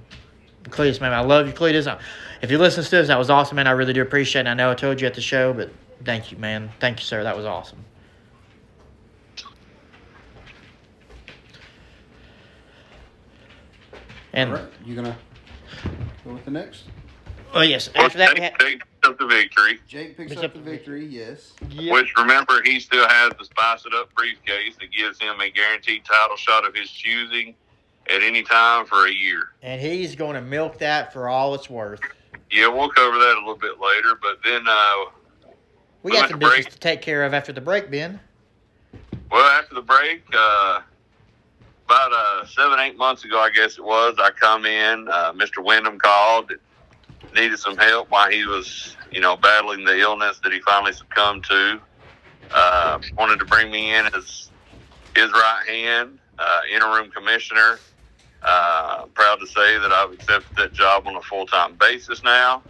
[SPEAKER 2] Cletus, man, I love you, Cletus. I- If you listen to this, that was awesome, man. I really do appreciate it. I know I told you at the show, but thank you, man. Thank you, sir. That was awesome.
[SPEAKER 1] all
[SPEAKER 2] And
[SPEAKER 1] right, you gonna go with the next?
[SPEAKER 2] oh yes, after that we had
[SPEAKER 3] Jake picked up the victory,
[SPEAKER 1] Jake picks
[SPEAKER 2] Picks
[SPEAKER 1] up
[SPEAKER 2] up
[SPEAKER 1] the
[SPEAKER 2] the
[SPEAKER 1] victory. Yes.
[SPEAKER 2] yeah,
[SPEAKER 3] which remember he still has the spice it up briefcase that gives him a guaranteed title shot of his choosing at any time for a year.
[SPEAKER 2] and he's going to milk that for all it's worth.
[SPEAKER 3] Yeah, we'll cover that a little bit later, but then uh,
[SPEAKER 2] We
[SPEAKER 3] We
[SPEAKER 2] got
[SPEAKER 3] went
[SPEAKER 2] some
[SPEAKER 3] to break.
[SPEAKER 2] business to take care of after the break, Ben.
[SPEAKER 3] Well, after the break, uh, about uh, seven, eight months ago, I guess it was, I come in. Uh, Mr. Wyndham called, needed some help while he was, you know, battling the illness that he finally succumbed to. Uh, wanted to bring me in as his right hand, uh, interim commissioner. Uh, proud to say that I've accepted that job on a full time basis now.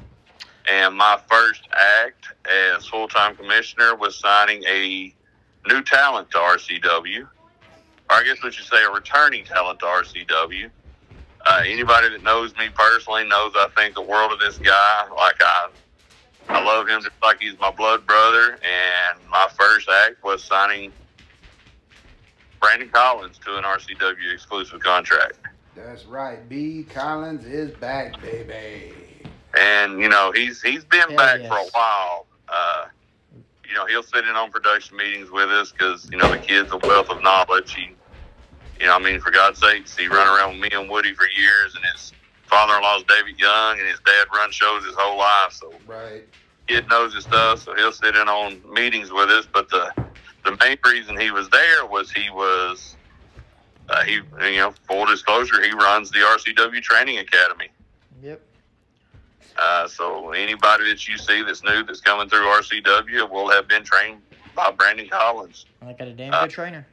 [SPEAKER 3] And my first act as full time commissioner was signing a new talent to RCW, or I guess we should say a returning talent to RCW. Uh, anybody that knows me personally knows I think the world of this guy. Like I, I love him just like he's my blood brother. And my first act was signing Brandon Collins to an RCW exclusive contract.
[SPEAKER 1] That's right. B. Collins is back, baby.
[SPEAKER 3] and you know he's he's been
[SPEAKER 2] Hell
[SPEAKER 3] back
[SPEAKER 2] yes.
[SPEAKER 3] for a while. Uh, you know he'll sit in on production meetings with us because you know the kid's a wealth of knowledge. He, you know, I mean, for God's sakes, he run around with me and Woody for years, and his father-in-law's David Young, and his dad run shows his whole life, so
[SPEAKER 1] Right.
[SPEAKER 3] kid knows his stuff. So he'll sit in on meetings with us. But the the main reason he was there was he was uh, he you know full disclosure he runs the RCW Training Academy.
[SPEAKER 2] Yep.
[SPEAKER 3] Uh, so anybody that you see that's new that's coming through RCW will have been trained by Brandon Collins.
[SPEAKER 2] I got a damn
[SPEAKER 3] Uh,
[SPEAKER 2] good trainer.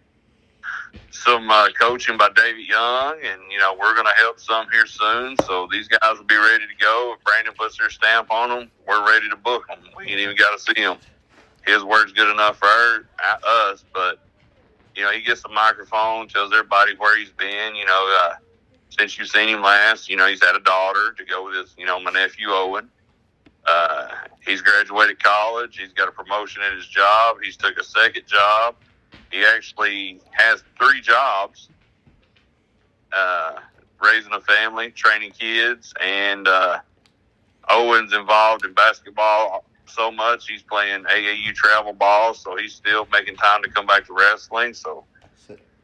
[SPEAKER 3] some uh, coaching by David Young, and you know we're going to help some here soon. So these guys will be ready to go. If Brandon puts their stamp on them, we're ready to book them. We ain't even got to see them. His word's good enough for our, uh, us, but you know he gets the microphone, tells everybody where he's been. You know, uh, since you seen him last, you know he's had a daughter to go with his, you know, my nephew Owen. Uh, he's graduated college. He's got a promotion at his job. He's took a second job he actually has three jobs uh, raising a family, training kids, and uh, Owen's involved in basketball so much. He's playing AAU travel ball, so he's still making time to come back to wrestling. So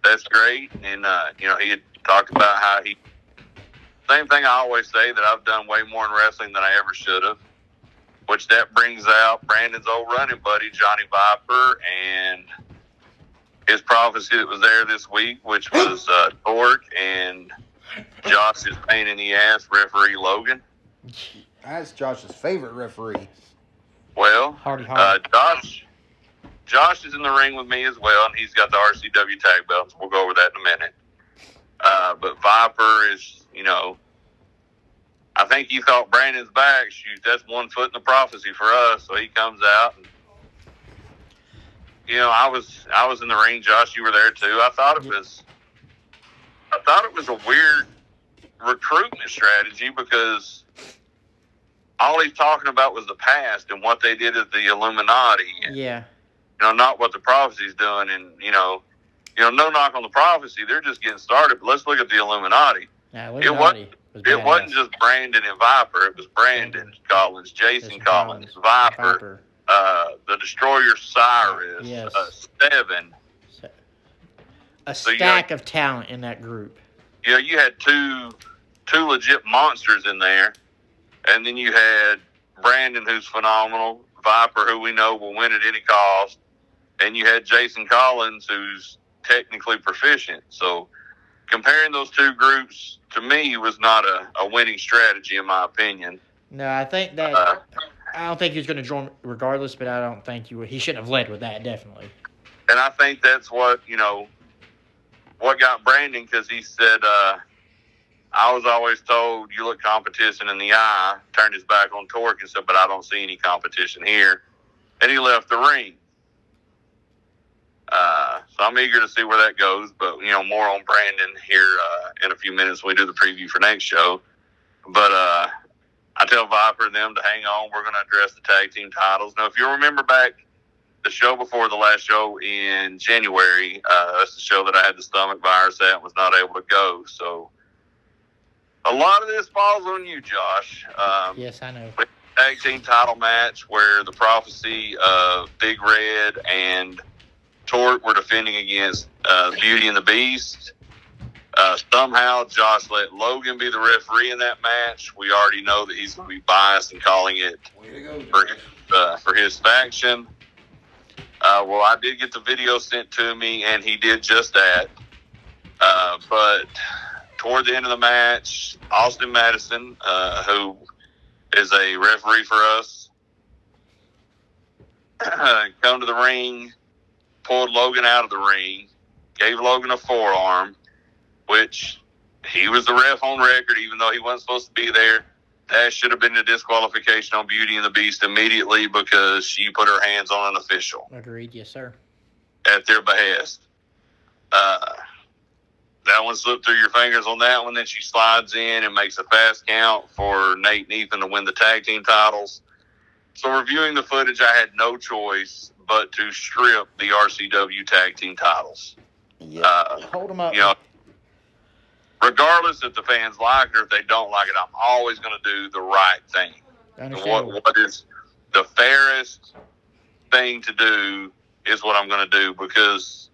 [SPEAKER 3] that's great. And, uh, you know, he had talked about how he, same thing I always say that I've done way more in wrestling than I ever should have. Which that brings out Brandon's old running buddy Johnny Viper and his prophecy that was there this week, which was uh, Torque and Josh's pain in the ass referee Logan.
[SPEAKER 1] That's Josh's favorite referee.
[SPEAKER 3] Well,
[SPEAKER 2] Hardy
[SPEAKER 3] uh,
[SPEAKER 2] Hard.
[SPEAKER 3] Josh, Josh is in the ring with me as well, and he's got the RCW tag belts. We'll go over that in a minute. Uh, but Viper is, you know, I think he thought Brandon's back. Shoot, that's one foot in the prophecy for us. So he comes out. And, you know, I was I was in the ring. Josh, you were there too. I thought it was, I thought it was a weird recruitment strategy because all he's talking about was the past and what they did at the Illuminati. and
[SPEAKER 2] yeah.
[SPEAKER 3] you know, not what the prophecy's doing, and you know, you know, no knock on the prophecy, they're just getting started. But let's look at the Illuminati.
[SPEAKER 2] Nah,
[SPEAKER 3] It wasn't-
[SPEAKER 2] was
[SPEAKER 3] It wasn't just Brandon and Viper; it was Brandon Collins, Jason
[SPEAKER 2] Jason
[SPEAKER 3] Collins,
[SPEAKER 2] badass.
[SPEAKER 3] Viper, Uh, the Destroyer Cyrus,
[SPEAKER 2] Yes.
[SPEAKER 3] uh, Seven.
[SPEAKER 2] So- A
[SPEAKER 3] So you got-
[SPEAKER 2] stack of talent in that group.
[SPEAKER 3] You know, you had two two legit monsters in there, and then you had Brandon, who's phenomenal, Viper, who we know will win at any cost, and you had Jason Collins, who's technically proficient. So comparing those two groups to me was not a, a winning strategy, in my opinion.
[SPEAKER 2] No, I think that
[SPEAKER 3] Uh,
[SPEAKER 2] I don't think he was going to join regardless, but I don't think you would. He shouldn't have led with that. Definitely.
[SPEAKER 3] and I think that's what you know, what got Brandon because he said, uh, "I was always told you look competition in the eye." Turned his back on Torque and said, "But I don't see any competition here," and he left the ring. Uh, so I'm eager to see where that goes, but you know more on Brandon here uh, in a few minutes when we do the preview for next show. But uh, I tell Viper and them to hang on. We're going to address the tag team titles now. If you remember back the show before the last show in January. Uh, that's the show that I had the stomach virus at and was not able to go. So a lot of this falls on you, Josh. Um,
[SPEAKER 2] Yes, I know.
[SPEAKER 3] Tag team title match where the prophecy of Big Red and Tort were defending against uh, Beauty and the Beast. Uh, somehow, Josh let Logan be the referee in that match. We already know that he's going to be biased in calling it
[SPEAKER 1] Way to go,
[SPEAKER 3] for, uh, for his faction. Uh, well, I did get the video sent to me, and he did just that. Uh, but toward the end of the match, Austin Madison, uh, who is a referee for us, come to the ring, pulled Logan out of the ring, gave Logan a forearm, which he was the ref on record, even though he wasn't supposed to be there that should have been a disqualification on Beauty and the Beast immediately because she put her hands on an official
[SPEAKER 2] Agreed. Yes, sir.
[SPEAKER 3] at their behest. Uh, that one slipped through your fingers on that one. Then she slides in and makes a fast count for Nate and Ethan to win the tag team titles. So, reviewing the footage, I had no choice but to strip the RCW tag team titles. Uh,
[SPEAKER 2] Hold him up.
[SPEAKER 3] you know, regardless if the fans like it or if they don't like it, I'm always going to do the right thing what
[SPEAKER 2] Understandable.
[SPEAKER 3] what is the fairest thing to do is what I'm going to do because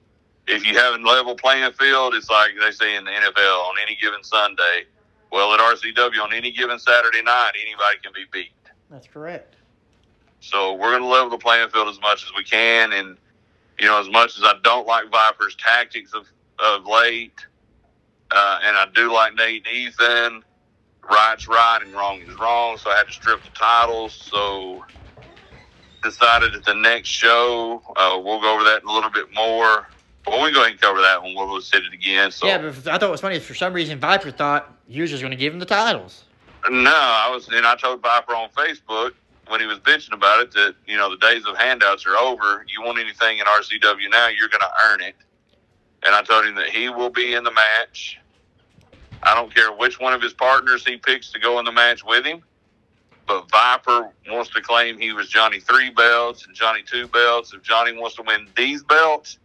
[SPEAKER 3] if you have a level playing field, it's like they say in the NFL on any given Sunday. Well, at RCW on any given Saturday night, anybody can be beat.
[SPEAKER 2] That's correct.
[SPEAKER 3] So we're going to level the playing field as much as we can. And, you know, as much as I don't like Viper's tactics of, of late, uh, and I do like Nate and Ethan, right's right and wrong is wrong. So I had to strip the titles. So decided at the next show, uh, we'll go over that in a little bit more. But we go ahead and cover that one. We'll go sit it again. So
[SPEAKER 2] Yeah, but I thought it was funny. is For some reason, Viper thought users going to give him the titles.
[SPEAKER 3] No, I was, and I told Viper on Facebook when he was bitching about it that you know the days of handouts are over. You want anything in RCW now, you're going to earn it. And I told him that he will be in the match. I don't care which one of his partners he picks to go in the match with him, but Viper wants to claim he was Johnny three belts and Johnny two belts. If Johnny wants to win these belts,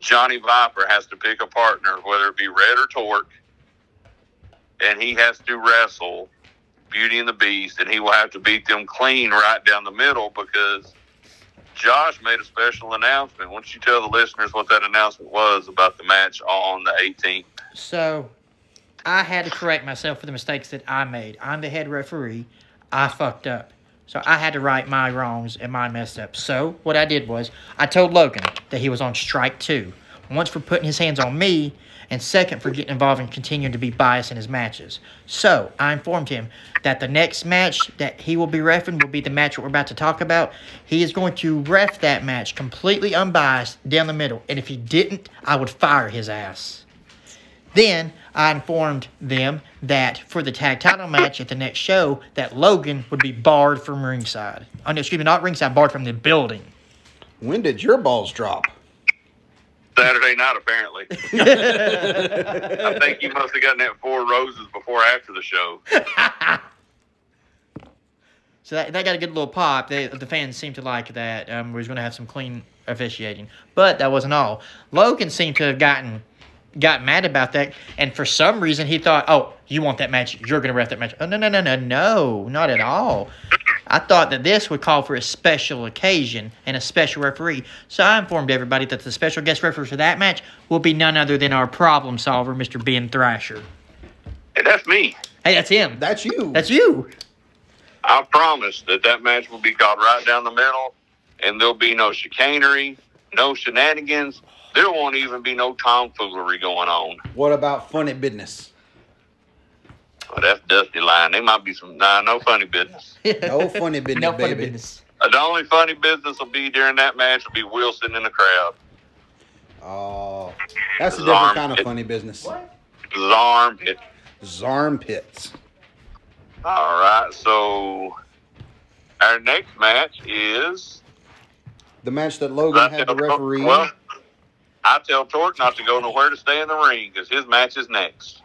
[SPEAKER 3] Johnny Viper has to pick a partner, whether it be Red or Torque, and he has to wrestle Beauty and the Beast, and he will have to beat them clean right down the middle because Josh made a special announcement. Why don't you tell the listeners what that announcement was about the match on the 18th?
[SPEAKER 2] So I had to correct myself for the mistakes that I made. I'm the head referee. I fucked up. So I had to right my wrongs and my messed up. So what I did was I told Logan that he was on strike two. Once for putting his hands on me, and second for getting involved and continuing to be biased in his matches. So I informed him that the next match that he will be refing will be the match that we're about to talk about. He is going to ref that match completely unbiased down the middle. And if he didn't, I would fire his ass. Then I informed them that for the tag title match at the next show, that Logan would be barred from ringside. Oh, no, excuse me, not ringside, barred from the building.
[SPEAKER 1] When did your balls drop?
[SPEAKER 3] Saturday night, apparently. I think you must have gotten that four roses before or after the show.
[SPEAKER 2] So that, that got a good little pop. They, the fans seemed to like that. Um, we was going to have some clean officiating, but that wasn't all. Logan seemed to have gotten got mad about that, and for some reason he thought, "Oh, you want that match? You're going to ref that match?" Oh no no no no no, not at all. I thought that this would call for a special occasion and a special referee, so I informed everybody that the special guest referee for that match will be none other than our problem solver, Mr. Ben Thrasher.
[SPEAKER 3] And that's me.
[SPEAKER 2] Hey, that's him.
[SPEAKER 1] That's you.
[SPEAKER 2] That's you.
[SPEAKER 3] I promise that that match will be called right down the middle, and there'll be no chicanery, no shenanigans. There won't even be no tomfoolery going on.
[SPEAKER 1] what about fun at business?
[SPEAKER 3] Oh, that's Dusty lying. They might be some nah, no funny business.
[SPEAKER 1] No fun at business,
[SPEAKER 2] No
[SPEAKER 1] baby.
[SPEAKER 2] funny business.
[SPEAKER 3] Uh, The only funny business will be during that match will be Wilson in the crowd.
[SPEAKER 1] Oh, that's a
[SPEAKER 3] His
[SPEAKER 1] different
[SPEAKER 3] arm
[SPEAKER 1] kind of
[SPEAKER 3] hit-
[SPEAKER 1] funny business.
[SPEAKER 3] His arm hit.
[SPEAKER 1] Zarm pits.
[SPEAKER 3] All right, so our next match is
[SPEAKER 1] The match that Logan had the
[SPEAKER 3] Tor-
[SPEAKER 1] referee.
[SPEAKER 3] Well, I tell Torque not to go nowhere to stay in the ring because his match is next.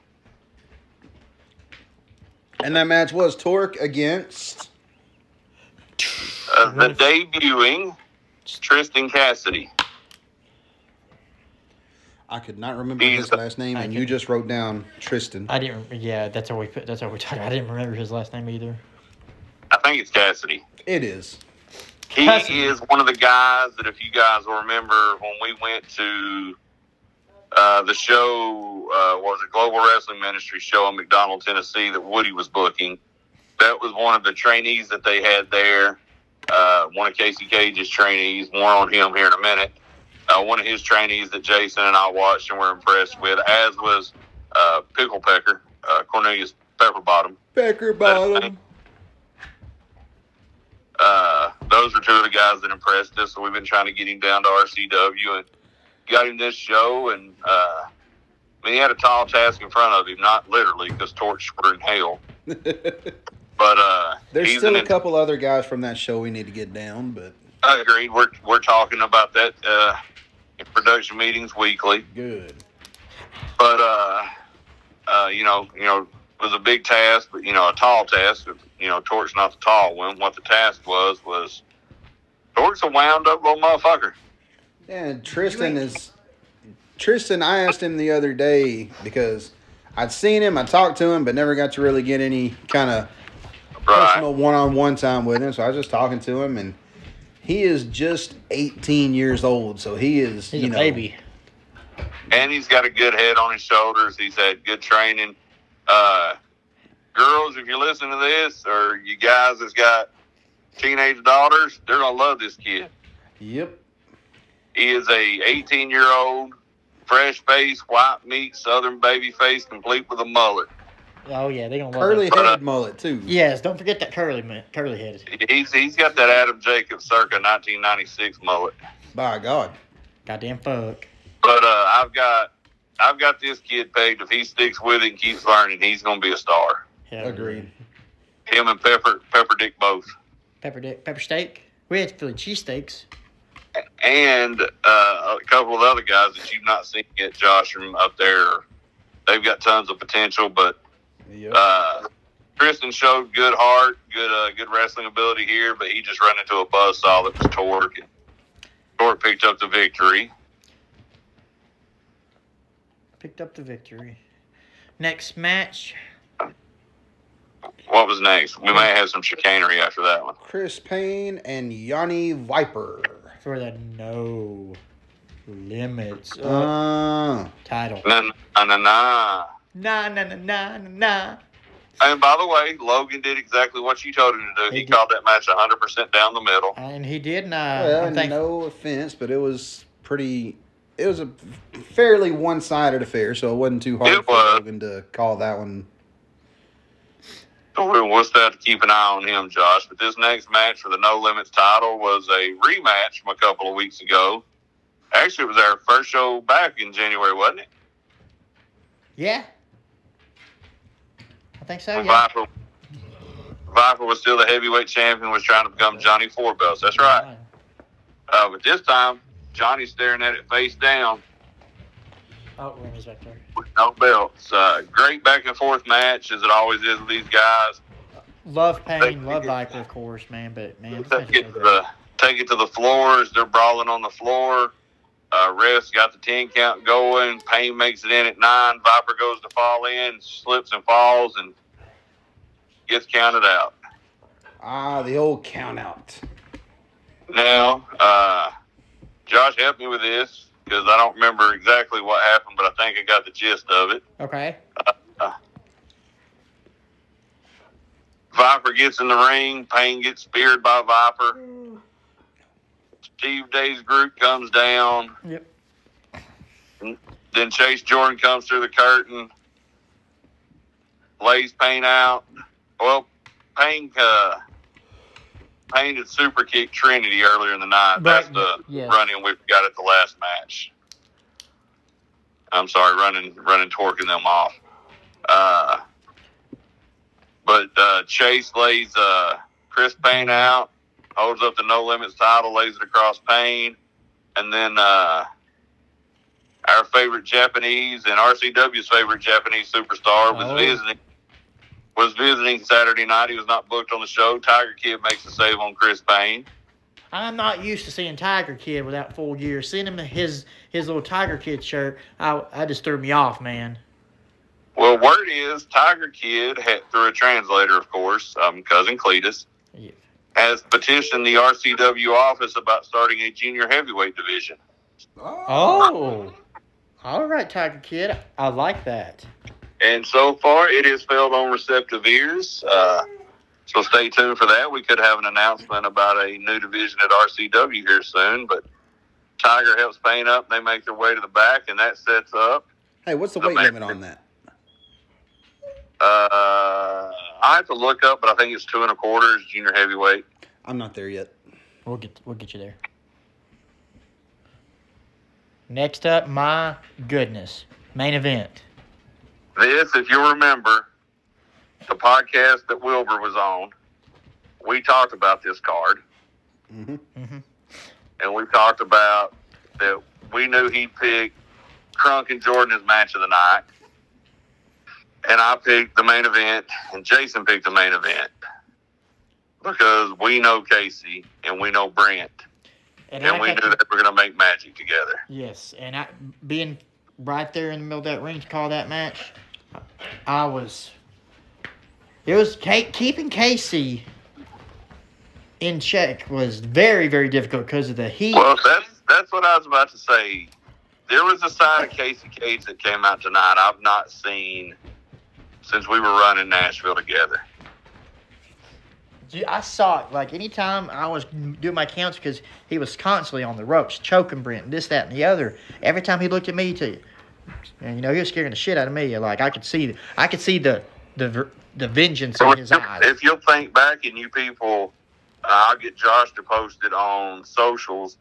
[SPEAKER 1] And that match was Torque against.
[SPEAKER 3] Uh,
[SPEAKER 1] Uh-huh.
[SPEAKER 3] the debuting Tristan Cassidy.
[SPEAKER 1] I could not remember
[SPEAKER 3] He's
[SPEAKER 1] his
[SPEAKER 3] the-
[SPEAKER 1] last name,
[SPEAKER 2] I
[SPEAKER 1] and
[SPEAKER 2] can-
[SPEAKER 1] you just wrote down Tristan.
[SPEAKER 2] I didn't. Yeah, that's how we put. That's how we talked. I didn't remember his last name either.
[SPEAKER 3] I think it's Cassidy.
[SPEAKER 1] It is.
[SPEAKER 3] He
[SPEAKER 2] Cassidy.
[SPEAKER 3] is one of the guys that, if you guys will remember, when we went to uh, the show, uh, what was it Global Wrestling Ministry show in McDonald, Tennessee, that Woody was booking. That was one of the trainees that they had there. Uh, one of Casey Cage's trainees. More on him here in a minute. Uh, one of his trainees that Jason and I watched and were impressed with, as was uh, Pickle Pecker, uh, Cornelius Pepperbottom.
[SPEAKER 1] Becker Bottom.
[SPEAKER 3] uh, those are two of the guys that impressed us. So we've been trying to get him down to RCW and got him this show. And uh, I mean, he had a tall task in front of him, not literally, because torch were in hell. But uh,
[SPEAKER 1] There's
[SPEAKER 3] he's
[SPEAKER 1] still
[SPEAKER 3] an-
[SPEAKER 1] a couple other guys from that show we need to get down, but
[SPEAKER 3] Agreed. We're we're talking about that uh, in production meetings weekly.
[SPEAKER 1] good.
[SPEAKER 3] but uh, uh, you know, you know, it was a big task, but you know, a tall task. You know, Torque's not the tall one. What the task was was Torque's a wound up little motherfucker.
[SPEAKER 1] And Tristan is Tristan. I asked him the other day because I'd seen him, I talked to him, but never got to really get any kind of personal
[SPEAKER 3] Right.
[SPEAKER 1] one-on-one time with him. So I was just talking to him, and he is just 18 years old, so he is
[SPEAKER 2] He's
[SPEAKER 1] you
[SPEAKER 2] a
[SPEAKER 1] know
[SPEAKER 2] baby.
[SPEAKER 3] And he's got a good head on his shoulders. He's had good training. Uh, girls, if you listen to this, or you guys that's got teenage daughters, they're gonna love this kid.
[SPEAKER 1] Yep.
[SPEAKER 3] He is a 18 year old, fresh faced, white meat, southern baby face, complete with a mullet.
[SPEAKER 2] Oh yeah, they gonna love
[SPEAKER 1] Curly
[SPEAKER 2] It.
[SPEAKER 1] headed mullet too.
[SPEAKER 2] Yes, don't forget that curly man, curly headed.
[SPEAKER 3] He's he's got that Adam Jacobs circa 1996 mullet.
[SPEAKER 1] By God.
[SPEAKER 2] Goddamn fuck.
[SPEAKER 3] But uh, I've got I've got this kid pegged. If he sticks with it and keeps learning, he's gonna be a star.
[SPEAKER 2] Hell yeah.
[SPEAKER 1] Agreed.
[SPEAKER 3] Him and Pepper Pepper Dick both.
[SPEAKER 2] Pepper dick, pepper steak. We had Philly cheesesteaks.
[SPEAKER 3] and uh, a couple of other guys that you've not seen yet, Josh, from up there. They've got tons of potential, but
[SPEAKER 1] Yep.
[SPEAKER 3] uh, Tristan showed good heart, good uh, good wrestling ability here, but he just ran into a buzzsaw that was Torque. And Torque picked up the victory.
[SPEAKER 2] Picked up the victory. Next match,
[SPEAKER 3] What was next? We may have some chicanery after that one.
[SPEAKER 1] Chris Payne and Yanni Viper.
[SPEAKER 2] for the no limits uh,
[SPEAKER 1] Uh,
[SPEAKER 2] title.
[SPEAKER 3] Na na na. na.
[SPEAKER 2] Nah, nah, nah, nah, nah, nah.
[SPEAKER 3] uh, And by the way, Logan did exactly what you told him to do.
[SPEAKER 2] He
[SPEAKER 3] He
[SPEAKER 2] did.
[SPEAKER 3] called that match 100% down the middle.
[SPEAKER 2] And he did not.
[SPEAKER 1] well,
[SPEAKER 2] I'm thankful.
[SPEAKER 1] no offense, but it was pretty. It was a fairly one-sided affair, so it wasn't too hard
[SPEAKER 3] It
[SPEAKER 1] for
[SPEAKER 3] was.
[SPEAKER 1] Logan to call that one.
[SPEAKER 3] Well, What's that to keep an eye on him, Josh? But this next match for the No Limits title was a rematch from a couple of weeks ago. Actually, it was our first show back in January, wasn't it?
[SPEAKER 2] Yeah. I think so, Oh,
[SPEAKER 3] When
[SPEAKER 2] yeah.
[SPEAKER 3] Viper, Viper was still the heavyweight champion, was trying to become Johnny Four Belts. That's right. Uh, but this time, Johnny's staring at it face down
[SPEAKER 2] Oh, Remy's back there.
[SPEAKER 3] with no belts. Uh, great back and forth match, as it always is with these guys.
[SPEAKER 2] Love
[SPEAKER 3] Thank
[SPEAKER 2] Pain,
[SPEAKER 3] you.
[SPEAKER 2] love Viper, of course, man. But man, this match
[SPEAKER 3] take
[SPEAKER 2] is
[SPEAKER 3] it
[SPEAKER 2] so
[SPEAKER 3] to
[SPEAKER 2] good.
[SPEAKER 3] the take it to the floor as they're brawling on the floor. Uh, ref's got the ten count going. Payne makes it in at nine. Viper goes to fall in, slips and falls, and gets counted out.
[SPEAKER 1] Ah, the old count out.
[SPEAKER 3] Now, uh, Josh, help me with this because I don't remember exactly what happened, but I think I got the gist of it.
[SPEAKER 2] okay.
[SPEAKER 3] Viper gets in the ring. Payne gets speared by Viper. Steve Day's group comes down.
[SPEAKER 2] Yep.
[SPEAKER 3] Then Chase Jordan comes through the curtain, lays Payne out. Well, Payne uh, Payne had super kicked Trinity earlier in the night.
[SPEAKER 2] Right,
[SPEAKER 3] That's the
[SPEAKER 2] yeah.
[SPEAKER 3] running we've got at the last match. I'm sorry, running running torquing them off. Uh, but uh, Chase lays uh, Chris Payne out, holds up the No Limits title, lays it across Payne, and then. Uh, our favorite Japanese and RCW's favorite Japanese superstar was
[SPEAKER 2] Oh.
[SPEAKER 3] visiting was visiting Saturday night. He was not booked on the show. Tiger Kid makes a save on Chris Payne.
[SPEAKER 2] I'm not used to seeing Tiger Kid without full gear. Seeing him in his his little Tiger Kid shirt, I, I just threw me off, man.
[SPEAKER 3] Well, word is Tiger Kid had, through a translator, of course, um, cousin Cletus,
[SPEAKER 2] Yeah.
[SPEAKER 3] has petitioned the RCW office about starting a junior heavyweight division.
[SPEAKER 4] Ah,
[SPEAKER 2] Oh, all right, Tiger Kid, I like that.
[SPEAKER 3] And so far, it has failed on receptive ears. Uh, so stay tuned for that. We could have an announcement about a new division at RCW here soon. But Tiger helps Payne up. They make their way to the back, and that sets up.
[SPEAKER 1] Hey, what's the
[SPEAKER 3] The
[SPEAKER 1] weight
[SPEAKER 3] man-
[SPEAKER 1] limit on that?
[SPEAKER 3] Uh, I have to look up, but I think it's two and a quarter is junior heavyweight.
[SPEAKER 1] I'm not there yet.
[SPEAKER 2] We'll get we'll get you there. Next up, my goodness, main event.
[SPEAKER 3] This, if you remember, the podcast that Wilbur was on, we talked about this card.
[SPEAKER 1] hmm
[SPEAKER 3] and we talked about that we knew he'd pick Crunk and Jordan as match of the night. And I picked the main event, and Jason picked the main event because we know Casey and we know Brent, and
[SPEAKER 2] I
[SPEAKER 3] we
[SPEAKER 2] got
[SPEAKER 3] knew
[SPEAKER 2] to-
[SPEAKER 3] that we're going to make magic together.
[SPEAKER 2] Yes, and I being right there in the middle of that ring to call that match, I was. It was Kate, keeping Casey in check was very very difficult because of the heat.
[SPEAKER 3] Well, that's that's what I was about to say. There was a side of Casey Cage that came out tonight I've not seen since we were running Nashville together.
[SPEAKER 2] Dude, I saw it like anytime I was doing my counts because he was constantly on the ropes, choking Brent, this, that, and the other. Every time he looked at me, to and you know he was scaring the shit out of me. Like I could see, I could see the the ver- the vengeance
[SPEAKER 3] So
[SPEAKER 2] in
[SPEAKER 3] if,
[SPEAKER 2] his
[SPEAKER 3] you'll-
[SPEAKER 2] eyes.
[SPEAKER 3] if you'll think back and you people, uh, I'll get Josh to post it on socials,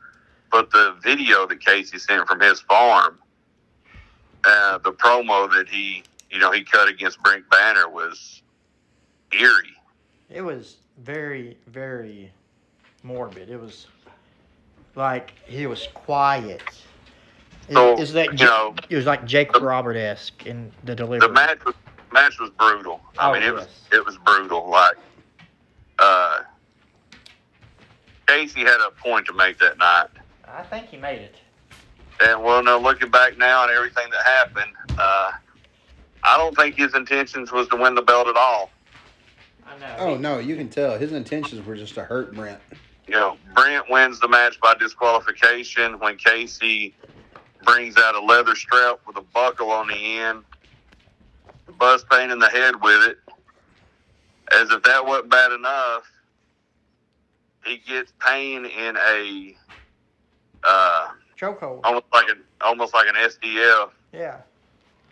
[SPEAKER 3] but the video that Casey sent from his farm, uh, the promo that he, you know, he cut against Brink Banner was eerie.
[SPEAKER 2] It was very very morbid. It was like he was quiet. It,
[SPEAKER 3] So,
[SPEAKER 2] it's like
[SPEAKER 3] you
[SPEAKER 2] Ja-
[SPEAKER 3] know,
[SPEAKER 2] it was like Jake
[SPEAKER 3] the-
[SPEAKER 2] Robert esque in the delivery.
[SPEAKER 3] The match was, match was brutal. I
[SPEAKER 2] Oh,
[SPEAKER 3] mean,
[SPEAKER 2] it
[SPEAKER 3] it was
[SPEAKER 2] was.
[SPEAKER 3] it was brutal. Like, uh, Casey had a point to make that night.
[SPEAKER 2] I think he made it.
[SPEAKER 3] And well, now looking back now and everything that happened, uh, I don't think his intentions was to win the belt at all.
[SPEAKER 2] I know.
[SPEAKER 1] Oh no, you can tell his intentions were just to hurt Brent.
[SPEAKER 3] You know, Brent wins the match by disqualification when Casey brings out a leather strap with a buckle on the end, buzz Payne in the head with it. As if that wasn't bad enough, he gets Payne in a uh,
[SPEAKER 2] Chokehold.
[SPEAKER 3] almost like an almost like an SDF
[SPEAKER 2] Yeah.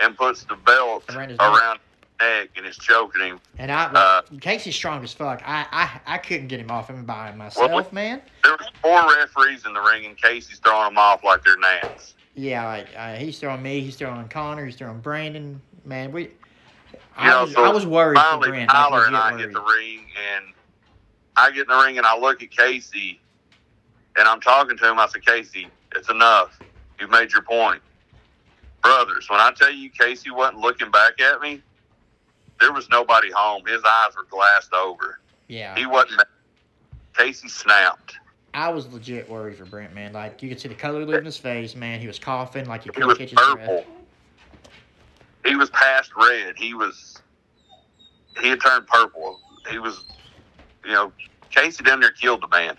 [SPEAKER 3] and puts the belt
[SPEAKER 2] Around his
[SPEAKER 3] around his
[SPEAKER 2] neck.
[SPEAKER 3] neck and is choking him.
[SPEAKER 2] And I,
[SPEAKER 3] Uh,
[SPEAKER 2] Casey's strong as fuck. I, I, I couldn't get him off him by myself,
[SPEAKER 3] Well, we-
[SPEAKER 2] man.
[SPEAKER 3] There was four referees in the ring, and Casey's throwing them off like they're gnats.
[SPEAKER 2] Yeah, like uh, he's throwing me, he's throwing Connor, he's throwing Brandon. Man, we. I,
[SPEAKER 3] You know,
[SPEAKER 2] was,
[SPEAKER 3] so
[SPEAKER 2] I was worried for
[SPEAKER 3] Finally,
[SPEAKER 2] Brandon.
[SPEAKER 3] Tyler
[SPEAKER 2] I
[SPEAKER 3] and I
[SPEAKER 2] was
[SPEAKER 3] get
[SPEAKER 2] getting
[SPEAKER 3] the
[SPEAKER 2] worried.
[SPEAKER 3] ring, and I get in the ring, and I look at Casey, and I'm talking to him. I said, Casey, it's enough. You've made your point. Brothers, when I tell you Casey wasn't looking back at me, there was nobody home. His eyes were glassed over.
[SPEAKER 2] Yeah,
[SPEAKER 3] He wasn't. Casey snapped.
[SPEAKER 2] I was legit worried for Brent, man. Like you could see the color leaving his face, man. He was coughing, like he
[SPEAKER 3] He
[SPEAKER 2] couldn't
[SPEAKER 3] was
[SPEAKER 2] catch his
[SPEAKER 3] purple.
[SPEAKER 2] breath.
[SPEAKER 3] He was past red. He was. He had turned purple. He was, you know, Casey down there killed the man.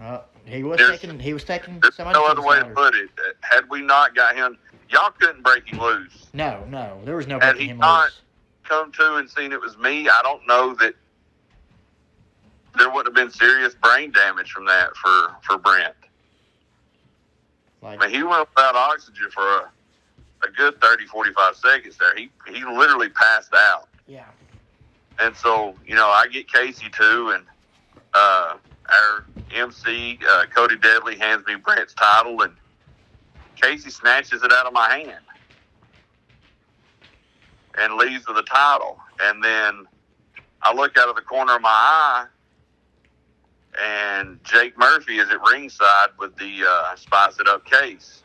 [SPEAKER 2] Well, he was
[SPEAKER 3] There's-
[SPEAKER 2] taking, he was taking
[SPEAKER 3] There's
[SPEAKER 2] somebody.
[SPEAKER 3] no
[SPEAKER 2] to
[SPEAKER 3] other
[SPEAKER 2] the
[SPEAKER 3] way to
[SPEAKER 2] slaughter.
[SPEAKER 3] put it. Had we not got him, y'all couldn't break him loose.
[SPEAKER 2] No, no, there was no
[SPEAKER 3] Had
[SPEAKER 2] breaking
[SPEAKER 3] he
[SPEAKER 2] him
[SPEAKER 3] not-
[SPEAKER 2] loose.
[SPEAKER 3] Come to and seen it was me. I don't know that there wouldn't have been serious brain damage from that for for Brent.
[SPEAKER 2] Like
[SPEAKER 3] I mean, he went without oxygen for a, a good 30, 45 seconds there. He he literally passed out.
[SPEAKER 2] yeah,
[SPEAKER 3] and so you know I get Casey too, and uh, our MC uh, Cody Deadly hands me Brent's title, and Casey snatches it out of my hand and leaves with the title. And then I look out of the corner of my eye, and Jake Murphy is at ringside with the uh, spice it up case.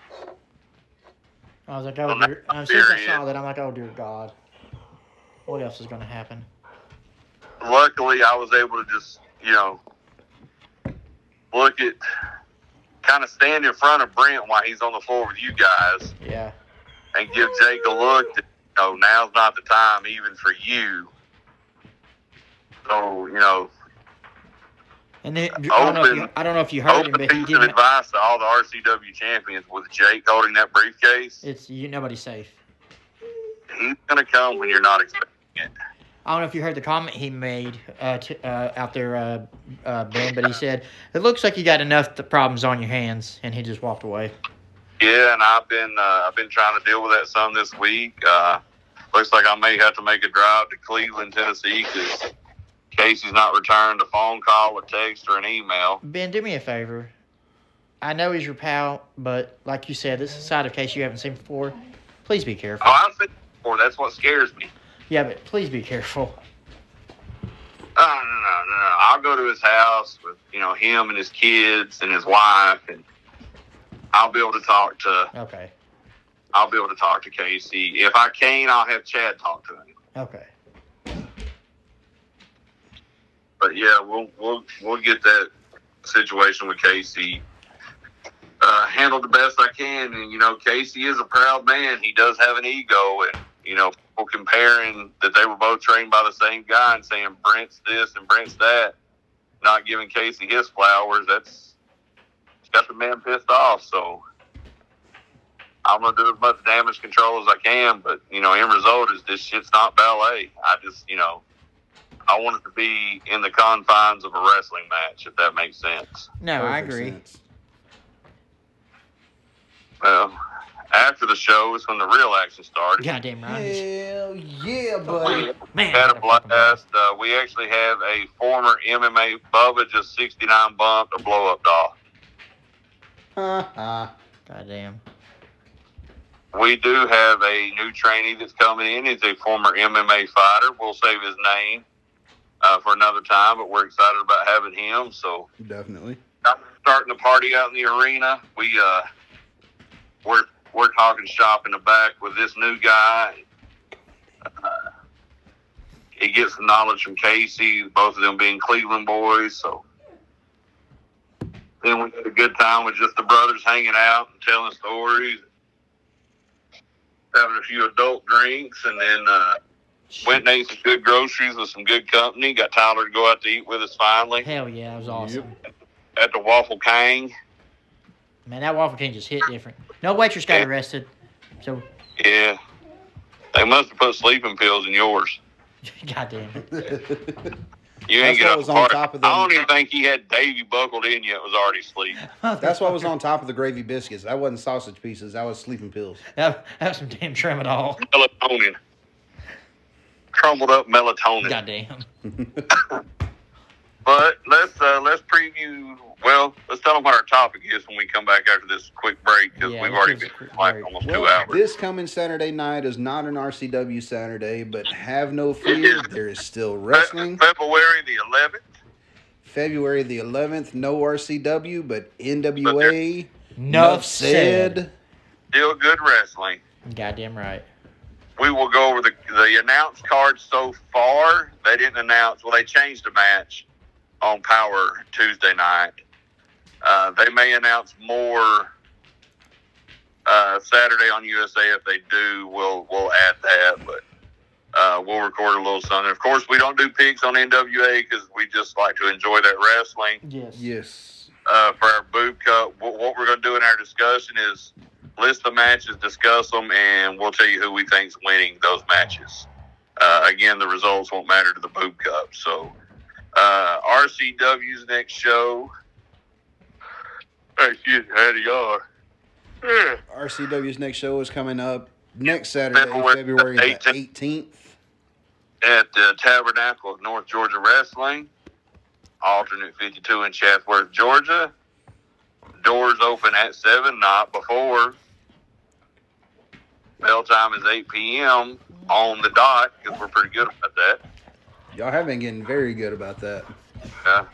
[SPEAKER 2] I was like, oh
[SPEAKER 3] Well,
[SPEAKER 2] dear.
[SPEAKER 3] that's
[SPEAKER 2] As soon as I
[SPEAKER 3] serious.
[SPEAKER 2] saw that, I'm like, oh dear God, what else is gonna happen?
[SPEAKER 3] luckily I was able to just, you know, look at kind of stand in front of Brent while he's on the floor with you guys
[SPEAKER 2] Yeah.
[SPEAKER 3] and give Jake a look that, you know, now's not the time even for you. So, you know,
[SPEAKER 2] And then I don't, know if you,
[SPEAKER 3] Open-
[SPEAKER 2] I don't know if you heard him,
[SPEAKER 3] open
[SPEAKER 2] but he
[SPEAKER 3] piece of
[SPEAKER 2] did. ma-
[SPEAKER 3] advice to all the RCW champions with Jake holding that briefcase.
[SPEAKER 2] It's you. Nobody's safe.
[SPEAKER 3] He's going to come when you're not expecting it.
[SPEAKER 2] I don't know if you heard the comment he made uh, t- uh, out there, uh, uh, Ben, but he said it looks like you got enough th- problems on your hands, and he just walked away.
[SPEAKER 3] Yeah, and I've been uh, I've been trying to deal with that some this week. Uh, looks like I may have to make a drive to Cleveland, Tennessee, because Casey's not returned a phone call, a text, or an email.
[SPEAKER 2] Ben, do me a favor. I know he's your pal, but like you said, this is a side of case you haven't seen before. Please be careful.
[SPEAKER 3] Oh, I've been before. That's what scares me.
[SPEAKER 2] Yeah, but please be careful.
[SPEAKER 3] Oh, no, no, no, no. I'll go to his house with you know him and his kids and his wife, and I'll be able to talk to
[SPEAKER 2] Okay.
[SPEAKER 3] I'll be able to talk to Casey. If I can, I'll have Chad talk to him.
[SPEAKER 2] Okay.
[SPEAKER 3] but yeah, we'll we'll we'll get that situation with Casey uh, handled the best I can. And you know, Casey is a proud man. He does have an ego, and you know, people comparing that they were both trained by the same guy and saying Brent's this and Brent's that, not giving Casey his flowers. That's it's got the man pissed off. So. I'm gonna do as much damage control as I can, but you know, end result is this shit's not ballet. I just, you know, I want it to be in the confines of a wrestling match, if that makes sense.
[SPEAKER 2] No, I
[SPEAKER 1] Perfect
[SPEAKER 2] agree.
[SPEAKER 1] sense.
[SPEAKER 3] Well, After the show is when the real action started.
[SPEAKER 2] Goddamn right.
[SPEAKER 1] Hell yeah, buddy.
[SPEAKER 2] Man. what
[SPEAKER 3] had a
[SPEAKER 2] a fucking blast.
[SPEAKER 3] blast. Uh, we actually have a former MMA Bubba just 69 bump to blow up doll.
[SPEAKER 1] Ha, ha.
[SPEAKER 2] Goddamn.
[SPEAKER 3] We do have a new trainee that's coming in. He's a former MMA fighter. We'll save his name uh, for another time, but we're excited about having him. So
[SPEAKER 1] Definitely.
[SPEAKER 3] starting the party out in the arena. We uh, we're we're talking shop in the back with this new guy. Uh, he gets the knowledge from Casey, both of them being Cleveland boys. So then we had a good time with just the brothers hanging out and telling stories, having a few adult drinks, and then uh, went and ate some good groceries with some good company. Got Tyler to go out to eat with us finally
[SPEAKER 2] Hell yeah, that was awesome.
[SPEAKER 3] at the Waffle King.
[SPEAKER 2] Man, that Waffle King just hit different. No waitress got
[SPEAKER 3] Yeah.
[SPEAKER 2] arrested. So,
[SPEAKER 3] Yeah. They must have put sleeping pills in yours.
[SPEAKER 2] goddamn.
[SPEAKER 3] You ain't
[SPEAKER 1] That's
[SPEAKER 3] get
[SPEAKER 1] what
[SPEAKER 3] up
[SPEAKER 1] was
[SPEAKER 3] the
[SPEAKER 1] on
[SPEAKER 3] park.
[SPEAKER 1] top of
[SPEAKER 3] I don't
[SPEAKER 1] them.
[SPEAKER 3] even think he had Davy buckled in yet. Was already asleep.
[SPEAKER 1] That's what was on top of the gravy biscuits. That wasn't sausage pieces. That was sleeping pills.
[SPEAKER 2] That, that was some damn tramadol.
[SPEAKER 3] Melatonin, crumbled up melatonin.
[SPEAKER 2] Goddamn.
[SPEAKER 3] But let's uh, let's preview. Well, let's tell them what our topic is when we come back after this quick break because
[SPEAKER 2] Yeah,
[SPEAKER 3] we've
[SPEAKER 2] let's
[SPEAKER 3] already
[SPEAKER 2] give
[SPEAKER 3] been
[SPEAKER 2] us a quick
[SPEAKER 3] like
[SPEAKER 2] break.
[SPEAKER 3] almost two
[SPEAKER 1] Well,
[SPEAKER 3] hours.
[SPEAKER 1] this coming Saturday night is not an RCW Saturday, but have no fear. There is still
[SPEAKER 3] Fe-
[SPEAKER 1] wrestling.
[SPEAKER 3] February the 11th.
[SPEAKER 1] February the 11th, no RCW, but NWA.
[SPEAKER 2] Nuff said.
[SPEAKER 3] Still good wrestling.
[SPEAKER 2] Goddamn right.
[SPEAKER 3] we will go over the, the announced card so far. They didn't announce. Well, they changed the match on Power Tuesday night. Uh, they may announce more uh, Saturday on USA if they do. We'll we'll add that, but uh, we'll record a little something. Of course, we don't do picks on NWA because we just like to enjoy that wrestling
[SPEAKER 2] Yes.
[SPEAKER 1] Yes.
[SPEAKER 3] uh, for our boob cut. What, what we're going to do in our discussion is list the matches, discuss them, and we'll tell you who we think's winning those matches. Uh, again, the results won't matter to the boob cup. So, uh, RCW's next show. Hey, shit, how do y'all? Yeah.
[SPEAKER 1] RCW's next show is coming up next Saturday,
[SPEAKER 3] February
[SPEAKER 1] February the 18th.
[SPEAKER 3] At the Tabernacle of North Georgia Wrestling, alternate 52 in Chatsworth, Georgia. Doors open at 7, not before. Bell time is 8 p.m. on the dot because we're pretty good about that.
[SPEAKER 1] Y'all have been getting very good about that.
[SPEAKER 3] Yeah.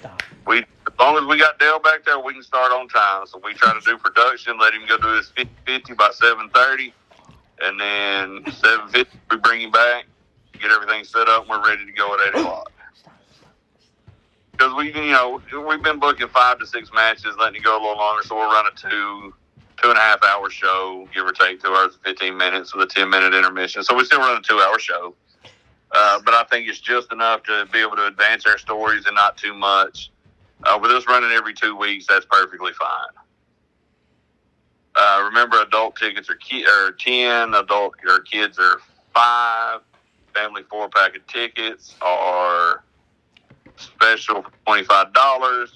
[SPEAKER 2] Stop.
[SPEAKER 3] We, as long as we got Dale back there, we can start on time. So we try to do production, let him go do his 50 by 7.30, and then 7.50 we bring him back, get everything set up, and we're ready to go at 8 o'clock. Because we, you know, we've been booking five to six matches, letting it go a little longer, so we'll run a two, two and a half hour show, give or take two hours and 15 minutes with a 10 minute intermission. So we still run a two hour show. Uh, but I think it's just enough to be able to advance our stories and not too much. Uh, with us running every two weeks, that's perfectly fine. Uh, remember, adult tickets are, ki- are 10, adult or kids are 5, family four pack of tickets are special for $25.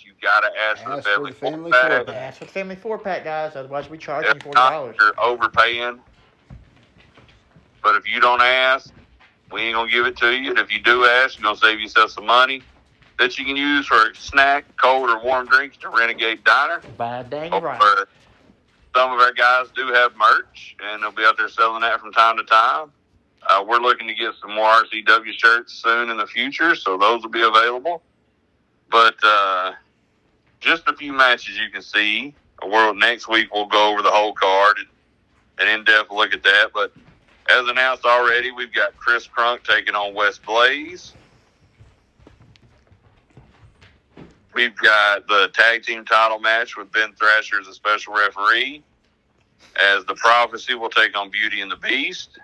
[SPEAKER 3] You got to ask for the
[SPEAKER 1] Ask for
[SPEAKER 3] family,
[SPEAKER 1] the family
[SPEAKER 3] four pack.
[SPEAKER 1] four-pack.
[SPEAKER 2] That's what family four pack, guys. Otherwise, we charge them
[SPEAKER 3] If
[SPEAKER 2] forty
[SPEAKER 3] not,
[SPEAKER 2] dollars.
[SPEAKER 3] you're overpaying. But if you don't ask, we ain't gonna give it to you. And if you do ask, you're gonna save yourself some money that you can use for a snack, cold or warm drinks to Renegade Diner.
[SPEAKER 2] By dang
[SPEAKER 3] Or
[SPEAKER 2] right.
[SPEAKER 3] Some of our guys do have merch, and they'll be out there selling that from time to time. Uh, we're looking to get some more RCW shirts soon in the future, so those will be available. But uh, just a few matches you can see. We're, next week we'll go over the whole card and an in-depth look at that. But as announced already, we've got Chris Crunk taking on West Blaze. We've got the tag team title match with Ben Thrasher as a special referee. As the prophecy will take on Beauty and the Beast.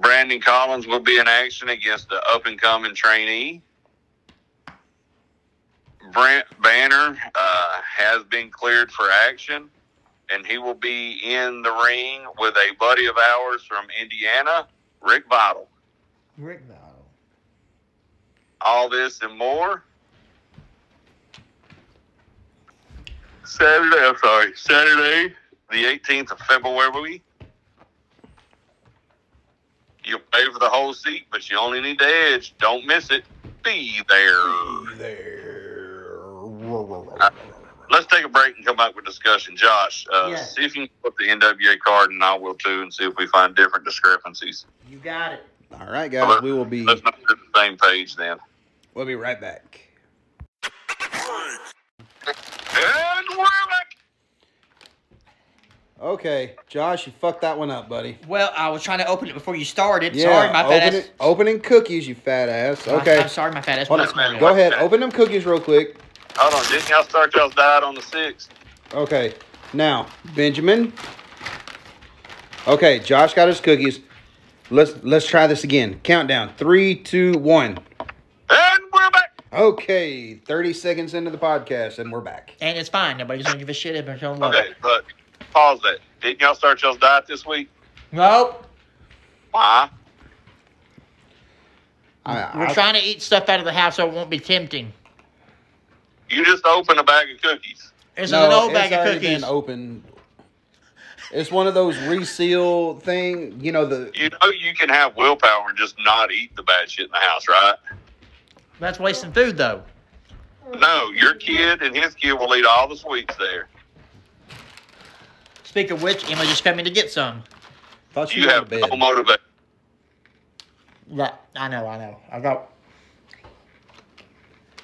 [SPEAKER 3] Brandon Collins will be in action against the up and coming trainee. Brent Banner uh, has been cleared for action, and he will be in the ring with a buddy of ours from Indiana, Rick Vital.
[SPEAKER 2] Rick Bottle.
[SPEAKER 3] All this and more. Saturday, I'm sorry, Saturday, the 18th of February. You pay for the whole seat, but you only need the edge. Don't miss it. Be there. Let's take a break and come back with discussion. Josh, uh,
[SPEAKER 2] Yes.
[SPEAKER 3] see if you can put the NWA card, and I will too, and see if we find different discrepancies.
[SPEAKER 2] You got it.
[SPEAKER 1] All right, guys, we will be
[SPEAKER 3] Let's not do the same page then.
[SPEAKER 1] we'll be right back.
[SPEAKER 3] And we're back.
[SPEAKER 1] Okay, Josh, you fucked that one up, buddy.
[SPEAKER 2] Well, I was trying to open it before you started.
[SPEAKER 1] Yeah,
[SPEAKER 2] sorry, my fat
[SPEAKER 1] open
[SPEAKER 2] ass.
[SPEAKER 1] it- opening cookies, you fat ass. Okay,
[SPEAKER 2] I'm, I'm sorry, my fat ass.
[SPEAKER 1] Hold
[SPEAKER 2] went
[SPEAKER 1] on,
[SPEAKER 2] smelly.
[SPEAKER 1] go ahead. Open them cookies real quick.
[SPEAKER 3] Hold on, didn't y'all start y'all's diet on the 6th?
[SPEAKER 1] Okay, now Benjamin. Okay, Josh got his cookies. Let's let's try this again. Countdown: three, two, one.
[SPEAKER 3] And we're back.
[SPEAKER 1] Okay, thirty seconds into the podcast, and we're back.
[SPEAKER 2] And it's fine. Nobody's gonna give a shit if I don't love
[SPEAKER 3] Okay,
[SPEAKER 2] it.
[SPEAKER 3] but pause that. Didn't y'all start y'all's diet this week?
[SPEAKER 2] Nope.
[SPEAKER 3] Why?
[SPEAKER 1] I,
[SPEAKER 2] We're
[SPEAKER 1] I-
[SPEAKER 2] trying to eat stuff out of the house so it won't be tempting.
[SPEAKER 3] You just opened a bag of cookies.
[SPEAKER 2] This
[SPEAKER 1] no,
[SPEAKER 2] is an old
[SPEAKER 1] it's
[SPEAKER 2] bag of
[SPEAKER 1] already
[SPEAKER 2] cookies.
[SPEAKER 1] Been open. It's one of those reseal thing. You know the
[SPEAKER 3] You know you can have willpower and just not eat the bad shit in the house, right?
[SPEAKER 2] That's wasting food though.
[SPEAKER 3] No, your kid and his kid will eat all the sweets there.
[SPEAKER 2] Speak of which, Emma just coming to get some.
[SPEAKER 1] thought you,
[SPEAKER 3] You
[SPEAKER 1] were in
[SPEAKER 3] have
[SPEAKER 1] bed.
[SPEAKER 3] no motivation.
[SPEAKER 2] Yeah, I know, I know. I got.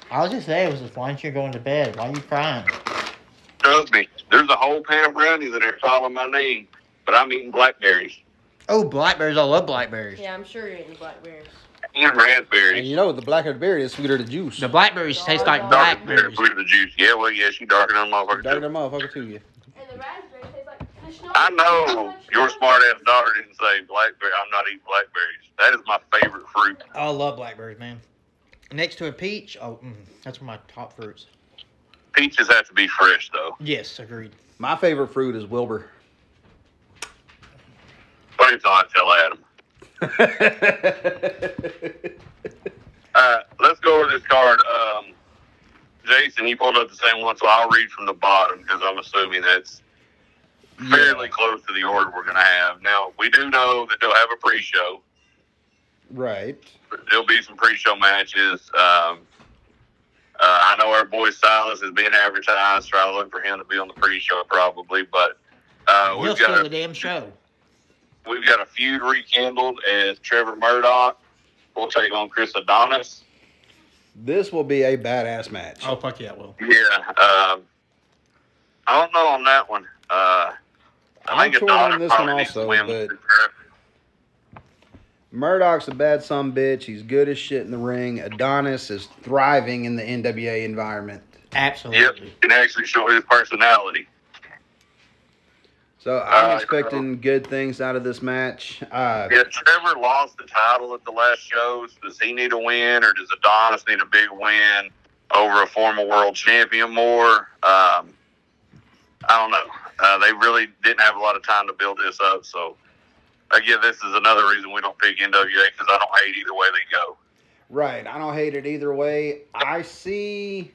[SPEAKER 2] I was just there. It was just, why aren't you going to bed? Why are you crying?
[SPEAKER 3] Trust me, there's a whole pan of brownies that are calling my name, but I'm eating blackberries
[SPEAKER 2] Oh, blackberries! I love blackberries.
[SPEAKER 5] Yeah, I'm sure you're eating blackberries.
[SPEAKER 3] and
[SPEAKER 1] And
[SPEAKER 3] raspberries.
[SPEAKER 1] you know the blacker the berry, the sweeter the juice.
[SPEAKER 2] The blackberries taste like
[SPEAKER 3] Darker berry
[SPEAKER 2] blackberries.
[SPEAKER 3] with the juice. Yeah, well, yeah, she darker than a motherfucker.
[SPEAKER 1] Darker
[SPEAKER 3] too.
[SPEAKER 1] the motherfucker to you.
[SPEAKER 5] And the raspberry tastes like the schnapps.
[SPEAKER 3] I know your smart ass daughter didn't say blackberry. I'm not eating blackberries. That is my favorite fruit.
[SPEAKER 2] I love blackberries, man. Next to a peach, oh, mm, that's one of my top fruits.
[SPEAKER 3] Peaches have to be fresh though.
[SPEAKER 2] Yes, agreed.
[SPEAKER 1] My favorite fruit is Wilbur.
[SPEAKER 3] Wait until I tell Adam. Uh, let's go over this card. Um, Jason, you pulled up the same one, so I'll read from the bottom because I'm assuming that's fairly close to the order we're going to have. Now, we do know that they'll have a pre show.
[SPEAKER 1] Right.
[SPEAKER 3] There'll be some pre show matches. Um, uh, I know our boy Silas is being advertised, so I look for him to be on the pre show probably, but uh,
[SPEAKER 2] He'll
[SPEAKER 3] we've
[SPEAKER 2] steal
[SPEAKER 3] got
[SPEAKER 2] the
[SPEAKER 3] a,
[SPEAKER 2] damn show.
[SPEAKER 3] we've got a feud rekindled as Trevor Murdoch will take on Chris Adonis.
[SPEAKER 1] This will be a badass match.
[SPEAKER 2] Oh fuck yeah, well.
[SPEAKER 3] Yeah. Um, I don't know on that one. Uh, I
[SPEAKER 1] I'm
[SPEAKER 3] think
[SPEAKER 1] torn
[SPEAKER 3] Adonis
[SPEAKER 1] on this one
[SPEAKER 3] probably needs to
[SPEAKER 1] also,
[SPEAKER 3] win.
[SPEAKER 1] but Murdoch's a bad son bitch. He's good as shit in the ring. Adonis is thriving in the NWA environment.
[SPEAKER 3] Yep,
[SPEAKER 2] Absolutely.
[SPEAKER 3] can actually show his personality.
[SPEAKER 1] So I'm
[SPEAKER 3] Uh,
[SPEAKER 1] expecting good things out of this match. Uh,
[SPEAKER 3] Yeah, Trevor lost the title at the last shows. Does he need a win, or does Adonis need a big win over a former world champion more? Um, I don't know. Uh, they really didn't have a lot of time to build this up. So, again, this is another reason we don't pick NWA because I don't hate either way they go.
[SPEAKER 1] Right. I don't hate it either way. I see,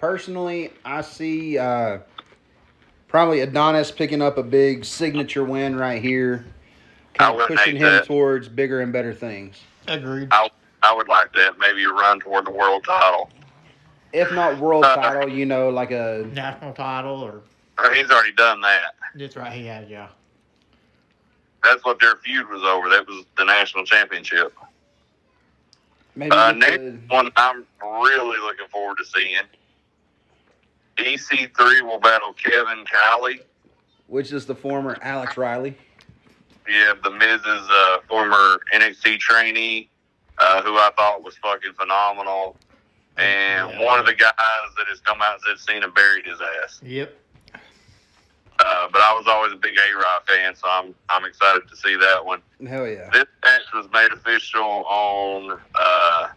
[SPEAKER 1] personally, I see uh, probably Adonis picking up a big signature win right here,
[SPEAKER 3] I
[SPEAKER 1] kind of
[SPEAKER 3] wouldn't
[SPEAKER 1] pushing
[SPEAKER 3] hate
[SPEAKER 1] him
[SPEAKER 3] that.
[SPEAKER 1] towards bigger and better things.
[SPEAKER 2] Agreed.
[SPEAKER 3] I, I would like that. Maybe a run toward the world title.
[SPEAKER 1] If not world
[SPEAKER 3] Uh,
[SPEAKER 1] title, you know, like a
[SPEAKER 2] National title or
[SPEAKER 3] Or Uh, He's already done that.
[SPEAKER 2] that's right, he had, yeah.
[SPEAKER 3] That's what their feud was over. That was the national championship.
[SPEAKER 1] maybe
[SPEAKER 3] Uh,
[SPEAKER 1] like
[SPEAKER 3] next
[SPEAKER 1] a-
[SPEAKER 3] one I'm really looking forward to seeing. EC3 will battle Kevin Kiley.
[SPEAKER 1] which is the former Alex Riley.
[SPEAKER 3] Yeah, the Miz's uh, former NXT trainee, uh, who I thought was fucking phenomenal. And
[SPEAKER 2] Yeah.
[SPEAKER 3] one of the guys that has come out and said Cena buried his ass.
[SPEAKER 2] Yep.
[SPEAKER 3] Uh, but I was always a big A-Rod fan, so I'm, I'm excited to see that one.
[SPEAKER 1] Hell yeah.
[SPEAKER 3] This match was made official on uh,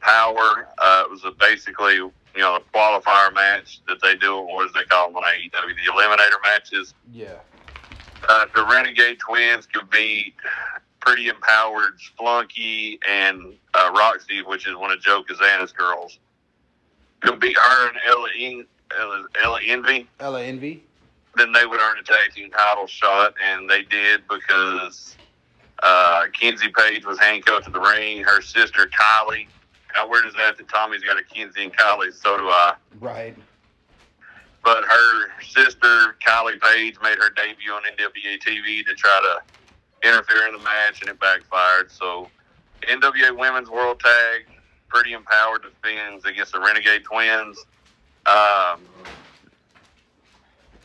[SPEAKER 3] Power. Uh, it was a basically, you know, a qualifier match that they do. What is they call them on AEW? The Eliminator matches.
[SPEAKER 1] Yeah.
[SPEAKER 3] Uh, the Renegade Twins could be pretty empowered Splunky and uh, Roxy, which is one of Joe Kazana's girls. Could be her and Ella, Ing- Ella, Ella Envy,
[SPEAKER 1] Ella Envy.
[SPEAKER 3] then they would earn a tag team title shot, and they did because uh, Kenzie Page was handcuffed to the ring. Her sister Kylie. How weird is that? That Tommy's got a Kenzie and Kylie. So do I.
[SPEAKER 1] Right.
[SPEAKER 3] But her sister Kylie Page made her debut on NWA TV to try to interfere in the match, and it backfired. So NWA Women's World Tag, Pretty Empowered defends against the Renegade Twins. Um,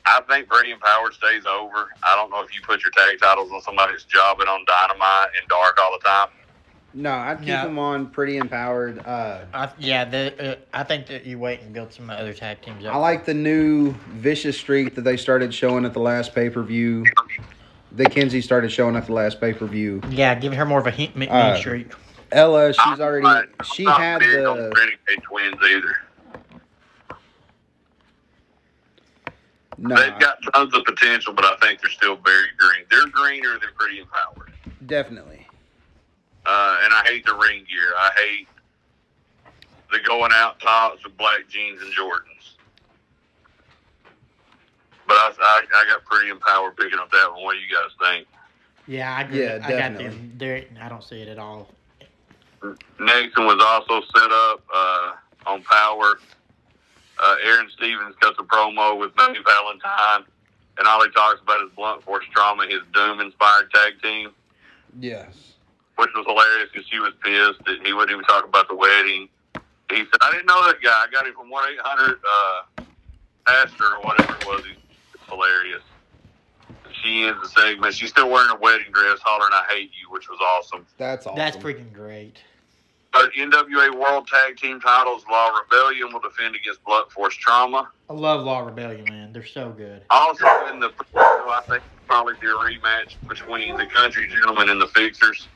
[SPEAKER 3] I think Pretty Empowered stays over. I don't know if you put your tag titles on somebody's job and on Dynamite and Dark all the time.
[SPEAKER 1] No, I'd keep
[SPEAKER 2] Yeah.
[SPEAKER 1] them on pretty empowered. Uh,
[SPEAKER 2] I, yeah, the, uh, I think that you wait and build some other tag teams up.
[SPEAKER 1] I like the new vicious streak that they started showing at the last pay per view. That Kenzie started showing at the last pay per view.
[SPEAKER 2] Yeah, giving her more of a hint, mean
[SPEAKER 1] Uh,
[SPEAKER 2] streak.
[SPEAKER 1] Ella,
[SPEAKER 3] I'm
[SPEAKER 1] she's
[SPEAKER 3] not-
[SPEAKER 1] already
[SPEAKER 3] I'm
[SPEAKER 1] she
[SPEAKER 3] not
[SPEAKER 1] had
[SPEAKER 3] big on the
[SPEAKER 1] the
[SPEAKER 3] Renegade Twins either.
[SPEAKER 1] no,
[SPEAKER 3] They've got tons of potential, but I think they're still very green. They're greener than Pretty Empowered.
[SPEAKER 1] definitely.
[SPEAKER 3] Uh, and I hate the ring gear. I hate the going out tops with black jeans and Jordans. But I, I, I got Pretty Empowered picking up that one. What do you guys think?
[SPEAKER 2] Yeah, I agree.
[SPEAKER 1] Yeah,
[SPEAKER 2] I got
[SPEAKER 1] definitely.
[SPEAKER 2] them. They're, I don't see it at all.
[SPEAKER 3] Nixon was also set up uh, on Power. Uh, Aaron Stevens cuts a promo with Matthew Valentine, and all he talks about is blunt force trauma, his Doom inspired tag team,
[SPEAKER 1] Yes.
[SPEAKER 3] which was hilarious because she was pissed that he wouldn't even talk about the wedding. He said, I didn't know that guy. I got him from 1 800 uh, Pastor or whatever it was. He's hilarious. She ends the segment. She's still wearing a wedding dress, hollering, I hate you, which was awesome.
[SPEAKER 1] That's awesome.
[SPEAKER 2] That's freaking great.
[SPEAKER 3] But NWA World Tag Team titles, Law Rebellion will defend against Blunt Force Trauma.
[SPEAKER 2] I love Law Rebellion, man. They're so good.
[SPEAKER 3] Also in the oh, I think probably be a rematch between the Country Gentlemen and the Fixers.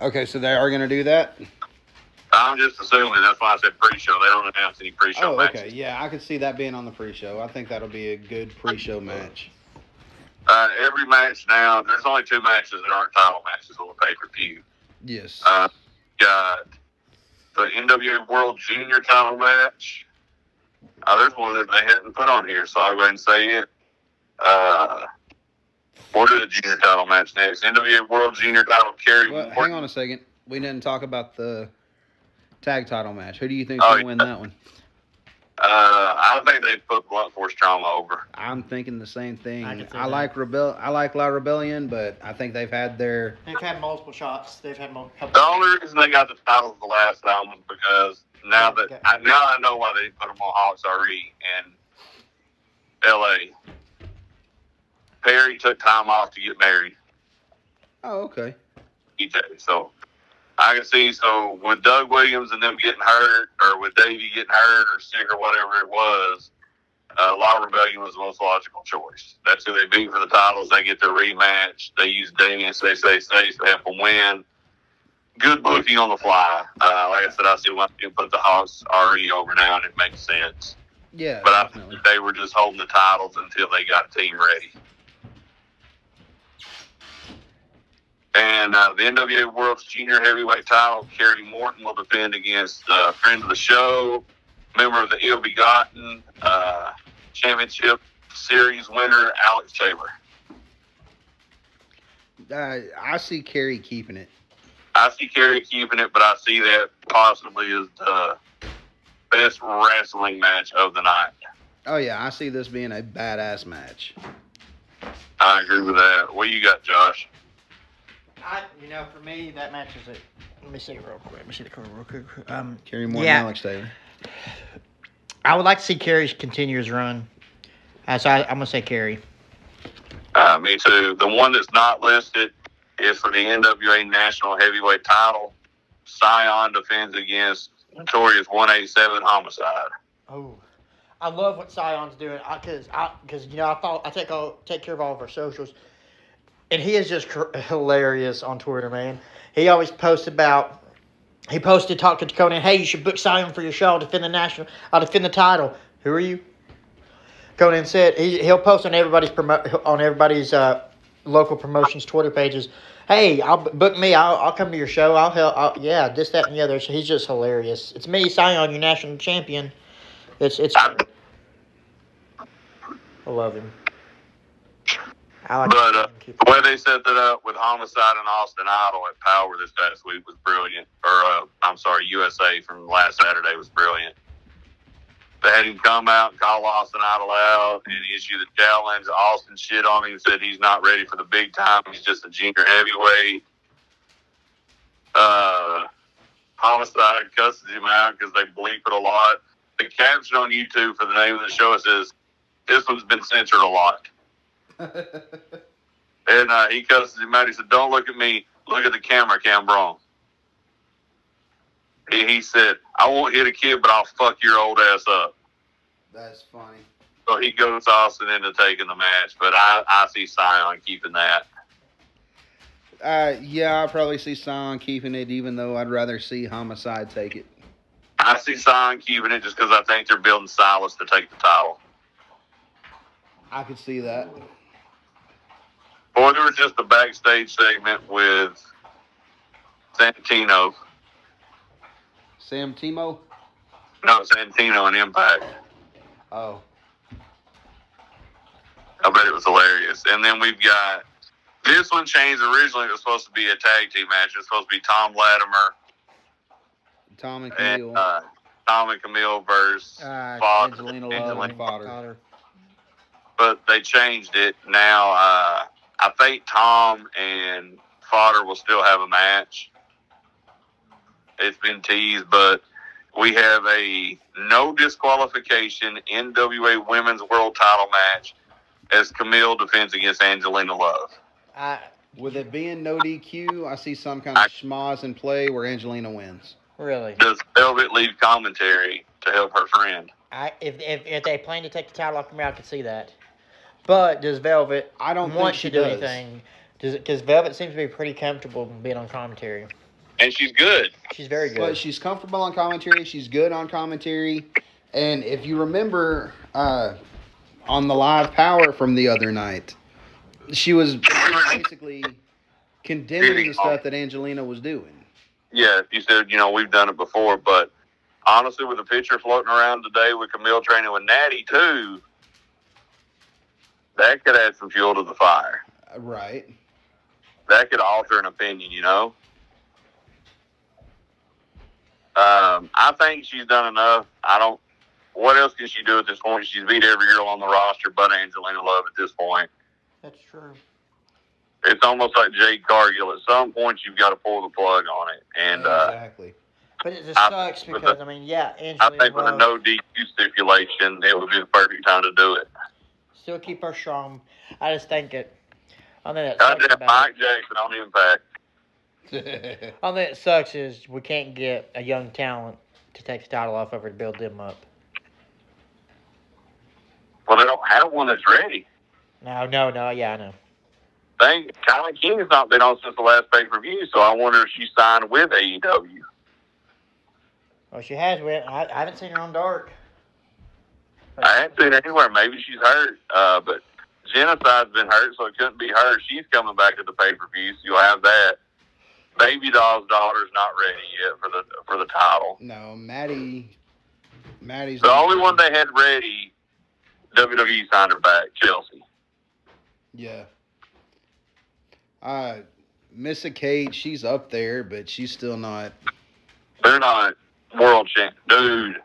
[SPEAKER 1] Okay, so they are gonna do that.
[SPEAKER 3] I'm just assuming that's why I said pre-show. They don't announce any pre-show
[SPEAKER 1] Oh,
[SPEAKER 3] matches.
[SPEAKER 1] okay. Yeah, I could see that being on the pre-show. I think that'll be a good pre-show match.
[SPEAKER 3] Uh, every match now, there's only two matches that aren't title matches on the pay-per-view.
[SPEAKER 1] Yes.
[SPEAKER 3] Uh, got the NWA World Junior title match. Uh, there's one that they hadn't put on here, so I'll go ahead and say it. Uh, we'll do the junior title match next. NWA World Junior title carry.
[SPEAKER 1] Well, hang on a second. We didn't talk about the tag title match. Who do you think's
[SPEAKER 3] Oh,
[SPEAKER 1] gonna
[SPEAKER 3] yeah.
[SPEAKER 1] win that one?
[SPEAKER 3] Uh, I think they put Blunt Force Trauma over.
[SPEAKER 1] I'm thinking the same thing.
[SPEAKER 2] I
[SPEAKER 1] I,
[SPEAKER 2] can see that.
[SPEAKER 1] like rebel. I like La Rebellion, but I think they've had their
[SPEAKER 2] They've had multiple shots. They've had multiple.
[SPEAKER 3] The only reason they got the titles the last time was because now that
[SPEAKER 2] Okay.
[SPEAKER 3] I, now I know why they put them on Hawks E RE and LA. Perry took time off to get married.
[SPEAKER 1] Oh, okay.
[SPEAKER 3] PJ. So I can see. So with Doug Williams and them getting hurt, or with Davey getting hurt or sick or whatever it was, uh, Law Rebellion was the most logical choice. That's who they beat for the titles. They get their rematch. They use Damien Say Say Say to help them win. Good booking on the fly. Uh, like I said, I see why you put the Hawks RE over now, and it makes sense.
[SPEAKER 1] Yeah,
[SPEAKER 3] But I
[SPEAKER 1] definitely.
[SPEAKER 3] think they were just holding the titles until they got a team ready. And uh, the NWA World's Junior Heavyweight title, Kerry Morton will defend against uh, friend of the show, member of the Ill Begotten uh, Championship Series winner, Alex Taylor.
[SPEAKER 1] Uh, I see Kerry keeping it.
[SPEAKER 3] I see Kerry keeping it, but I see that possibly as the best wrestling match of the night.
[SPEAKER 1] Oh yeah, I see this being a badass match.
[SPEAKER 3] I agree with that. What you got, Josh?
[SPEAKER 2] I, you know, for me, that matches it. Let me see it real quick. Let me see the cover real quick. Um,
[SPEAKER 1] Kerry Moore
[SPEAKER 2] Yeah.
[SPEAKER 1] and Alex Taylor.
[SPEAKER 2] I would like to see Kerry's continue his run. Uh, so I, I'm gonna say Kerry.
[SPEAKER 3] Uh, me too. The one that's not listed is for the NWA National Heavyweight title. Scion defends against Notorious 187 Homicide.
[SPEAKER 2] Oh, I love what Scion's doing. I cause I cause you know I thought I take all take care of all of our socials, and he is just cr- hilarious on Twitter, man. He always posts about. He posted talking to Conan, hey, you should book Scion for your show. I'll defend the national. I'll defend the title. Who are you? Conan said he, he'll post on everybody's promo on everybody's uh, local promotions Twitter pages. Hey, I'll book me. I'll, I'll come to your show. I'll help. I'll, yeah, this, that, and the other. So he's just hilarious. It's me, Scion, your national champion. It's it's. I love him. I like
[SPEAKER 3] But uh,
[SPEAKER 2] keep-
[SPEAKER 3] the way they set that up with Homicide and Austin Idol at Power this past week was brilliant. Or, uh, I'm sorry, USA from last Saturday was brilliant. They had him come out and call Austin Idol out and issue the challenge. Austin shit on him, said he's not ready for the big time. He's just a junior heavyweight. Uh, Homicide cusses him out because they bleep it a lot. The caption on YouTube for the name of the show it says, This one's been censored a lot. And uh, he cusses him out. He said, Don't look at me. Look at the camera, Cam Brown. He, he said, I won't hit a kid, but I'll fuck your old ass up.
[SPEAKER 1] That's funny.
[SPEAKER 3] So he goes Austin into taking the match, but I, I see Scion keeping that.
[SPEAKER 1] Uh, yeah, I probably see Sion keeping it, even though I'd rather see Homicide take it.
[SPEAKER 3] I see Scion keeping it just because I think they're building Silas to take the title.
[SPEAKER 1] I could see that.
[SPEAKER 3] Boy, there was just a backstage segment with Santino.
[SPEAKER 1] Sam Timo.
[SPEAKER 3] No, Santino and Impact.
[SPEAKER 1] Oh,
[SPEAKER 3] I bet it was hilarious. And then we've got this one changed. Originally, it was supposed to be a tag team match. It was supposed to be Tom Latimer
[SPEAKER 1] Tom and Camille.
[SPEAKER 3] and uh, Tom and Camille versus
[SPEAKER 2] Uh,
[SPEAKER 3] Fox.
[SPEAKER 1] Angelina Love and Fodder.
[SPEAKER 2] Potter.
[SPEAKER 3] But they changed it. Now, uh, I think Tom and Fodder will still have a match. It's been teased, but we have a no disqualification NWA Women's World Title match as Camille defends against Angelina Love.
[SPEAKER 2] I,
[SPEAKER 1] With it being no DQ, I see some kind of schmoz in play where Angelina wins.
[SPEAKER 2] really,
[SPEAKER 3] Does Velvet leave commentary to help her friend?
[SPEAKER 2] I if, if if they plan to take the title off Camille, I could see that. But does Velvet?
[SPEAKER 1] I don't think
[SPEAKER 2] want
[SPEAKER 1] she
[SPEAKER 2] to do
[SPEAKER 1] does.
[SPEAKER 2] anything. Does because Velvet seems to be pretty comfortable being on commentary.
[SPEAKER 3] And she's good.
[SPEAKER 2] She's very good.
[SPEAKER 1] But she's comfortable on commentary. She's good on commentary. And if you remember uh, on the live power from the other night, she was basically condemning the stuff that Angelina was doing.
[SPEAKER 3] Yeah, you said, you know, we've done it before, but honestly, with the picture floating around today with Camille training with Natty, too, that could add some fuel to the fire.
[SPEAKER 1] Uh, Right.
[SPEAKER 3] That could alter an opinion, you know? Um, I think she's done enough. I don't. What else can she do at this point? She's beat every girl on the roster but Angelina Love at this point.
[SPEAKER 2] That's true.
[SPEAKER 3] it's almost like Jake Cargill. At some point, you've got to pull the plug on it. And uh,
[SPEAKER 1] exactly.
[SPEAKER 2] But it just
[SPEAKER 3] I-
[SPEAKER 2] sucks
[SPEAKER 3] with
[SPEAKER 2] because I mean, yeah,
[SPEAKER 3] I
[SPEAKER 2] Angelina
[SPEAKER 3] think with a
[SPEAKER 2] Love
[SPEAKER 3] no DQ stipulation, it would be the perfect time to do it.
[SPEAKER 2] still keep her strong. I just think it. I think that sucks
[SPEAKER 3] Goddamn
[SPEAKER 2] about it.
[SPEAKER 3] Mike Jackson on Impact.
[SPEAKER 2] I think it sucks is we can't get a young talent to take the title off of her to build them up.
[SPEAKER 3] Well, they don't have one that's ready.
[SPEAKER 2] No, no, no. Yeah, I know.
[SPEAKER 3] Thank Tyler King has not been on since the last pay per view, so I wonder if she signed with E AEW.
[SPEAKER 2] Well, she has went. I, I haven't seen her on dark.
[SPEAKER 3] I haven't seen her anywhere. Maybe she's hurt, uh, but Genocide's been hurt, so it couldn't be her. She's coming back to the pay per view, so you'll have that. Baby Doll's daughter's not ready yet for the for the title.
[SPEAKER 1] No, Maddie. Maddie's
[SPEAKER 3] The only one they had ready, WWE signed her back, Chelsea.
[SPEAKER 1] Yeah. Uh, Missa Kate, she's up there, but she's still not.
[SPEAKER 3] They're not world champ. Dude,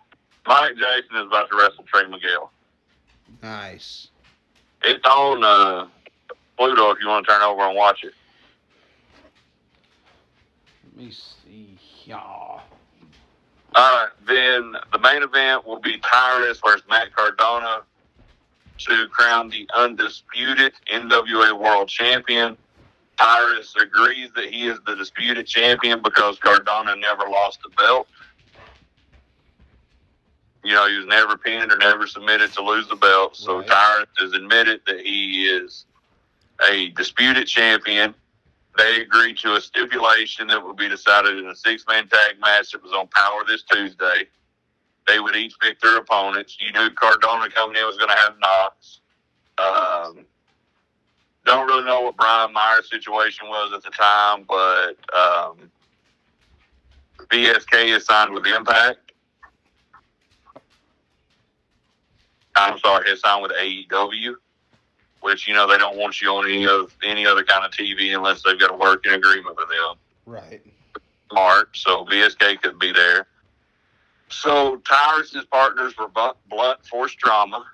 [SPEAKER 3] Mike Jackson is about to wrestle Trey Miguel.
[SPEAKER 1] Nice.
[SPEAKER 3] It's on uh, Pluto if you want to turn over and watch it.
[SPEAKER 1] Let me see. Yeah.
[SPEAKER 3] All right, then the main event will be Tyrus versus Matt Cardona to crown the undisputed NWA World Champion. Tyrus agrees that he is the disputed champion because Cardona never lost the belt. You know, he was never pinned or never submitted to lose the belt. So
[SPEAKER 1] Right.
[SPEAKER 3] Tyrus has admitted that he is a disputed champion. They agreed to a stipulation that would be decided in a six man tag match that was on power this Tuesday. They would each pick their opponents. You knew Cardona coming in was going to have Knox. Um, don't really know what Brian Meyer's situation was at the time, but um, BSK is signed with Impact. I'm sorry, had signed with AEW, which you know they don't want you on any of any other kind of TV unless they've got a working agreement with them.
[SPEAKER 1] Right.
[SPEAKER 3] Mark, so VSK could be there. So Tyrus and his partners were blunt, blunt force drama.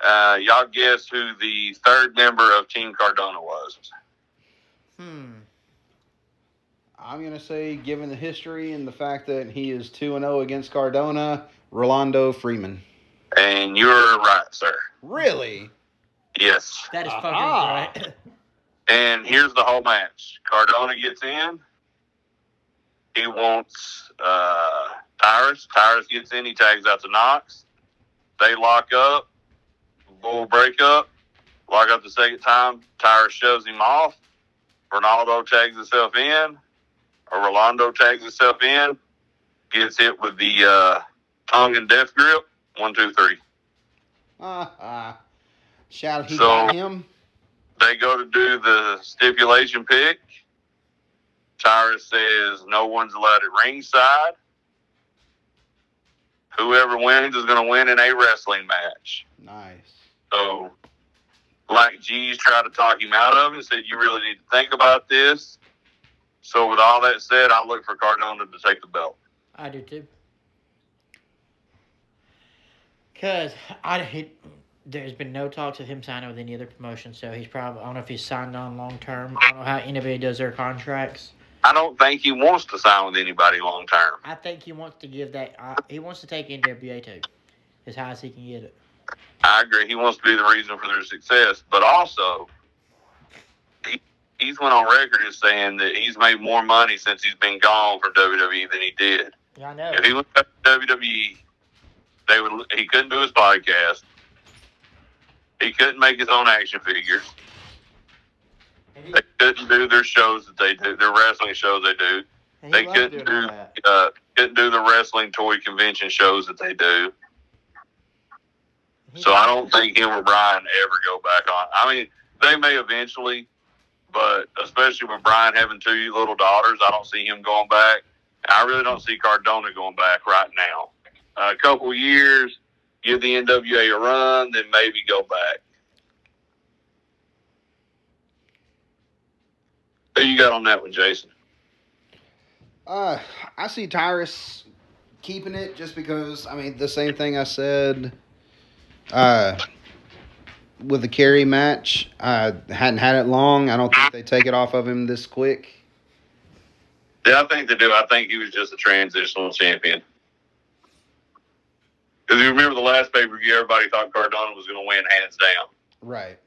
[SPEAKER 3] Uh, y'all guess who the third member of Team Cardona was?
[SPEAKER 2] Hmm.
[SPEAKER 1] I'm gonna say, given the history and the fact that he is two and zero against Cardona, Rolando Freeman.
[SPEAKER 3] And you're right, sir.
[SPEAKER 1] Really?
[SPEAKER 3] Yes.
[SPEAKER 2] That is fucking
[SPEAKER 1] Aha.
[SPEAKER 2] right.
[SPEAKER 3] And here's the whole match. Cardona gets in. He wants uh, Tyrus. Tyrus gets in. He tags out to Knox. They lock up. Bull break up. Lock up the second time. Tyrus shoves him off. Ronaldo tags himself in. Or Rolando tags himself in. Gets hit with the uh, tongue and death grip. One, two, three.
[SPEAKER 1] Ah, ah. Shall he
[SPEAKER 3] So-
[SPEAKER 1] got him?
[SPEAKER 3] they go to do the stipulation pick. Tyrus says no one's allowed at ringside. Whoever wins is going to win in a wrestling match.
[SPEAKER 1] Nice.
[SPEAKER 3] So, like G's tried to talk him out of it, and said you really need to think about this. So, with all that said, I look for Cardona to take the belt.
[SPEAKER 2] I do too. Cause I he, there's been no talks of him signing with any other promotion, so he's probably I don't know if he's signed on long term. I don't know how anybody does their contracts.
[SPEAKER 3] I don't think he wants to sign with anybody long term.
[SPEAKER 2] I think he wants to give that. Uh, he wants to take NWA to as high as he can get it.
[SPEAKER 3] I agree. He wants to be the reason for their success, but also he, he's went on record as saying that he's made more money since he's been gone from WWE than he did.
[SPEAKER 2] Yeah, I know.
[SPEAKER 3] If he went back to WWE, they would he couldn't do his podcast. He couldn't make his own action figures.
[SPEAKER 2] And he,
[SPEAKER 3] They couldn't do their shows that they do, their wrestling shows they do.
[SPEAKER 2] and he
[SPEAKER 3] They
[SPEAKER 2] loved
[SPEAKER 3] couldn't
[SPEAKER 2] doing all
[SPEAKER 3] do
[SPEAKER 2] that.
[SPEAKER 3] uh, couldn't do the wrestling toy convention shows that they do.
[SPEAKER 2] He
[SPEAKER 3] So I
[SPEAKER 2] loved-
[SPEAKER 3] don't think him or Brian ever go back on. I mean, they may eventually, but especially with Brian having two little daughters, I don't see him going back. I really don't see Cardona going back right now. a couple years, give the NWA a run, then maybe go back. Who you got on that one, Jason?
[SPEAKER 1] Uh, I see Tyrus keeping it just because. I mean, the same thing I said. Uh, with the carry match, I hadn't had it long. I don't think they take it off of him this quick.
[SPEAKER 3] Yeah, I think they do. I think he was just a transitional champion. Because you remember the last pay per view, everybody thought Cardona was going to win hands down.
[SPEAKER 1] Right.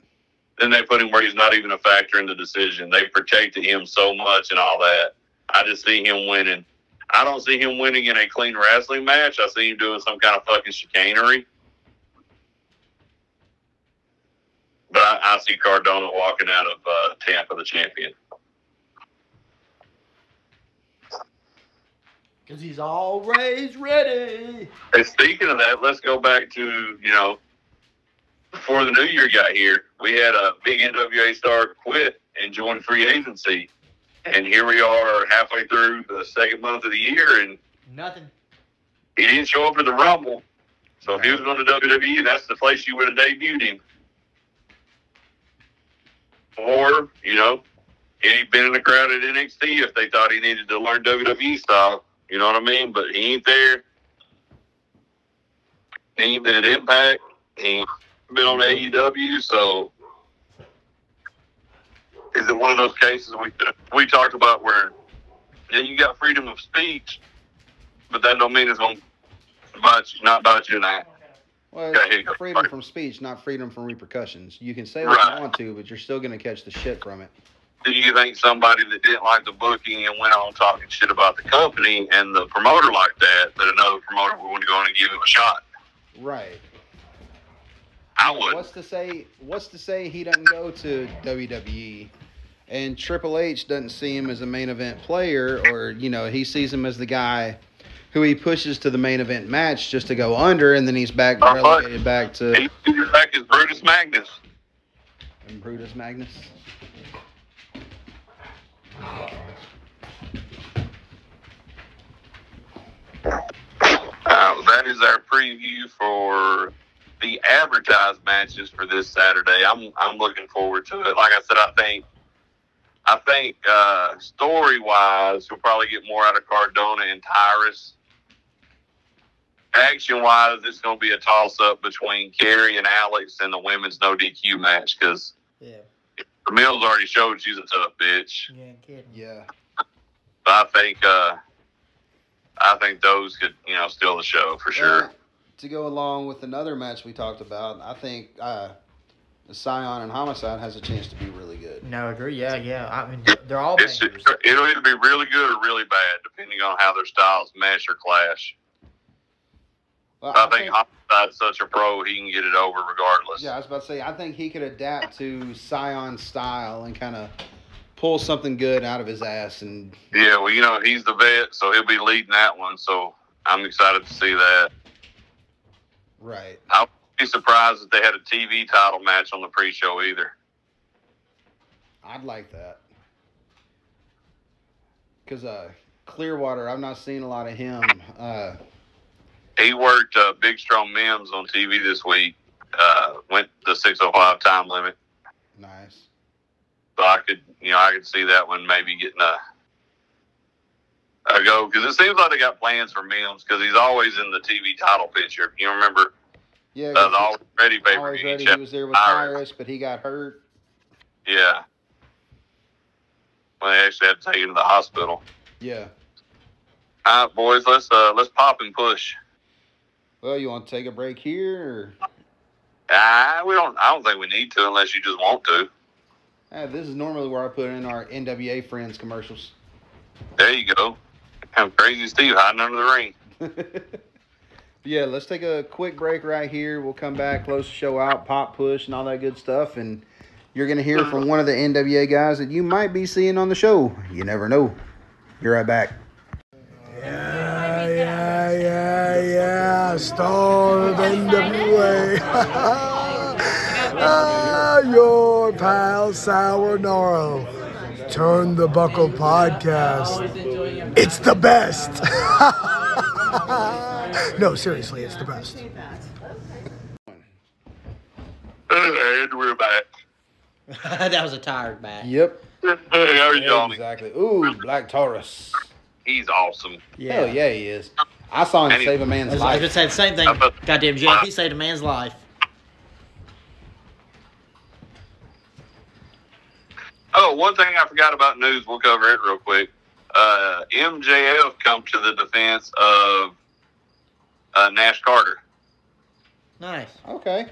[SPEAKER 3] Then they put him where he's not even a factor in the decision. They protected him so much and all that. I just see him winning. I don't see him winning in a clean wrestling match. I see him doing some kind of fucking chicanery. But I, I see Cardona walking out of uh, Tampa the champion.
[SPEAKER 2] Cause he's always ready.
[SPEAKER 3] Hey, speaking of that, let's go back to you know before the new year got here. We had a big NWA star quit and join free agency, and here we are halfway through the second month of the year, and
[SPEAKER 2] Nothing.
[SPEAKER 3] he didn't show up for the Rumble. So if he was going to WWE, E, that's the place you would have debuted him. Or you know, he'd been in the crowd at NXT if they thought he needed to learn WWE style. You know what I mean? But he ain't there. He ain't been at Impact. He ain't been on AEW. So is it one of those cases we we talked about where yeah you got freedom of speech, but that don't mean it's going to bite you, not bite you in the ass.
[SPEAKER 1] Well,
[SPEAKER 3] Yeah, here you go.
[SPEAKER 1] it's freedom
[SPEAKER 3] Sorry.
[SPEAKER 1] from speech, not freedom from repercussions. You can say what
[SPEAKER 3] Right.
[SPEAKER 1] you want to, but you're still going to catch the shit from it.
[SPEAKER 3] do you think somebody that didn't like the booking and went on talking shit about the company and the promoter like that, that another promoter would go in and give him a shot?
[SPEAKER 1] Right.
[SPEAKER 3] I would.
[SPEAKER 1] What's to say? What's to say he doesn't go to WWE, and Triple H doesn't see him as a main event player, or you know he sees him as the guy who he pushes to the main event match just to go under, and then he's back
[SPEAKER 3] Uh-huh.
[SPEAKER 1] relegated back to
[SPEAKER 3] He figured back as Brutus Magnus.
[SPEAKER 1] Brutus Magnus.
[SPEAKER 3] Uh, that is our preview for the advertised matches for this Saturday. I'm I'm looking forward to it. Like I said, I think I think uh, story wise, we'll probably get more out of Cardona and Tyrus. Action wise, it's going to be a toss up between Carrie and Alex in the women's no DQ match because
[SPEAKER 2] Yeah.
[SPEAKER 3] Camille's already showed she's a tough bitch.
[SPEAKER 2] You ain't kidding.
[SPEAKER 1] Yeah.
[SPEAKER 3] But I think uh, I think those could you know steal the show for sure.
[SPEAKER 1] Uh, to go along with another match we talked about, I think uh, Scion and Homicide has a chance to be really good.
[SPEAKER 2] No, I agree. Yeah, yeah. I mean, they're all
[SPEAKER 3] It's,
[SPEAKER 2] bangers.
[SPEAKER 3] it'll either be really good or really bad, depending on how their styles mesh or clash.
[SPEAKER 1] Well,
[SPEAKER 3] I think Homicide's such a pro, he can get it over regardless.
[SPEAKER 1] Yeah, I was about to say. I think he could adapt to Scion's style and kind of pull something good out of his ass. And
[SPEAKER 3] Yeah, well, you know, he's the vet, so he'll be leading that one. So I'm excited to see that.
[SPEAKER 1] right,
[SPEAKER 3] I would be surprised if they had a TV title match on the pre show either.
[SPEAKER 1] I'd like that. Cause uh, Clearwater, I've not seen a lot of him. Uh,
[SPEAKER 3] He worked uh, Big Strong Mims on TV this week, uh, went the 605 time limit.
[SPEAKER 1] nice.
[SPEAKER 3] So I could, you know, I could see that one maybe getting a a go because it seems like they got plans for Mims because he's always in the TV title picture. You remember
[SPEAKER 1] Yeah,
[SPEAKER 3] uh, the always ready pay per
[SPEAKER 1] always
[SPEAKER 3] view?
[SPEAKER 1] ready. He was there with
[SPEAKER 3] Irish.
[SPEAKER 1] Tyrus, but he got hurt.
[SPEAKER 3] Yeah. Well, they actually had to take him to the hospital.
[SPEAKER 1] Yeah.
[SPEAKER 3] All right, boys, let's uh, let's pop and push.
[SPEAKER 1] Well, you want to take a break here? Or?
[SPEAKER 3] Ah, we don't. I don't think we need to unless you just want to.
[SPEAKER 1] Ah, this is normally where I put in our NWA friends commercials.
[SPEAKER 3] There you go. Have crazy Steve hiding under the ring.
[SPEAKER 1] yeah, let's take a quick break right here. We'll come back, close the show out, pop push, and all that good stuff. And you're going to hear from one of the NWA guys that you might be seeing on the show. You never know. You're right back.
[SPEAKER 6] Yeah, yeah, yeah. Star of NWA. ah, your pal Sour Noro. Turn the Buckle podcast. It's the best. no, seriously, it's the best.
[SPEAKER 3] and we're back.
[SPEAKER 2] that was a tired back.
[SPEAKER 1] Yep.
[SPEAKER 3] Hey, how are you, Johnny?
[SPEAKER 1] Exactly. Ooh, Black Taurus.
[SPEAKER 3] He's awesome.
[SPEAKER 1] Yeah. Hell yeah, he is. I saw him
[SPEAKER 3] And he-
[SPEAKER 1] save a
[SPEAKER 2] I
[SPEAKER 1] man's
[SPEAKER 2] was, I
[SPEAKER 1] life.
[SPEAKER 2] was gonna say the same thing. Goddamn Jack, he saved a man's life.
[SPEAKER 3] Oh, one thing I forgot about news. We'll cover it real quick. Uh, MJF come to the defense of uh, Nash Carter.
[SPEAKER 2] Nice.
[SPEAKER 1] Okay.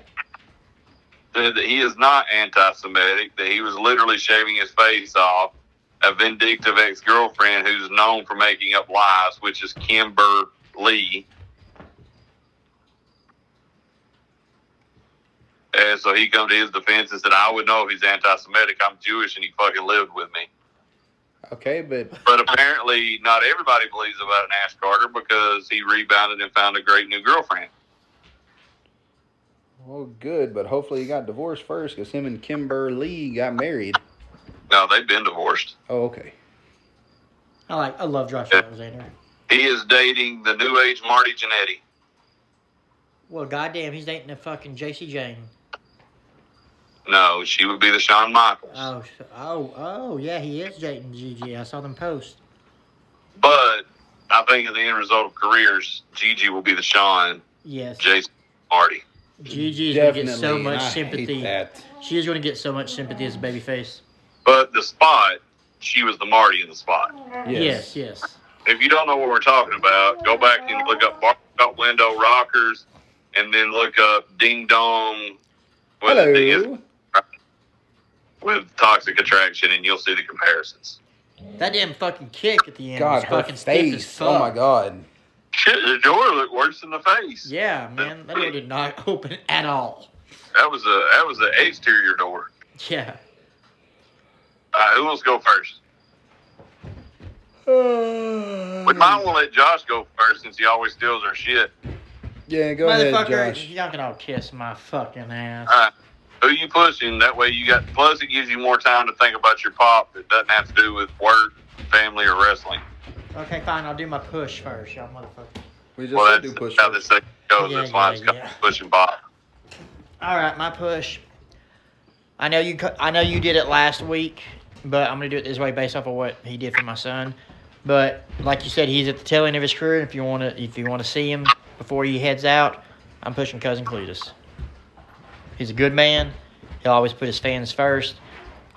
[SPEAKER 3] Said that he is not anti-Semitic. That he was literally shaving his face off a vindictive ex-girlfriend who's known for making up lies, which is Kimber Lee. And so he come to his defense and said, "I would know if he's anti-Semitic. I'm Jewish, and he fucking lived with me."
[SPEAKER 1] Okay, but
[SPEAKER 3] But apparently, not everybody believes about Nash Carter because he rebounded and found a great new girlfriend.
[SPEAKER 1] well, good. But hopefully he got divorced first because him and Kimber Lee got married.
[SPEAKER 3] No, they've been divorced.
[SPEAKER 1] Oh, okay.
[SPEAKER 2] I like. I love Josh Alexander.
[SPEAKER 3] He is dating the new age Marty Jannetty.
[SPEAKER 2] Well, goddamn, he's dating a fucking JC Jane.
[SPEAKER 3] No, she would be the Shawn Michaels.
[SPEAKER 2] Oh, sh- oh, oh, yeah, he is dating Gigi. I saw them post.
[SPEAKER 3] But I think in the end result of careers, Gigi will be the Shawn,
[SPEAKER 2] Yes,
[SPEAKER 3] Jason Marty.
[SPEAKER 2] Gigi's gonna get so
[SPEAKER 1] Definitely, and
[SPEAKER 2] much
[SPEAKER 1] I hate
[SPEAKER 2] sympathy.
[SPEAKER 1] that.
[SPEAKER 2] She is gonna get so much sympathy as a babyface.
[SPEAKER 3] But the spot, she was the Marty in the spot.
[SPEAKER 2] Yes, yes.
[SPEAKER 3] If you don't know what we're talking about, go back and look up Bar- Out Window Rockers and then look up Ding Dong. what is it?
[SPEAKER 1] Hello.
[SPEAKER 3] with Toxic Attraction, and you'll see the comparisons.
[SPEAKER 2] That damn fucking kick at the end
[SPEAKER 1] God,
[SPEAKER 2] was
[SPEAKER 1] her
[SPEAKER 2] fucking stiff as
[SPEAKER 1] face.
[SPEAKER 2] fuck.
[SPEAKER 1] Oh my God.
[SPEAKER 3] Shit, the door looked worse than the face.
[SPEAKER 2] Yeah, man, that door did not open at all.
[SPEAKER 3] That was a that was an exterior door.
[SPEAKER 2] Yeah.
[SPEAKER 3] All right, who wants to go first? we
[SPEAKER 2] Mm.
[SPEAKER 3] might want to let Josh go first since he always steals our shit.
[SPEAKER 1] Yeah, go ahead,
[SPEAKER 2] Motherfucker,
[SPEAKER 1] Josh.
[SPEAKER 2] y'all can all kiss my fucking ass.
[SPEAKER 3] All right, who you pushing? That way you got. Plus, it gives you more time to think about your pop that doesn't have to do with work, family, or wrestling.
[SPEAKER 2] Okay, fine, I'll do my push first, y'all motherfuckers.
[SPEAKER 1] We just
[SPEAKER 3] Well,
[SPEAKER 1] do
[SPEAKER 3] that's
[SPEAKER 1] push.
[SPEAKER 3] how this thing goes.
[SPEAKER 2] Yeah,
[SPEAKER 3] that's why
[SPEAKER 2] yeah,
[SPEAKER 3] it's got
[SPEAKER 2] yeah.
[SPEAKER 3] pushing by.
[SPEAKER 2] All right, my push. I know you. cu- I know you did it last week, but I'm gonna do it this way based off of what he did for my son. But like you said, he's at the tail end of his career. If you wanna, if you wanna see him before he heads out, I'm pushing cousin Cletus. He's a good man. He'll always put his fans first.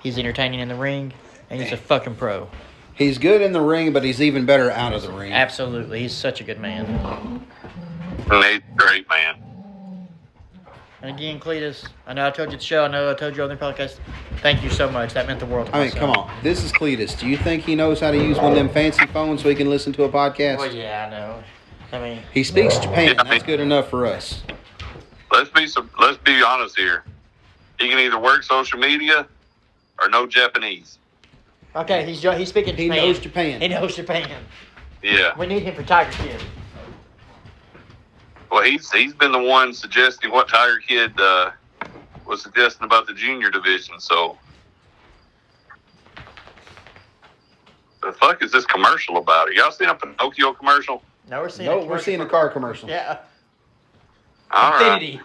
[SPEAKER 2] He's entertaining in the ring, and he's a fucking pro.
[SPEAKER 1] He's good in the ring, but he's even better out of the ring.
[SPEAKER 2] Absolutely, he's such a good man.
[SPEAKER 3] And he's a great man.
[SPEAKER 2] And again, Cletus, I know I told you at the show. I know I told you on the podcast. Thank you so much. That meant the world. To
[SPEAKER 1] I
[SPEAKER 2] my
[SPEAKER 1] mean,
[SPEAKER 2] son.
[SPEAKER 1] come on. This is Cletus. Do you think he knows how to use one of them fancy phones so he can listen to a podcast?
[SPEAKER 2] Well, yeah, I know. I mean,
[SPEAKER 1] He speaks Japan.
[SPEAKER 3] Yeah, I
[SPEAKER 1] That's
[SPEAKER 3] mean-
[SPEAKER 1] good enough for us.
[SPEAKER 3] Let's be some, let's be honest here. He can either work social media or no Japanese.
[SPEAKER 2] okay, he's he's speaking
[SPEAKER 1] He
[SPEAKER 2] Japan.
[SPEAKER 1] knows Japan.
[SPEAKER 2] He knows Japan.
[SPEAKER 3] Yeah.
[SPEAKER 2] We need him for Tiger Kid.
[SPEAKER 3] Well, he's he's been the one suggesting what Tiger Kid uh, was suggesting about the junior division. So, the fuck is this commercial about? Y'all seen a Pinocchio commercial?
[SPEAKER 2] No, we're seeing.
[SPEAKER 1] No,
[SPEAKER 2] a
[SPEAKER 1] we're
[SPEAKER 2] commercial
[SPEAKER 1] seeing a
[SPEAKER 2] for-
[SPEAKER 1] car commercial.
[SPEAKER 2] Yeah,
[SPEAKER 3] All right.
[SPEAKER 2] Infinity.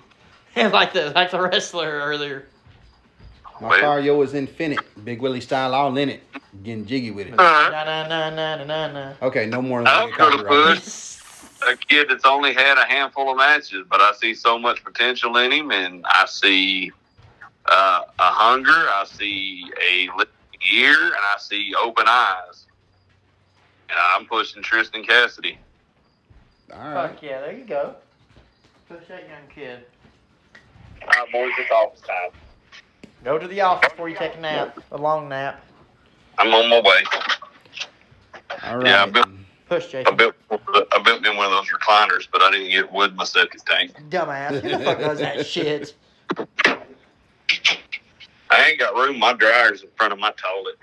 [SPEAKER 2] like the like the wrestler earlier.
[SPEAKER 1] My car, yo, is infinite. Big Willie style, all in it. Getting jiggy with it.
[SPEAKER 3] All right.
[SPEAKER 2] Na na na na na na.
[SPEAKER 1] Okay, no more.
[SPEAKER 3] I'm gonna
[SPEAKER 1] copyright.
[SPEAKER 3] push a kid that's only had a handful of matches, but I see so much potential in him, and I see uh, a hunger, I see a lit ear, and I see open eyes. And I'm pushing Tristan Cassidy.
[SPEAKER 1] All right.
[SPEAKER 2] Fuck yeah, there you go. Push that young kid.
[SPEAKER 3] All right, boys, it's office time.
[SPEAKER 2] Go to the office before you take a nap, a long nap.
[SPEAKER 3] I'm on my way.
[SPEAKER 1] All
[SPEAKER 3] Yeah,
[SPEAKER 1] right.
[SPEAKER 3] Bill-
[SPEAKER 2] Push
[SPEAKER 3] I
[SPEAKER 2] Jason.
[SPEAKER 3] built I built me one of those recliners, but I didn't get wood my septic tank.
[SPEAKER 2] Dumbass. Who the fuck does that shit?
[SPEAKER 3] I ain't got room. My dryer's in front of my toilet.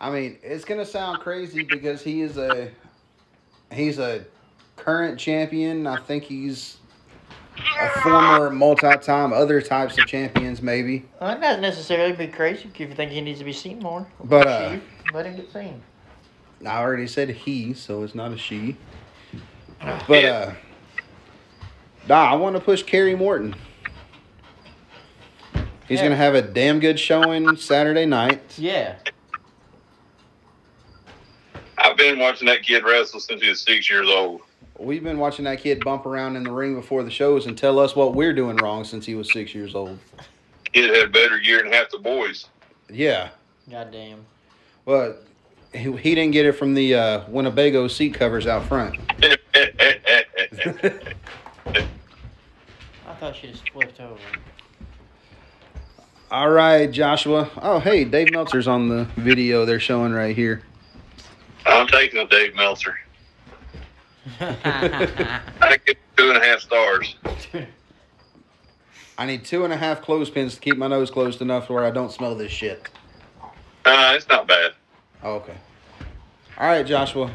[SPEAKER 1] I mean, it's gonna sound crazy because he is a he's a current champion. I think he's a former multi-time other types of champions, maybe.
[SPEAKER 2] Well, that doesn't necessarily be crazy if you think he needs to be seen more.
[SPEAKER 1] But uh,
[SPEAKER 2] Let him get seen.
[SPEAKER 1] I already said he, so it's not a she. But uh, nah, I want to push Kerry Morton. He's
[SPEAKER 2] Yeah.
[SPEAKER 1] gonna have a damn good showing Saturday night.
[SPEAKER 2] Yeah.
[SPEAKER 3] I've been watching that kid wrestle since he was six years old.
[SPEAKER 1] We've been watching that kid bump around in the ring before the shows and tell us what we're doing wrong since he was six years old.
[SPEAKER 3] Kid had a better year than half the boys.
[SPEAKER 1] Yeah.
[SPEAKER 2] Goddamn.
[SPEAKER 1] Well, he, he didn't get it from the uh, Winnebago seat covers out front.
[SPEAKER 2] I thought she just flipped over.
[SPEAKER 1] All right, Joshua. Oh, hey, Dave Meltzer's on the video they're showing right here.
[SPEAKER 3] I'm taking a Dave Meltzer. I give him two and a half stars.
[SPEAKER 1] I need two and a half clothespins to keep my nose closed enough to where I don't smell this shit.
[SPEAKER 3] Uh, it's not bad.
[SPEAKER 1] Oh, okay. All right, Joshua.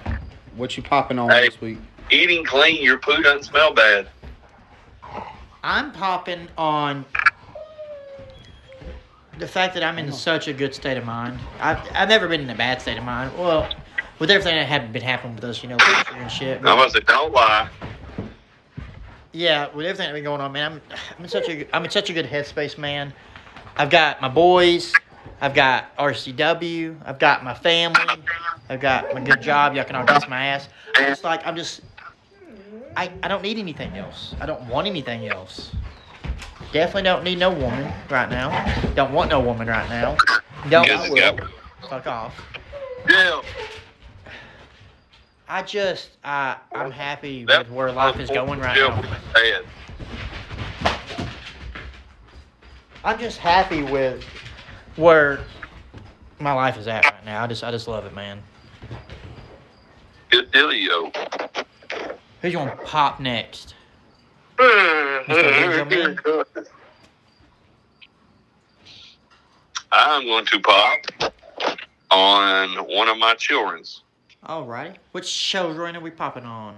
[SPEAKER 1] What you popping on
[SPEAKER 3] Hey.
[SPEAKER 1] this week?
[SPEAKER 3] Eating clean, your poo doesn't smell bad.
[SPEAKER 2] I'm popping on the fact that I'm in such a good state of mind. I've, I've never been in a bad state of mind. Well, with everything that had been happening with us, you know, with and shit.
[SPEAKER 3] I'm about to say, don't lie.
[SPEAKER 2] Yeah, with everything that's been going on, man, I'm, I'm in such a I'm in such a good headspace, man. I've got my boys, I've got RCW, I've got my family, I've got my good job. Y'all can all kiss my ass. I'm just like I'm just I I don't need anything else. I don't want anything else. Definitely don't need no woman right now. Don't want no woman right now. Don't
[SPEAKER 3] Because
[SPEAKER 2] I
[SPEAKER 3] it's got-
[SPEAKER 2] will. Fuck off.
[SPEAKER 3] Yeah.
[SPEAKER 2] I just I I'm happy with where life is going right now.
[SPEAKER 3] Bad.
[SPEAKER 2] I'm just happy with where my life is at right now. I just I just love it, man.
[SPEAKER 3] Good dealio.
[SPEAKER 2] Who's gonna pop next?
[SPEAKER 3] Mm-hmm. I'm going to pop on one of my children's.
[SPEAKER 2] Alrighty. Which shows, Ryan, are we popping on?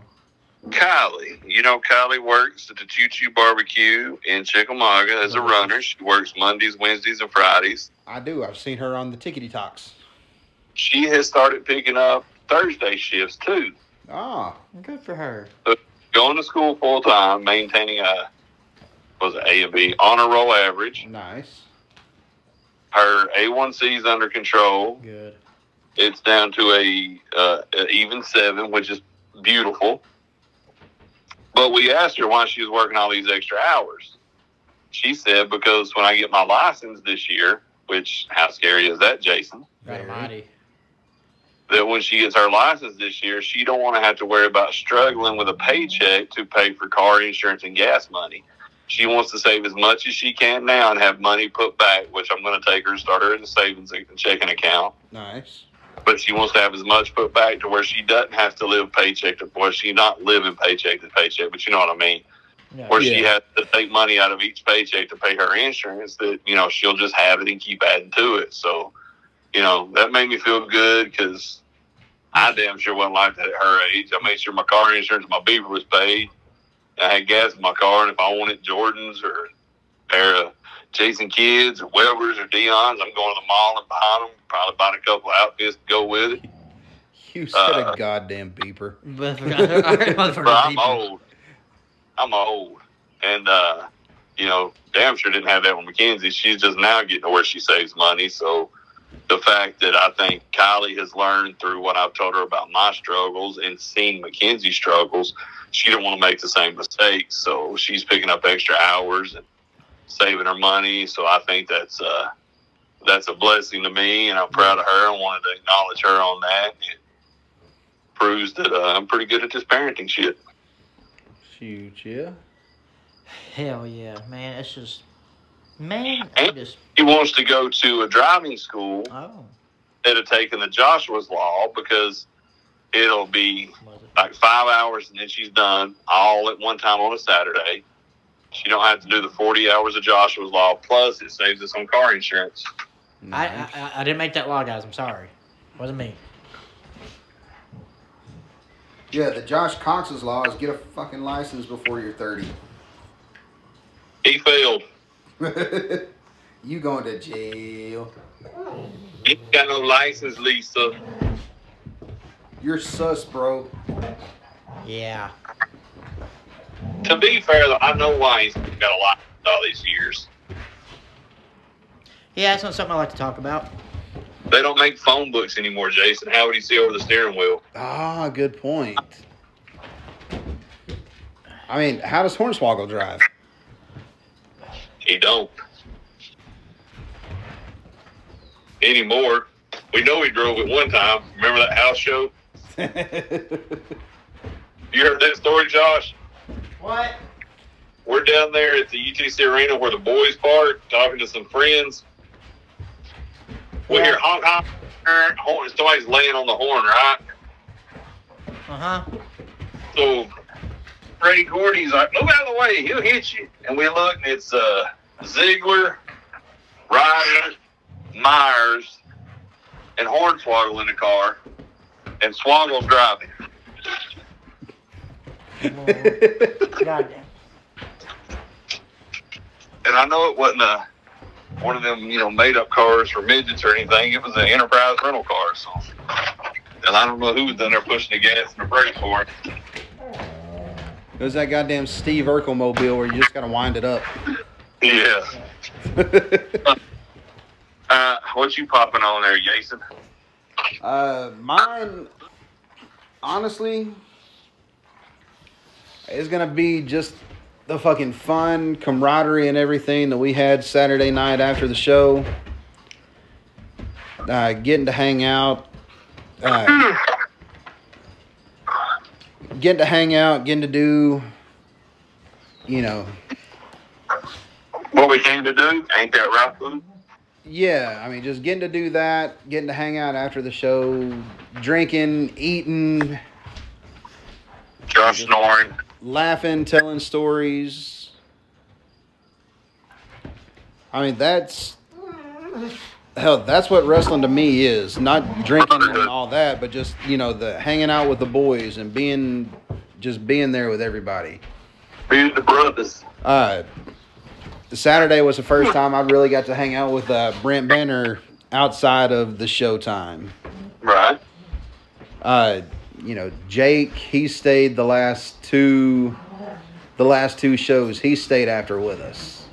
[SPEAKER 3] Kylie. You know, Kylie works at the Choo Choo Barbecue in Chickamauga as a runner. She works Mondays, Wednesdays, and Fridays.
[SPEAKER 1] I do. I've seen her on the Tickety Talks.
[SPEAKER 3] She has started picking up Thursday shifts too.
[SPEAKER 1] Ah,
[SPEAKER 2] Good for her.
[SPEAKER 3] So going to school full time, maintaining a was it A and B honor roll average.
[SPEAKER 1] nice.
[SPEAKER 3] Her A1C is under control.
[SPEAKER 2] Good.
[SPEAKER 3] It's down to a, uh, a even seven, which is beautiful. But we asked her why she was working all these extra hours. She said, "Because when I get my license this year, which how scary is that, Jason?
[SPEAKER 2] God almighty.
[SPEAKER 3] That when she gets her license this year, she don't want to have to worry about struggling with a paycheck to pay for car insurance and gas money. She wants to save as much as she can now and have money put back, which I'm going to take her and start her in a savings and checking account."
[SPEAKER 1] Nice.
[SPEAKER 3] but she wants to have as much put back to where she doesn't have to live paycheck to where she's not living paycheck to paycheck, but you know what I mean.
[SPEAKER 2] Yeah.
[SPEAKER 3] Where she
[SPEAKER 1] Yeah.
[SPEAKER 3] has to take money out of each paycheck to pay her insurance that, you know, she'll just have it and keep adding to it. So, you know, that made me feel good because I damn sure wasn't like that at her age. I made sure my car insurance, my beaver was paid. I had gas in my car, and if I wanted Jordans or a pair of Jason Kids or Webbers or Dion's, I'm going to the mall and buying them, probably buying a couple outfits to go with it.
[SPEAKER 1] You said
[SPEAKER 3] Uh,
[SPEAKER 1] a goddamn beeper.
[SPEAKER 2] Motherfucker. All right, motherfucker,
[SPEAKER 3] Bro, I'm
[SPEAKER 2] deep.
[SPEAKER 3] old. I'm old. And, uh, you know, damn sure didn't have that with Mackenzie. She's just now getting to where she saves money. So the fact that I think Kylie has learned through what I've told her about my struggles and seeing Mackenzie's struggles, she didn't want to make the same mistakes. So she's picking up extra hours and saving her money. So I think that's, uh, that's a blessing to me, and I'm proud of her. I wanted to acknowledge her on that. It proves that uh, I'm pretty good at this parenting shit.
[SPEAKER 1] Huge, yeah.
[SPEAKER 2] Hell yeah, man. It's just. Man, I
[SPEAKER 3] And-
[SPEAKER 2] just.
[SPEAKER 3] he wants to go to a driving school
[SPEAKER 2] Oh.
[SPEAKER 3] instead of taking the Joshua's Law because it'll be
[SPEAKER 2] Was it?
[SPEAKER 3] like five hours and then she's done all at one time on a Saturday. She don't have to do the forty hours of Joshua's Law. Plus, it saves us on car insurance.
[SPEAKER 2] I,
[SPEAKER 1] Nice.
[SPEAKER 2] I, I- I didn't make that law, guys. I'm sorry. Wasn't me.
[SPEAKER 7] Yeah, the Josh Cox's law is get a fucking license before you're 30.
[SPEAKER 3] He failed.
[SPEAKER 7] you going to jail.
[SPEAKER 3] He got no license, Lisa.
[SPEAKER 7] You're sus, bro.
[SPEAKER 2] Yeah.
[SPEAKER 3] To be fair, though, I know why he's got a license all these years.
[SPEAKER 2] Yeah, that's not something I like to talk about.
[SPEAKER 3] They don't make phone books anymore, Jason. How would he see over the steering wheel?
[SPEAKER 1] ah, good point. I mean, how does Hornswoggle drive?
[SPEAKER 3] He don't. Anymore. We know he drove it one time. Remember that house show? You heard that story, Josh?
[SPEAKER 2] What?
[SPEAKER 3] We're down there at the UTC Arena where the boys park, talking to some friends. We hear honk honk, er, horn. Somebody's laying on the horn, right?
[SPEAKER 2] Uh huh.
[SPEAKER 3] So Freddie Gordy's like, move out of the way, he'll hit you. And we look, and it's uh, Ziegler, Ryder, Myers, and Hornswoggle in the car, and Swaggle's driving.
[SPEAKER 2] Goddamn.
[SPEAKER 3] And I know it wasn't a one of them, you know, made up cars for midgets or anything. It was an Enterprise rental car. So, and I don't know who was down there pushing the gas and the brake for it.
[SPEAKER 1] It was that goddamn Steve Urkel mobile where you just gotta wind it up.
[SPEAKER 3] Yeah. Uh, what you popping on there, Jason?
[SPEAKER 1] uh, mine, honestly, is gonna be just the fucking fun, camaraderie, and everything that we had Saturday night after the show. Uh, getting to hang out. Uh, getting to hang out, getting to do, you know,
[SPEAKER 3] What we came to do? Ain't that right, food?
[SPEAKER 1] Yeah, I mean, just getting to do that, getting to hang out after the show, drinking, eating,
[SPEAKER 3] Josh snoring.
[SPEAKER 1] laughing, telling stories. I mean, that's hell. That's what wrestling to me is. Not drinking and all that, but just you know, the hanging out with the boys and being, just being there with everybody.
[SPEAKER 3] Be the brothers.
[SPEAKER 1] Uh, Saturday was the first time I really got to hang out with uh, Brent Banner outside of the show time.
[SPEAKER 3] Right.
[SPEAKER 1] uh, you know, Jake, he stayed the last two, the last two shows he stayed after with us.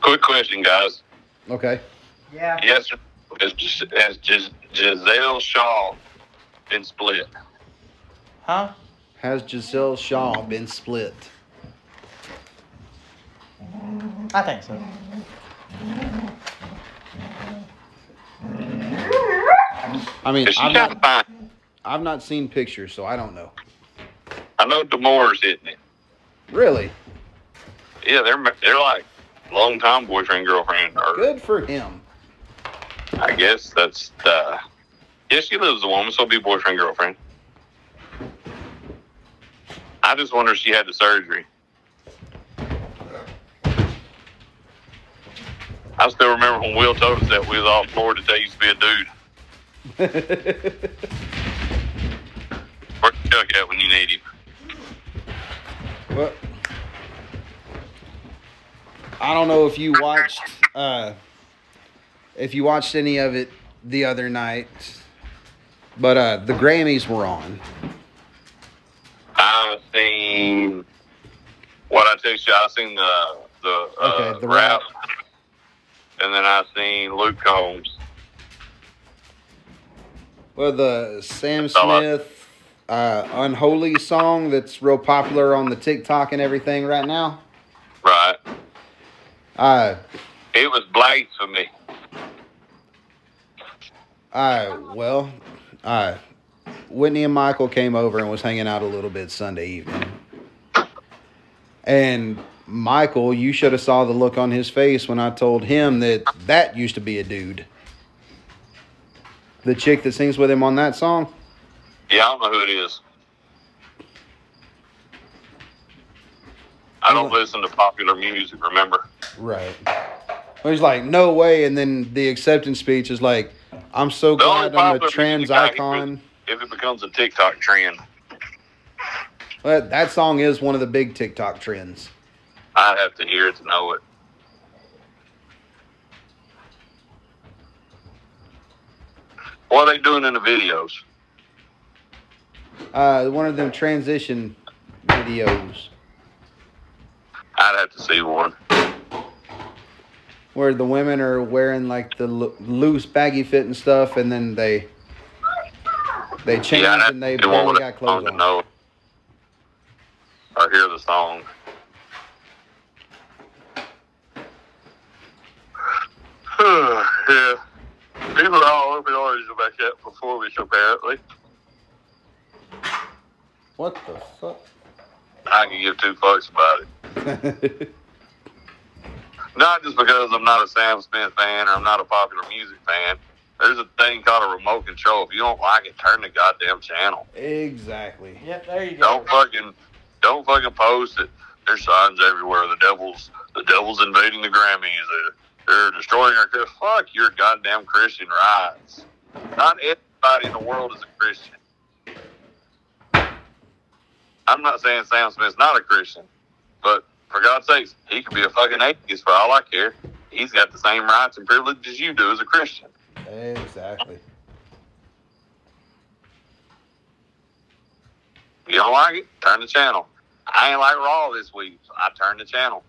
[SPEAKER 3] Quick question, guys.
[SPEAKER 1] Okay.
[SPEAKER 2] Yeah.
[SPEAKER 3] Yes, sir. Has Gis- has Gis- Giselle Shaw been split?
[SPEAKER 2] Huh?
[SPEAKER 1] Has Giselle Shaw been split?
[SPEAKER 2] I think so.
[SPEAKER 1] I mean,
[SPEAKER 3] 'Cause she
[SPEAKER 1] I've
[SPEAKER 3] kind of
[SPEAKER 1] not,
[SPEAKER 3] fine.
[SPEAKER 1] I've not seen pictures, so I don't know.
[SPEAKER 3] I know Demore's hitting it.
[SPEAKER 1] Really?
[SPEAKER 3] Yeah, they're ma- they're like long time boyfriend girlfriend. Or
[SPEAKER 1] Good for him.
[SPEAKER 3] I guess that's the. Yeah, she lives with a woman, so it'll be boyfriend girlfriend. I just wonder if she had the surgery. I still remember when Will told us that we was all floored that they used to be a dude. Where's Chuck at when you need him?
[SPEAKER 1] Well, I don't know if you watched uh, if you watched any of it the other night, but uh, the Grammys were on.
[SPEAKER 3] I've seen what I text you. I seen the the uh,
[SPEAKER 1] Okay, the
[SPEAKER 3] rap,
[SPEAKER 1] rap.
[SPEAKER 3] and then I seen Luke Combs.
[SPEAKER 1] Well, the Sam
[SPEAKER 3] That's all I-
[SPEAKER 1] Smith uh, "Unholy" song that's real popular on the TikTok and everything right now.
[SPEAKER 3] Right,
[SPEAKER 1] Uh,
[SPEAKER 3] it was blasphemy.
[SPEAKER 1] uh, well, uh, Whitney and Michael came over and was hanging out a little bit Sunday evening. And Michael, you should have saw the look on his face when I told him that that used to be a dude. The chick that sings with him on that song.
[SPEAKER 3] Yeah, I don't know who it is. I don't
[SPEAKER 1] Well-
[SPEAKER 3] listen to popular music. Remember?
[SPEAKER 1] Right. He's like, no way. And then the acceptance speech is like, I'm so
[SPEAKER 3] The only
[SPEAKER 1] glad I'm a
[SPEAKER 3] popular
[SPEAKER 1] trans
[SPEAKER 3] music I hear
[SPEAKER 1] icon.
[SPEAKER 3] is if it becomes a TikTok trend,
[SPEAKER 1] But that song is one of the big TikTok trends.
[SPEAKER 3] I have to hear it to know it. What are they doing in the videos?
[SPEAKER 1] Uh, one of them transition videos
[SPEAKER 3] I'd have to see one.
[SPEAKER 1] where the women are wearing like the lo- loose baggy fit and stuff, and then they they change
[SPEAKER 3] yeah, I'd have
[SPEAKER 1] and they
[SPEAKER 3] to see one
[SPEAKER 1] barely
[SPEAKER 3] with
[SPEAKER 1] got
[SPEAKER 3] a song
[SPEAKER 1] clothes
[SPEAKER 3] to
[SPEAKER 1] on.
[SPEAKER 3] know. Or hear the song. yeah. People are all open arms about that performance, apparently.
[SPEAKER 1] What the fuck?
[SPEAKER 3] I can give two fucks about it. Not just because I'm not a Sam Smith fan or I'm not a popular music fan. There's a thing called a remote control. If you don't like it, turn the goddamn channel.
[SPEAKER 1] exactly.
[SPEAKER 2] Yep, there you go.
[SPEAKER 3] Don't fucking, don't fucking post it. There's signs everywhere. The devil's, the devil's invading the Grammys. They're, they're destroying our. Chris- Fuck your goddamn Christian rights. Not everybody in the world is a Christian. I'm not saying Sam Smith's not a Christian, but for God's sakes, he could be a fucking atheist for all I care. He's got the same rights and privileges you do as a Christian.
[SPEAKER 1] Exactly.
[SPEAKER 3] You don't like it? Turn the channel. I ain't like Raw this week. So I turned the channel.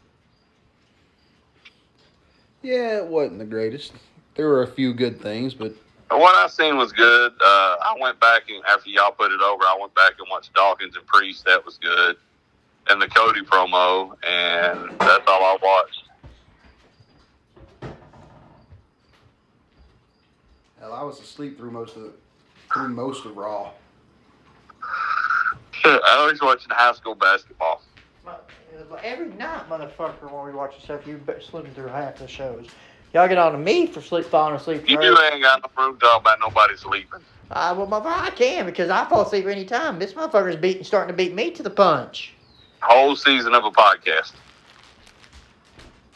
[SPEAKER 1] Yeah, it wasn't the greatest. There were a few good things, but
[SPEAKER 3] What I seen was good. Uh, I went back and after y'all put it over, I went back and watched Dawkins and Priest. That was good, and the Cody promo, and that's all I watched.
[SPEAKER 7] Hell, I was asleep through most of through most of Raw.
[SPEAKER 3] I was watching high school basketball.
[SPEAKER 2] Every night, motherfucker, when we watch this stuff, you be- slipping through half the shows. Y'all get on to me for sleep falling asleep.
[SPEAKER 3] You
[SPEAKER 2] early.
[SPEAKER 3] do ain't got no room to talk about nobody sleeping.
[SPEAKER 2] Uh, well, motherfucker, I can because I fall asleep any time. This motherfucker's beating, starting to beat me to the punch.
[SPEAKER 3] Whole season of a podcast.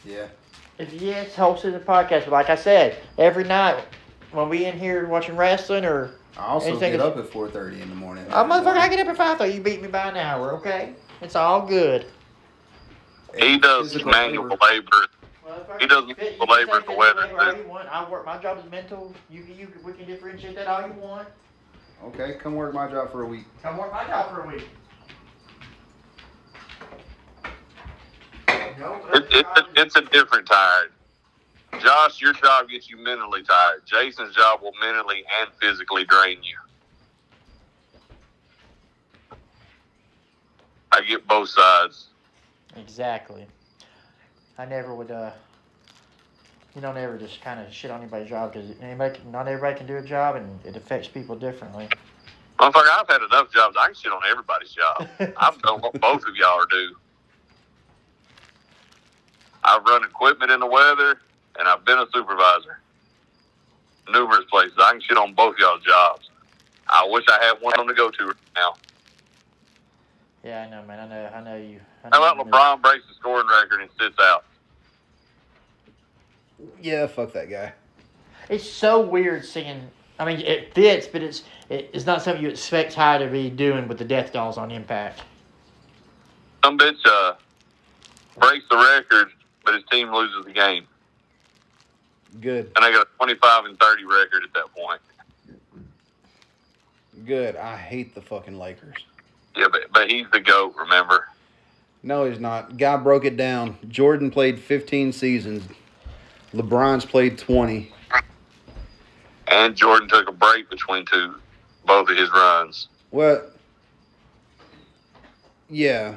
[SPEAKER 7] Yeah.
[SPEAKER 2] If yes, whole season podcast. But like I said, every night when we in here watching wrestling or
[SPEAKER 7] I also
[SPEAKER 2] Anything
[SPEAKER 7] get
[SPEAKER 2] is-
[SPEAKER 7] up at four thirty in the morning.
[SPEAKER 2] oh motherfucker, I get up at five thirty. You beat me by an hour, okay? It's all good.
[SPEAKER 3] He does
[SPEAKER 7] Physical
[SPEAKER 3] manual
[SPEAKER 7] labor.
[SPEAKER 3] labor.
[SPEAKER 2] Motherfucker,
[SPEAKER 3] He doesn't
[SPEAKER 2] you fit- you
[SPEAKER 3] belabor
[SPEAKER 2] can say
[SPEAKER 3] the weather,
[SPEAKER 2] physical labor all
[SPEAKER 3] too.
[SPEAKER 2] you want. I work. My job is mental. You, can- you, can- we can differentiate that all you want.
[SPEAKER 7] Okay, come work my job for a week.
[SPEAKER 2] Come work my job for a week. No
[SPEAKER 3] It,
[SPEAKER 2] other
[SPEAKER 3] it,
[SPEAKER 2] job is-
[SPEAKER 3] it's a different tired. Josh, your job gets you mentally tired. Jason's job will mentally and physically drain you. I get both sides.
[SPEAKER 2] Exactly. I never would. uh You don't ever just kind of shit on anybody's job because anybody, can- not everybody can do a job, and it affects people differently.
[SPEAKER 3] Motherfucker, I've had enough jobs. I can shit on everybody's job. I've done what both of y'all are do. I've run equipment in the weather, and I've been a supervisor. Numerous places. I can shit on both y'all's jobs. I wish I had one of them to go to right now.
[SPEAKER 2] Yeah, I know, man. I know. I know you. I know
[SPEAKER 3] How about
[SPEAKER 2] you do.
[SPEAKER 3] LeBron breaks the scoring record and sits out?
[SPEAKER 1] Yeah, fuck that guy.
[SPEAKER 2] It's so weird singing. I mean, it fits, but it's it, it's not something you expect Ty to be doing with the Death Dolls on Impact.
[SPEAKER 3] Some bitch uh, breaks the record, but his team loses the game,
[SPEAKER 1] Good,
[SPEAKER 3] and they got a twenty-five and thirty record at that point.
[SPEAKER 1] good. I hate the fucking Lakers.
[SPEAKER 3] Yeah, but but he's the goat. Remember,
[SPEAKER 1] No, he's not. Guy broke it down. Jordan played 15 seasons. LeBron's played 20.
[SPEAKER 3] and Jordan took a break between two, both of his runs.
[SPEAKER 1] Well, yeah,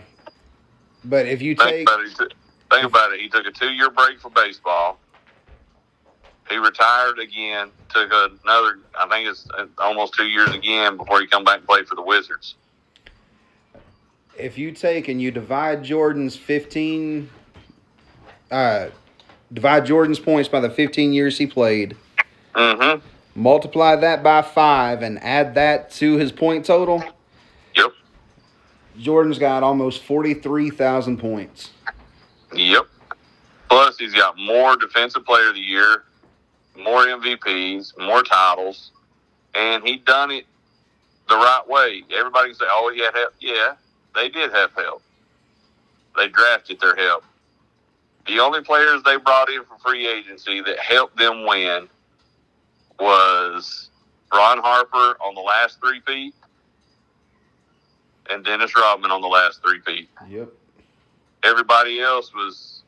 [SPEAKER 1] but if you
[SPEAKER 3] Think
[SPEAKER 1] take
[SPEAKER 3] about it. he took- Think about it. He took a two-year break for baseball. He retired again. Took another. I think it's uh, almost two years again before he come back and played for the Wizards.
[SPEAKER 1] if you take and you divide Jordan's 15, uh, divide Jordan's points by the 15 years he played,
[SPEAKER 3] Mm-hmm.
[SPEAKER 1] multiply that by five, and add that to his point total.
[SPEAKER 3] Yep.
[SPEAKER 1] Jordan's got almost 43,000 points.
[SPEAKER 3] Yep. Plus, he's got more Defensive Player of the Year, more MVPs, more titles, and he done it the right way. Everybody can say, "Oh, he had help." Yeah, they did have help. They drafted their help. The only players they brought in for free agency that helped them win was Ron Harper on the last three feet and Dennis Rodman on the last three feet
[SPEAKER 1] Yep.
[SPEAKER 3] everybody else was,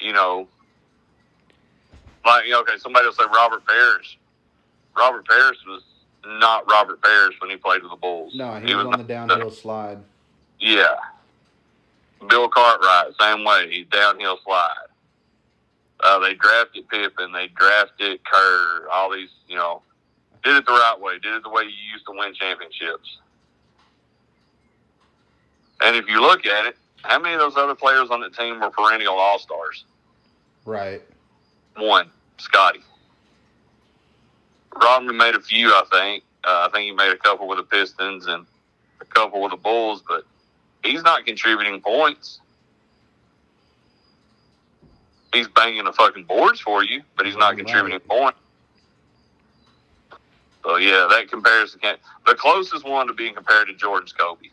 [SPEAKER 3] you know, like you know, okay, somebody will say Robert Parrish. Robert Parrish was not Robert Parrish when he played with the Bulls.
[SPEAKER 1] No, he was on the downhill slide.
[SPEAKER 3] Yeah. Bill Cartwright, same way. He's downhill slide. Uh, they drafted Pippen. They drafted Kerr. All these, you know, did it the right way. Did it the way you used to win championships. And if you look at it, how many of those other players on the team were perennial All Stars?
[SPEAKER 1] Right.
[SPEAKER 3] One, Scotty. Rodman made a few, I think. Uh, I think he made a couple with the Pistons and a couple with the Bulls, but he's not contributing points. He's banging the fucking boards for you, but he's not
[SPEAKER 1] Right.
[SPEAKER 3] contributing points. So yeah, that comparison can the closest one to being compared to Jordan's Kobe.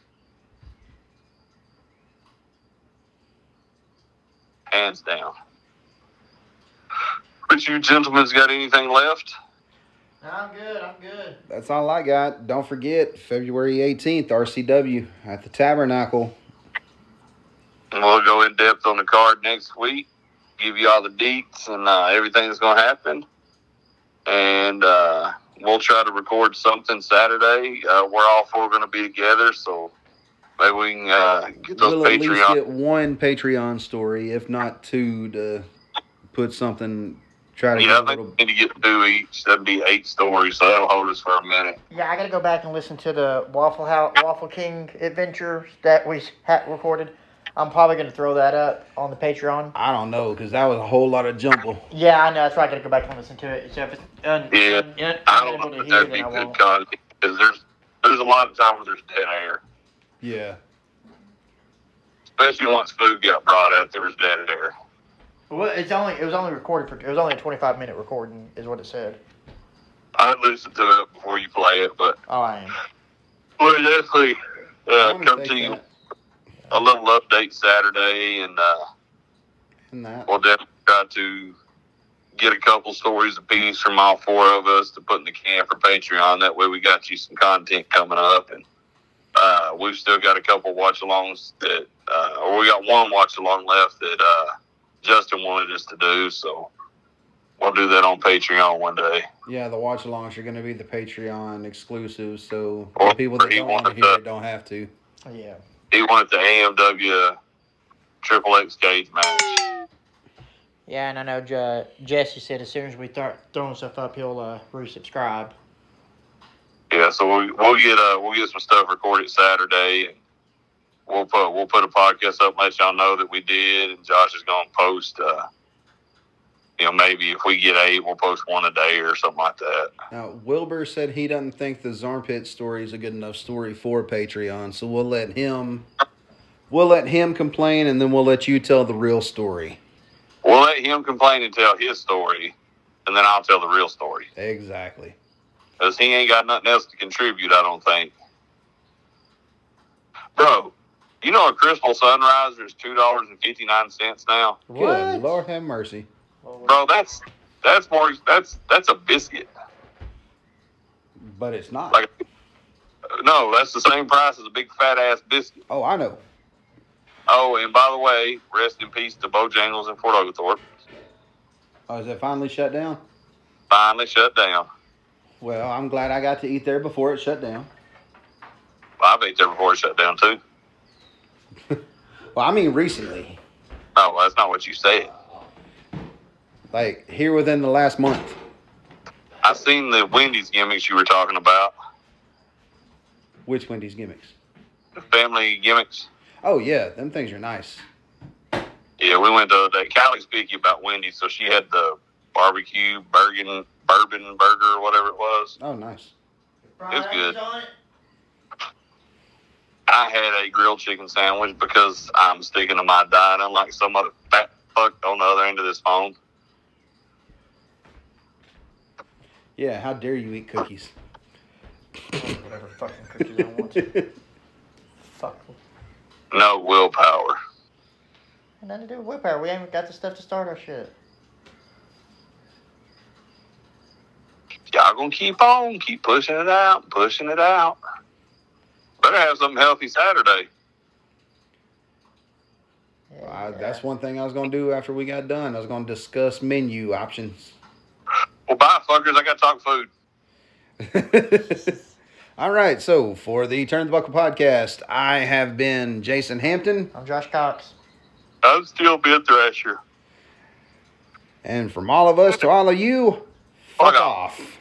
[SPEAKER 3] Hands down. But you gentlemen's got anything left?
[SPEAKER 2] I'm good. I'm good.
[SPEAKER 1] That's all I got. Don't forget February 18th, RCW at the Tabernacle.
[SPEAKER 3] And we'll go in depth on the card next week, give you all the deets and uh, everything that's going to happen. And uh, we'll try to record something Saturday. Uh, we're all four going to be together, so maybe we can uh, get those
[SPEAKER 1] We'll at least
[SPEAKER 3] Patreon.
[SPEAKER 1] get one Patreon story, if not two, to put something. Try to
[SPEAKER 3] Yeah,
[SPEAKER 1] get a
[SPEAKER 3] I think
[SPEAKER 1] little.
[SPEAKER 3] we need to get two each. That'd be eight stories, so that'll hold us for a minute.
[SPEAKER 2] Yeah, I gotta go back and listen to the Waffle House, Waffle King adventures that we had recorded. I'm probably gonna throw that up on the Patreon.
[SPEAKER 1] I don't know, because that was a whole lot of jumble.
[SPEAKER 2] Yeah, I know. That's why I gotta go back and listen to it. So if it's un-
[SPEAKER 3] Yeah,
[SPEAKER 2] un- un-
[SPEAKER 3] I don't
[SPEAKER 2] unable
[SPEAKER 3] know
[SPEAKER 2] to
[SPEAKER 3] if
[SPEAKER 2] hear,
[SPEAKER 3] that'd
[SPEAKER 2] then
[SPEAKER 3] be
[SPEAKER 2] I
[SPEAKER 3] good
[SPEAKER 2] won't.
[SPEAKER 3] content because there's, there's a lot of times there's dead air,
[SPEAKER 1] Yeah.
[SPEAKER 3] especially once food got brought up. There was dead air.
[SPEAKER 2] Well, it's only it was only recorded for it was only a 25 minute recording is what it said.
[SPEAKER 3] I listened to it before you play it, but
[SPEAKER 2] Oh, I am.
[SPEAKER 3] Well, definitely
[SPEAKER 1] I
[SPEAKER 3] uh,
[SPEAKER 1] wanna
[SPEAKER 3] come
[SPEAKER 1] take
[SPEAKER 3] to you
[SPEAKER 1] that
[SPEAKER 3] a little update Saturday, and uh,
[SPEAKER 1] and that.
[SPEAKER 3] we'll definitely try to get a couple stories apiece from all four of us to put in the can for Patreon. That way, we got you some content coming up, and uh, we've still got a couple watch alongs that, uh, or we got one watch along left that uh, Justin wanted us to do. So we'll do that on Patreon one day.
[SPEAKER 1] Yeah, the watch alongs are going to be the Patreon exclusives, so
[SPEAKER 3] Or-
[SPEAKER 1] the people that
[SPEAKER 3] or he
[SPEAKER 1] don't want to
[SPEAKER 3] wanted
[SPEAKER 1] hear
[SPEAKER 3] to-
[SPEAKER 1] it don't have to.
[SPEAKER 2] Yeah.
[SPEAKER 3] He wanted the AMW Triple X cage match.
[SPEAKER 2] Yeah, and I know J- Jesse said as soon as we start throwing stuff up, he'll uh, resubscribe.
[SPEAKER 3] Yeah, so we, we'll get uh, we'll get some stuff recorded Saturday, and we'll put we'll put a podcast up, let y'all know that we did, and Josh is going to post. Uh, you know, maybe if we get eight, we'll post one a day or something like that.
[SPEAKER 1] Now, Wilbur said he doesn't think the Zarmpit story is a good enough story for Patreon, so we'll let him we'll let him complain and then we'll let you tell the real story.
[SPEAKER 3] We'll let him complain and tell his story, and then I'll tell the real story
[SPEAKER 1] Exactly.
[SPEAKER 3] because he ain't got nothing else to contribute. I don't think, bro. You know, a crystal sunriser is two dollars and fifty nine cents now,
[SPEAKER 1] Good Lord have mercy.
[SPEAKER 3] bro. That's that's more that's that's a biscuit.
[SPEAKER 1] But it's not.
[SPEAKER 3] Like, no, that's the same price as a big fat ass biscuit.
[SPEAKER 1] oh, I know.
[SPEAKER 3] Oh, and by the way, rest in peace to Bojangles and Fort Oglethorpe.
[SPEAKER 1] Oh, is it finally shut down?
[SPEAKER 3] Finally shut down.
[SPEAKER 1] Well, I'm glad I got to eat there before it shut down.
[SPEAKER 3] Well, I've ate there before it shut down too.
[SPEAKER 1] Well, I mean recently.
[SPEAKER 3] Oh, well, that's not what you said.
[SPEAKER 1] Like here within the last month.
[SPEAKER 3] I seen the Wendy's gimmicks you were talking about,
[SPEAKER 1] Which Wendy's gimmicks?
[SPEAKER 3] the family gimmicks.
[SPEAKER 1] Oh yeah, them things are nice.
[SPEAKER 3] Yeah, we went to that. Callie speaking about Wendy's, so she had the barbecue bourbon bourbon burger or whatever it was.
[SPEAKER 1] Oh nice.
[SPEAKER 3] It's good. I had a grilled chicken sandwich because I'm sticking to my diet, unlike some other fat fuck on the other end of this phone.
[SPEAKER 1] Yeah, how dare you eat cookies?
[SPEAKER 2] Whatever fucking cookies I want. Fuck.
[SPEAKER 3] No willpower.
[SPEAKER 2] Nothing to do with willpower. We haven't got the stuff to start our shit.
[SPEAKER 3] Y'all gonna keep on, keep pushing it out, pushing it out. Better have something healthy Saturday.
[SPEAKER 2] Yeah,
[SPEAKER 1] I, that's one thing I was gonna do after we got done. I was gonna discuss menu options.
[SPEAKER 3] Well, bye, fuckers. I gotta talk food.
[SPEAKER 1] All right, so for the Turn the Buckle podcast, I have been Jason Hampton,
[SPEAKER 2] I'm Josh Cox.
[SPEAKER 3] I'm still Bid Thrasher.
[SPEAKER 1] and from all of us to all of you,
[SPEAKER 3] Fuck
[SPEAKER 1] fuck
[SPEAKER 3] off.
[SPEAKER 1] off.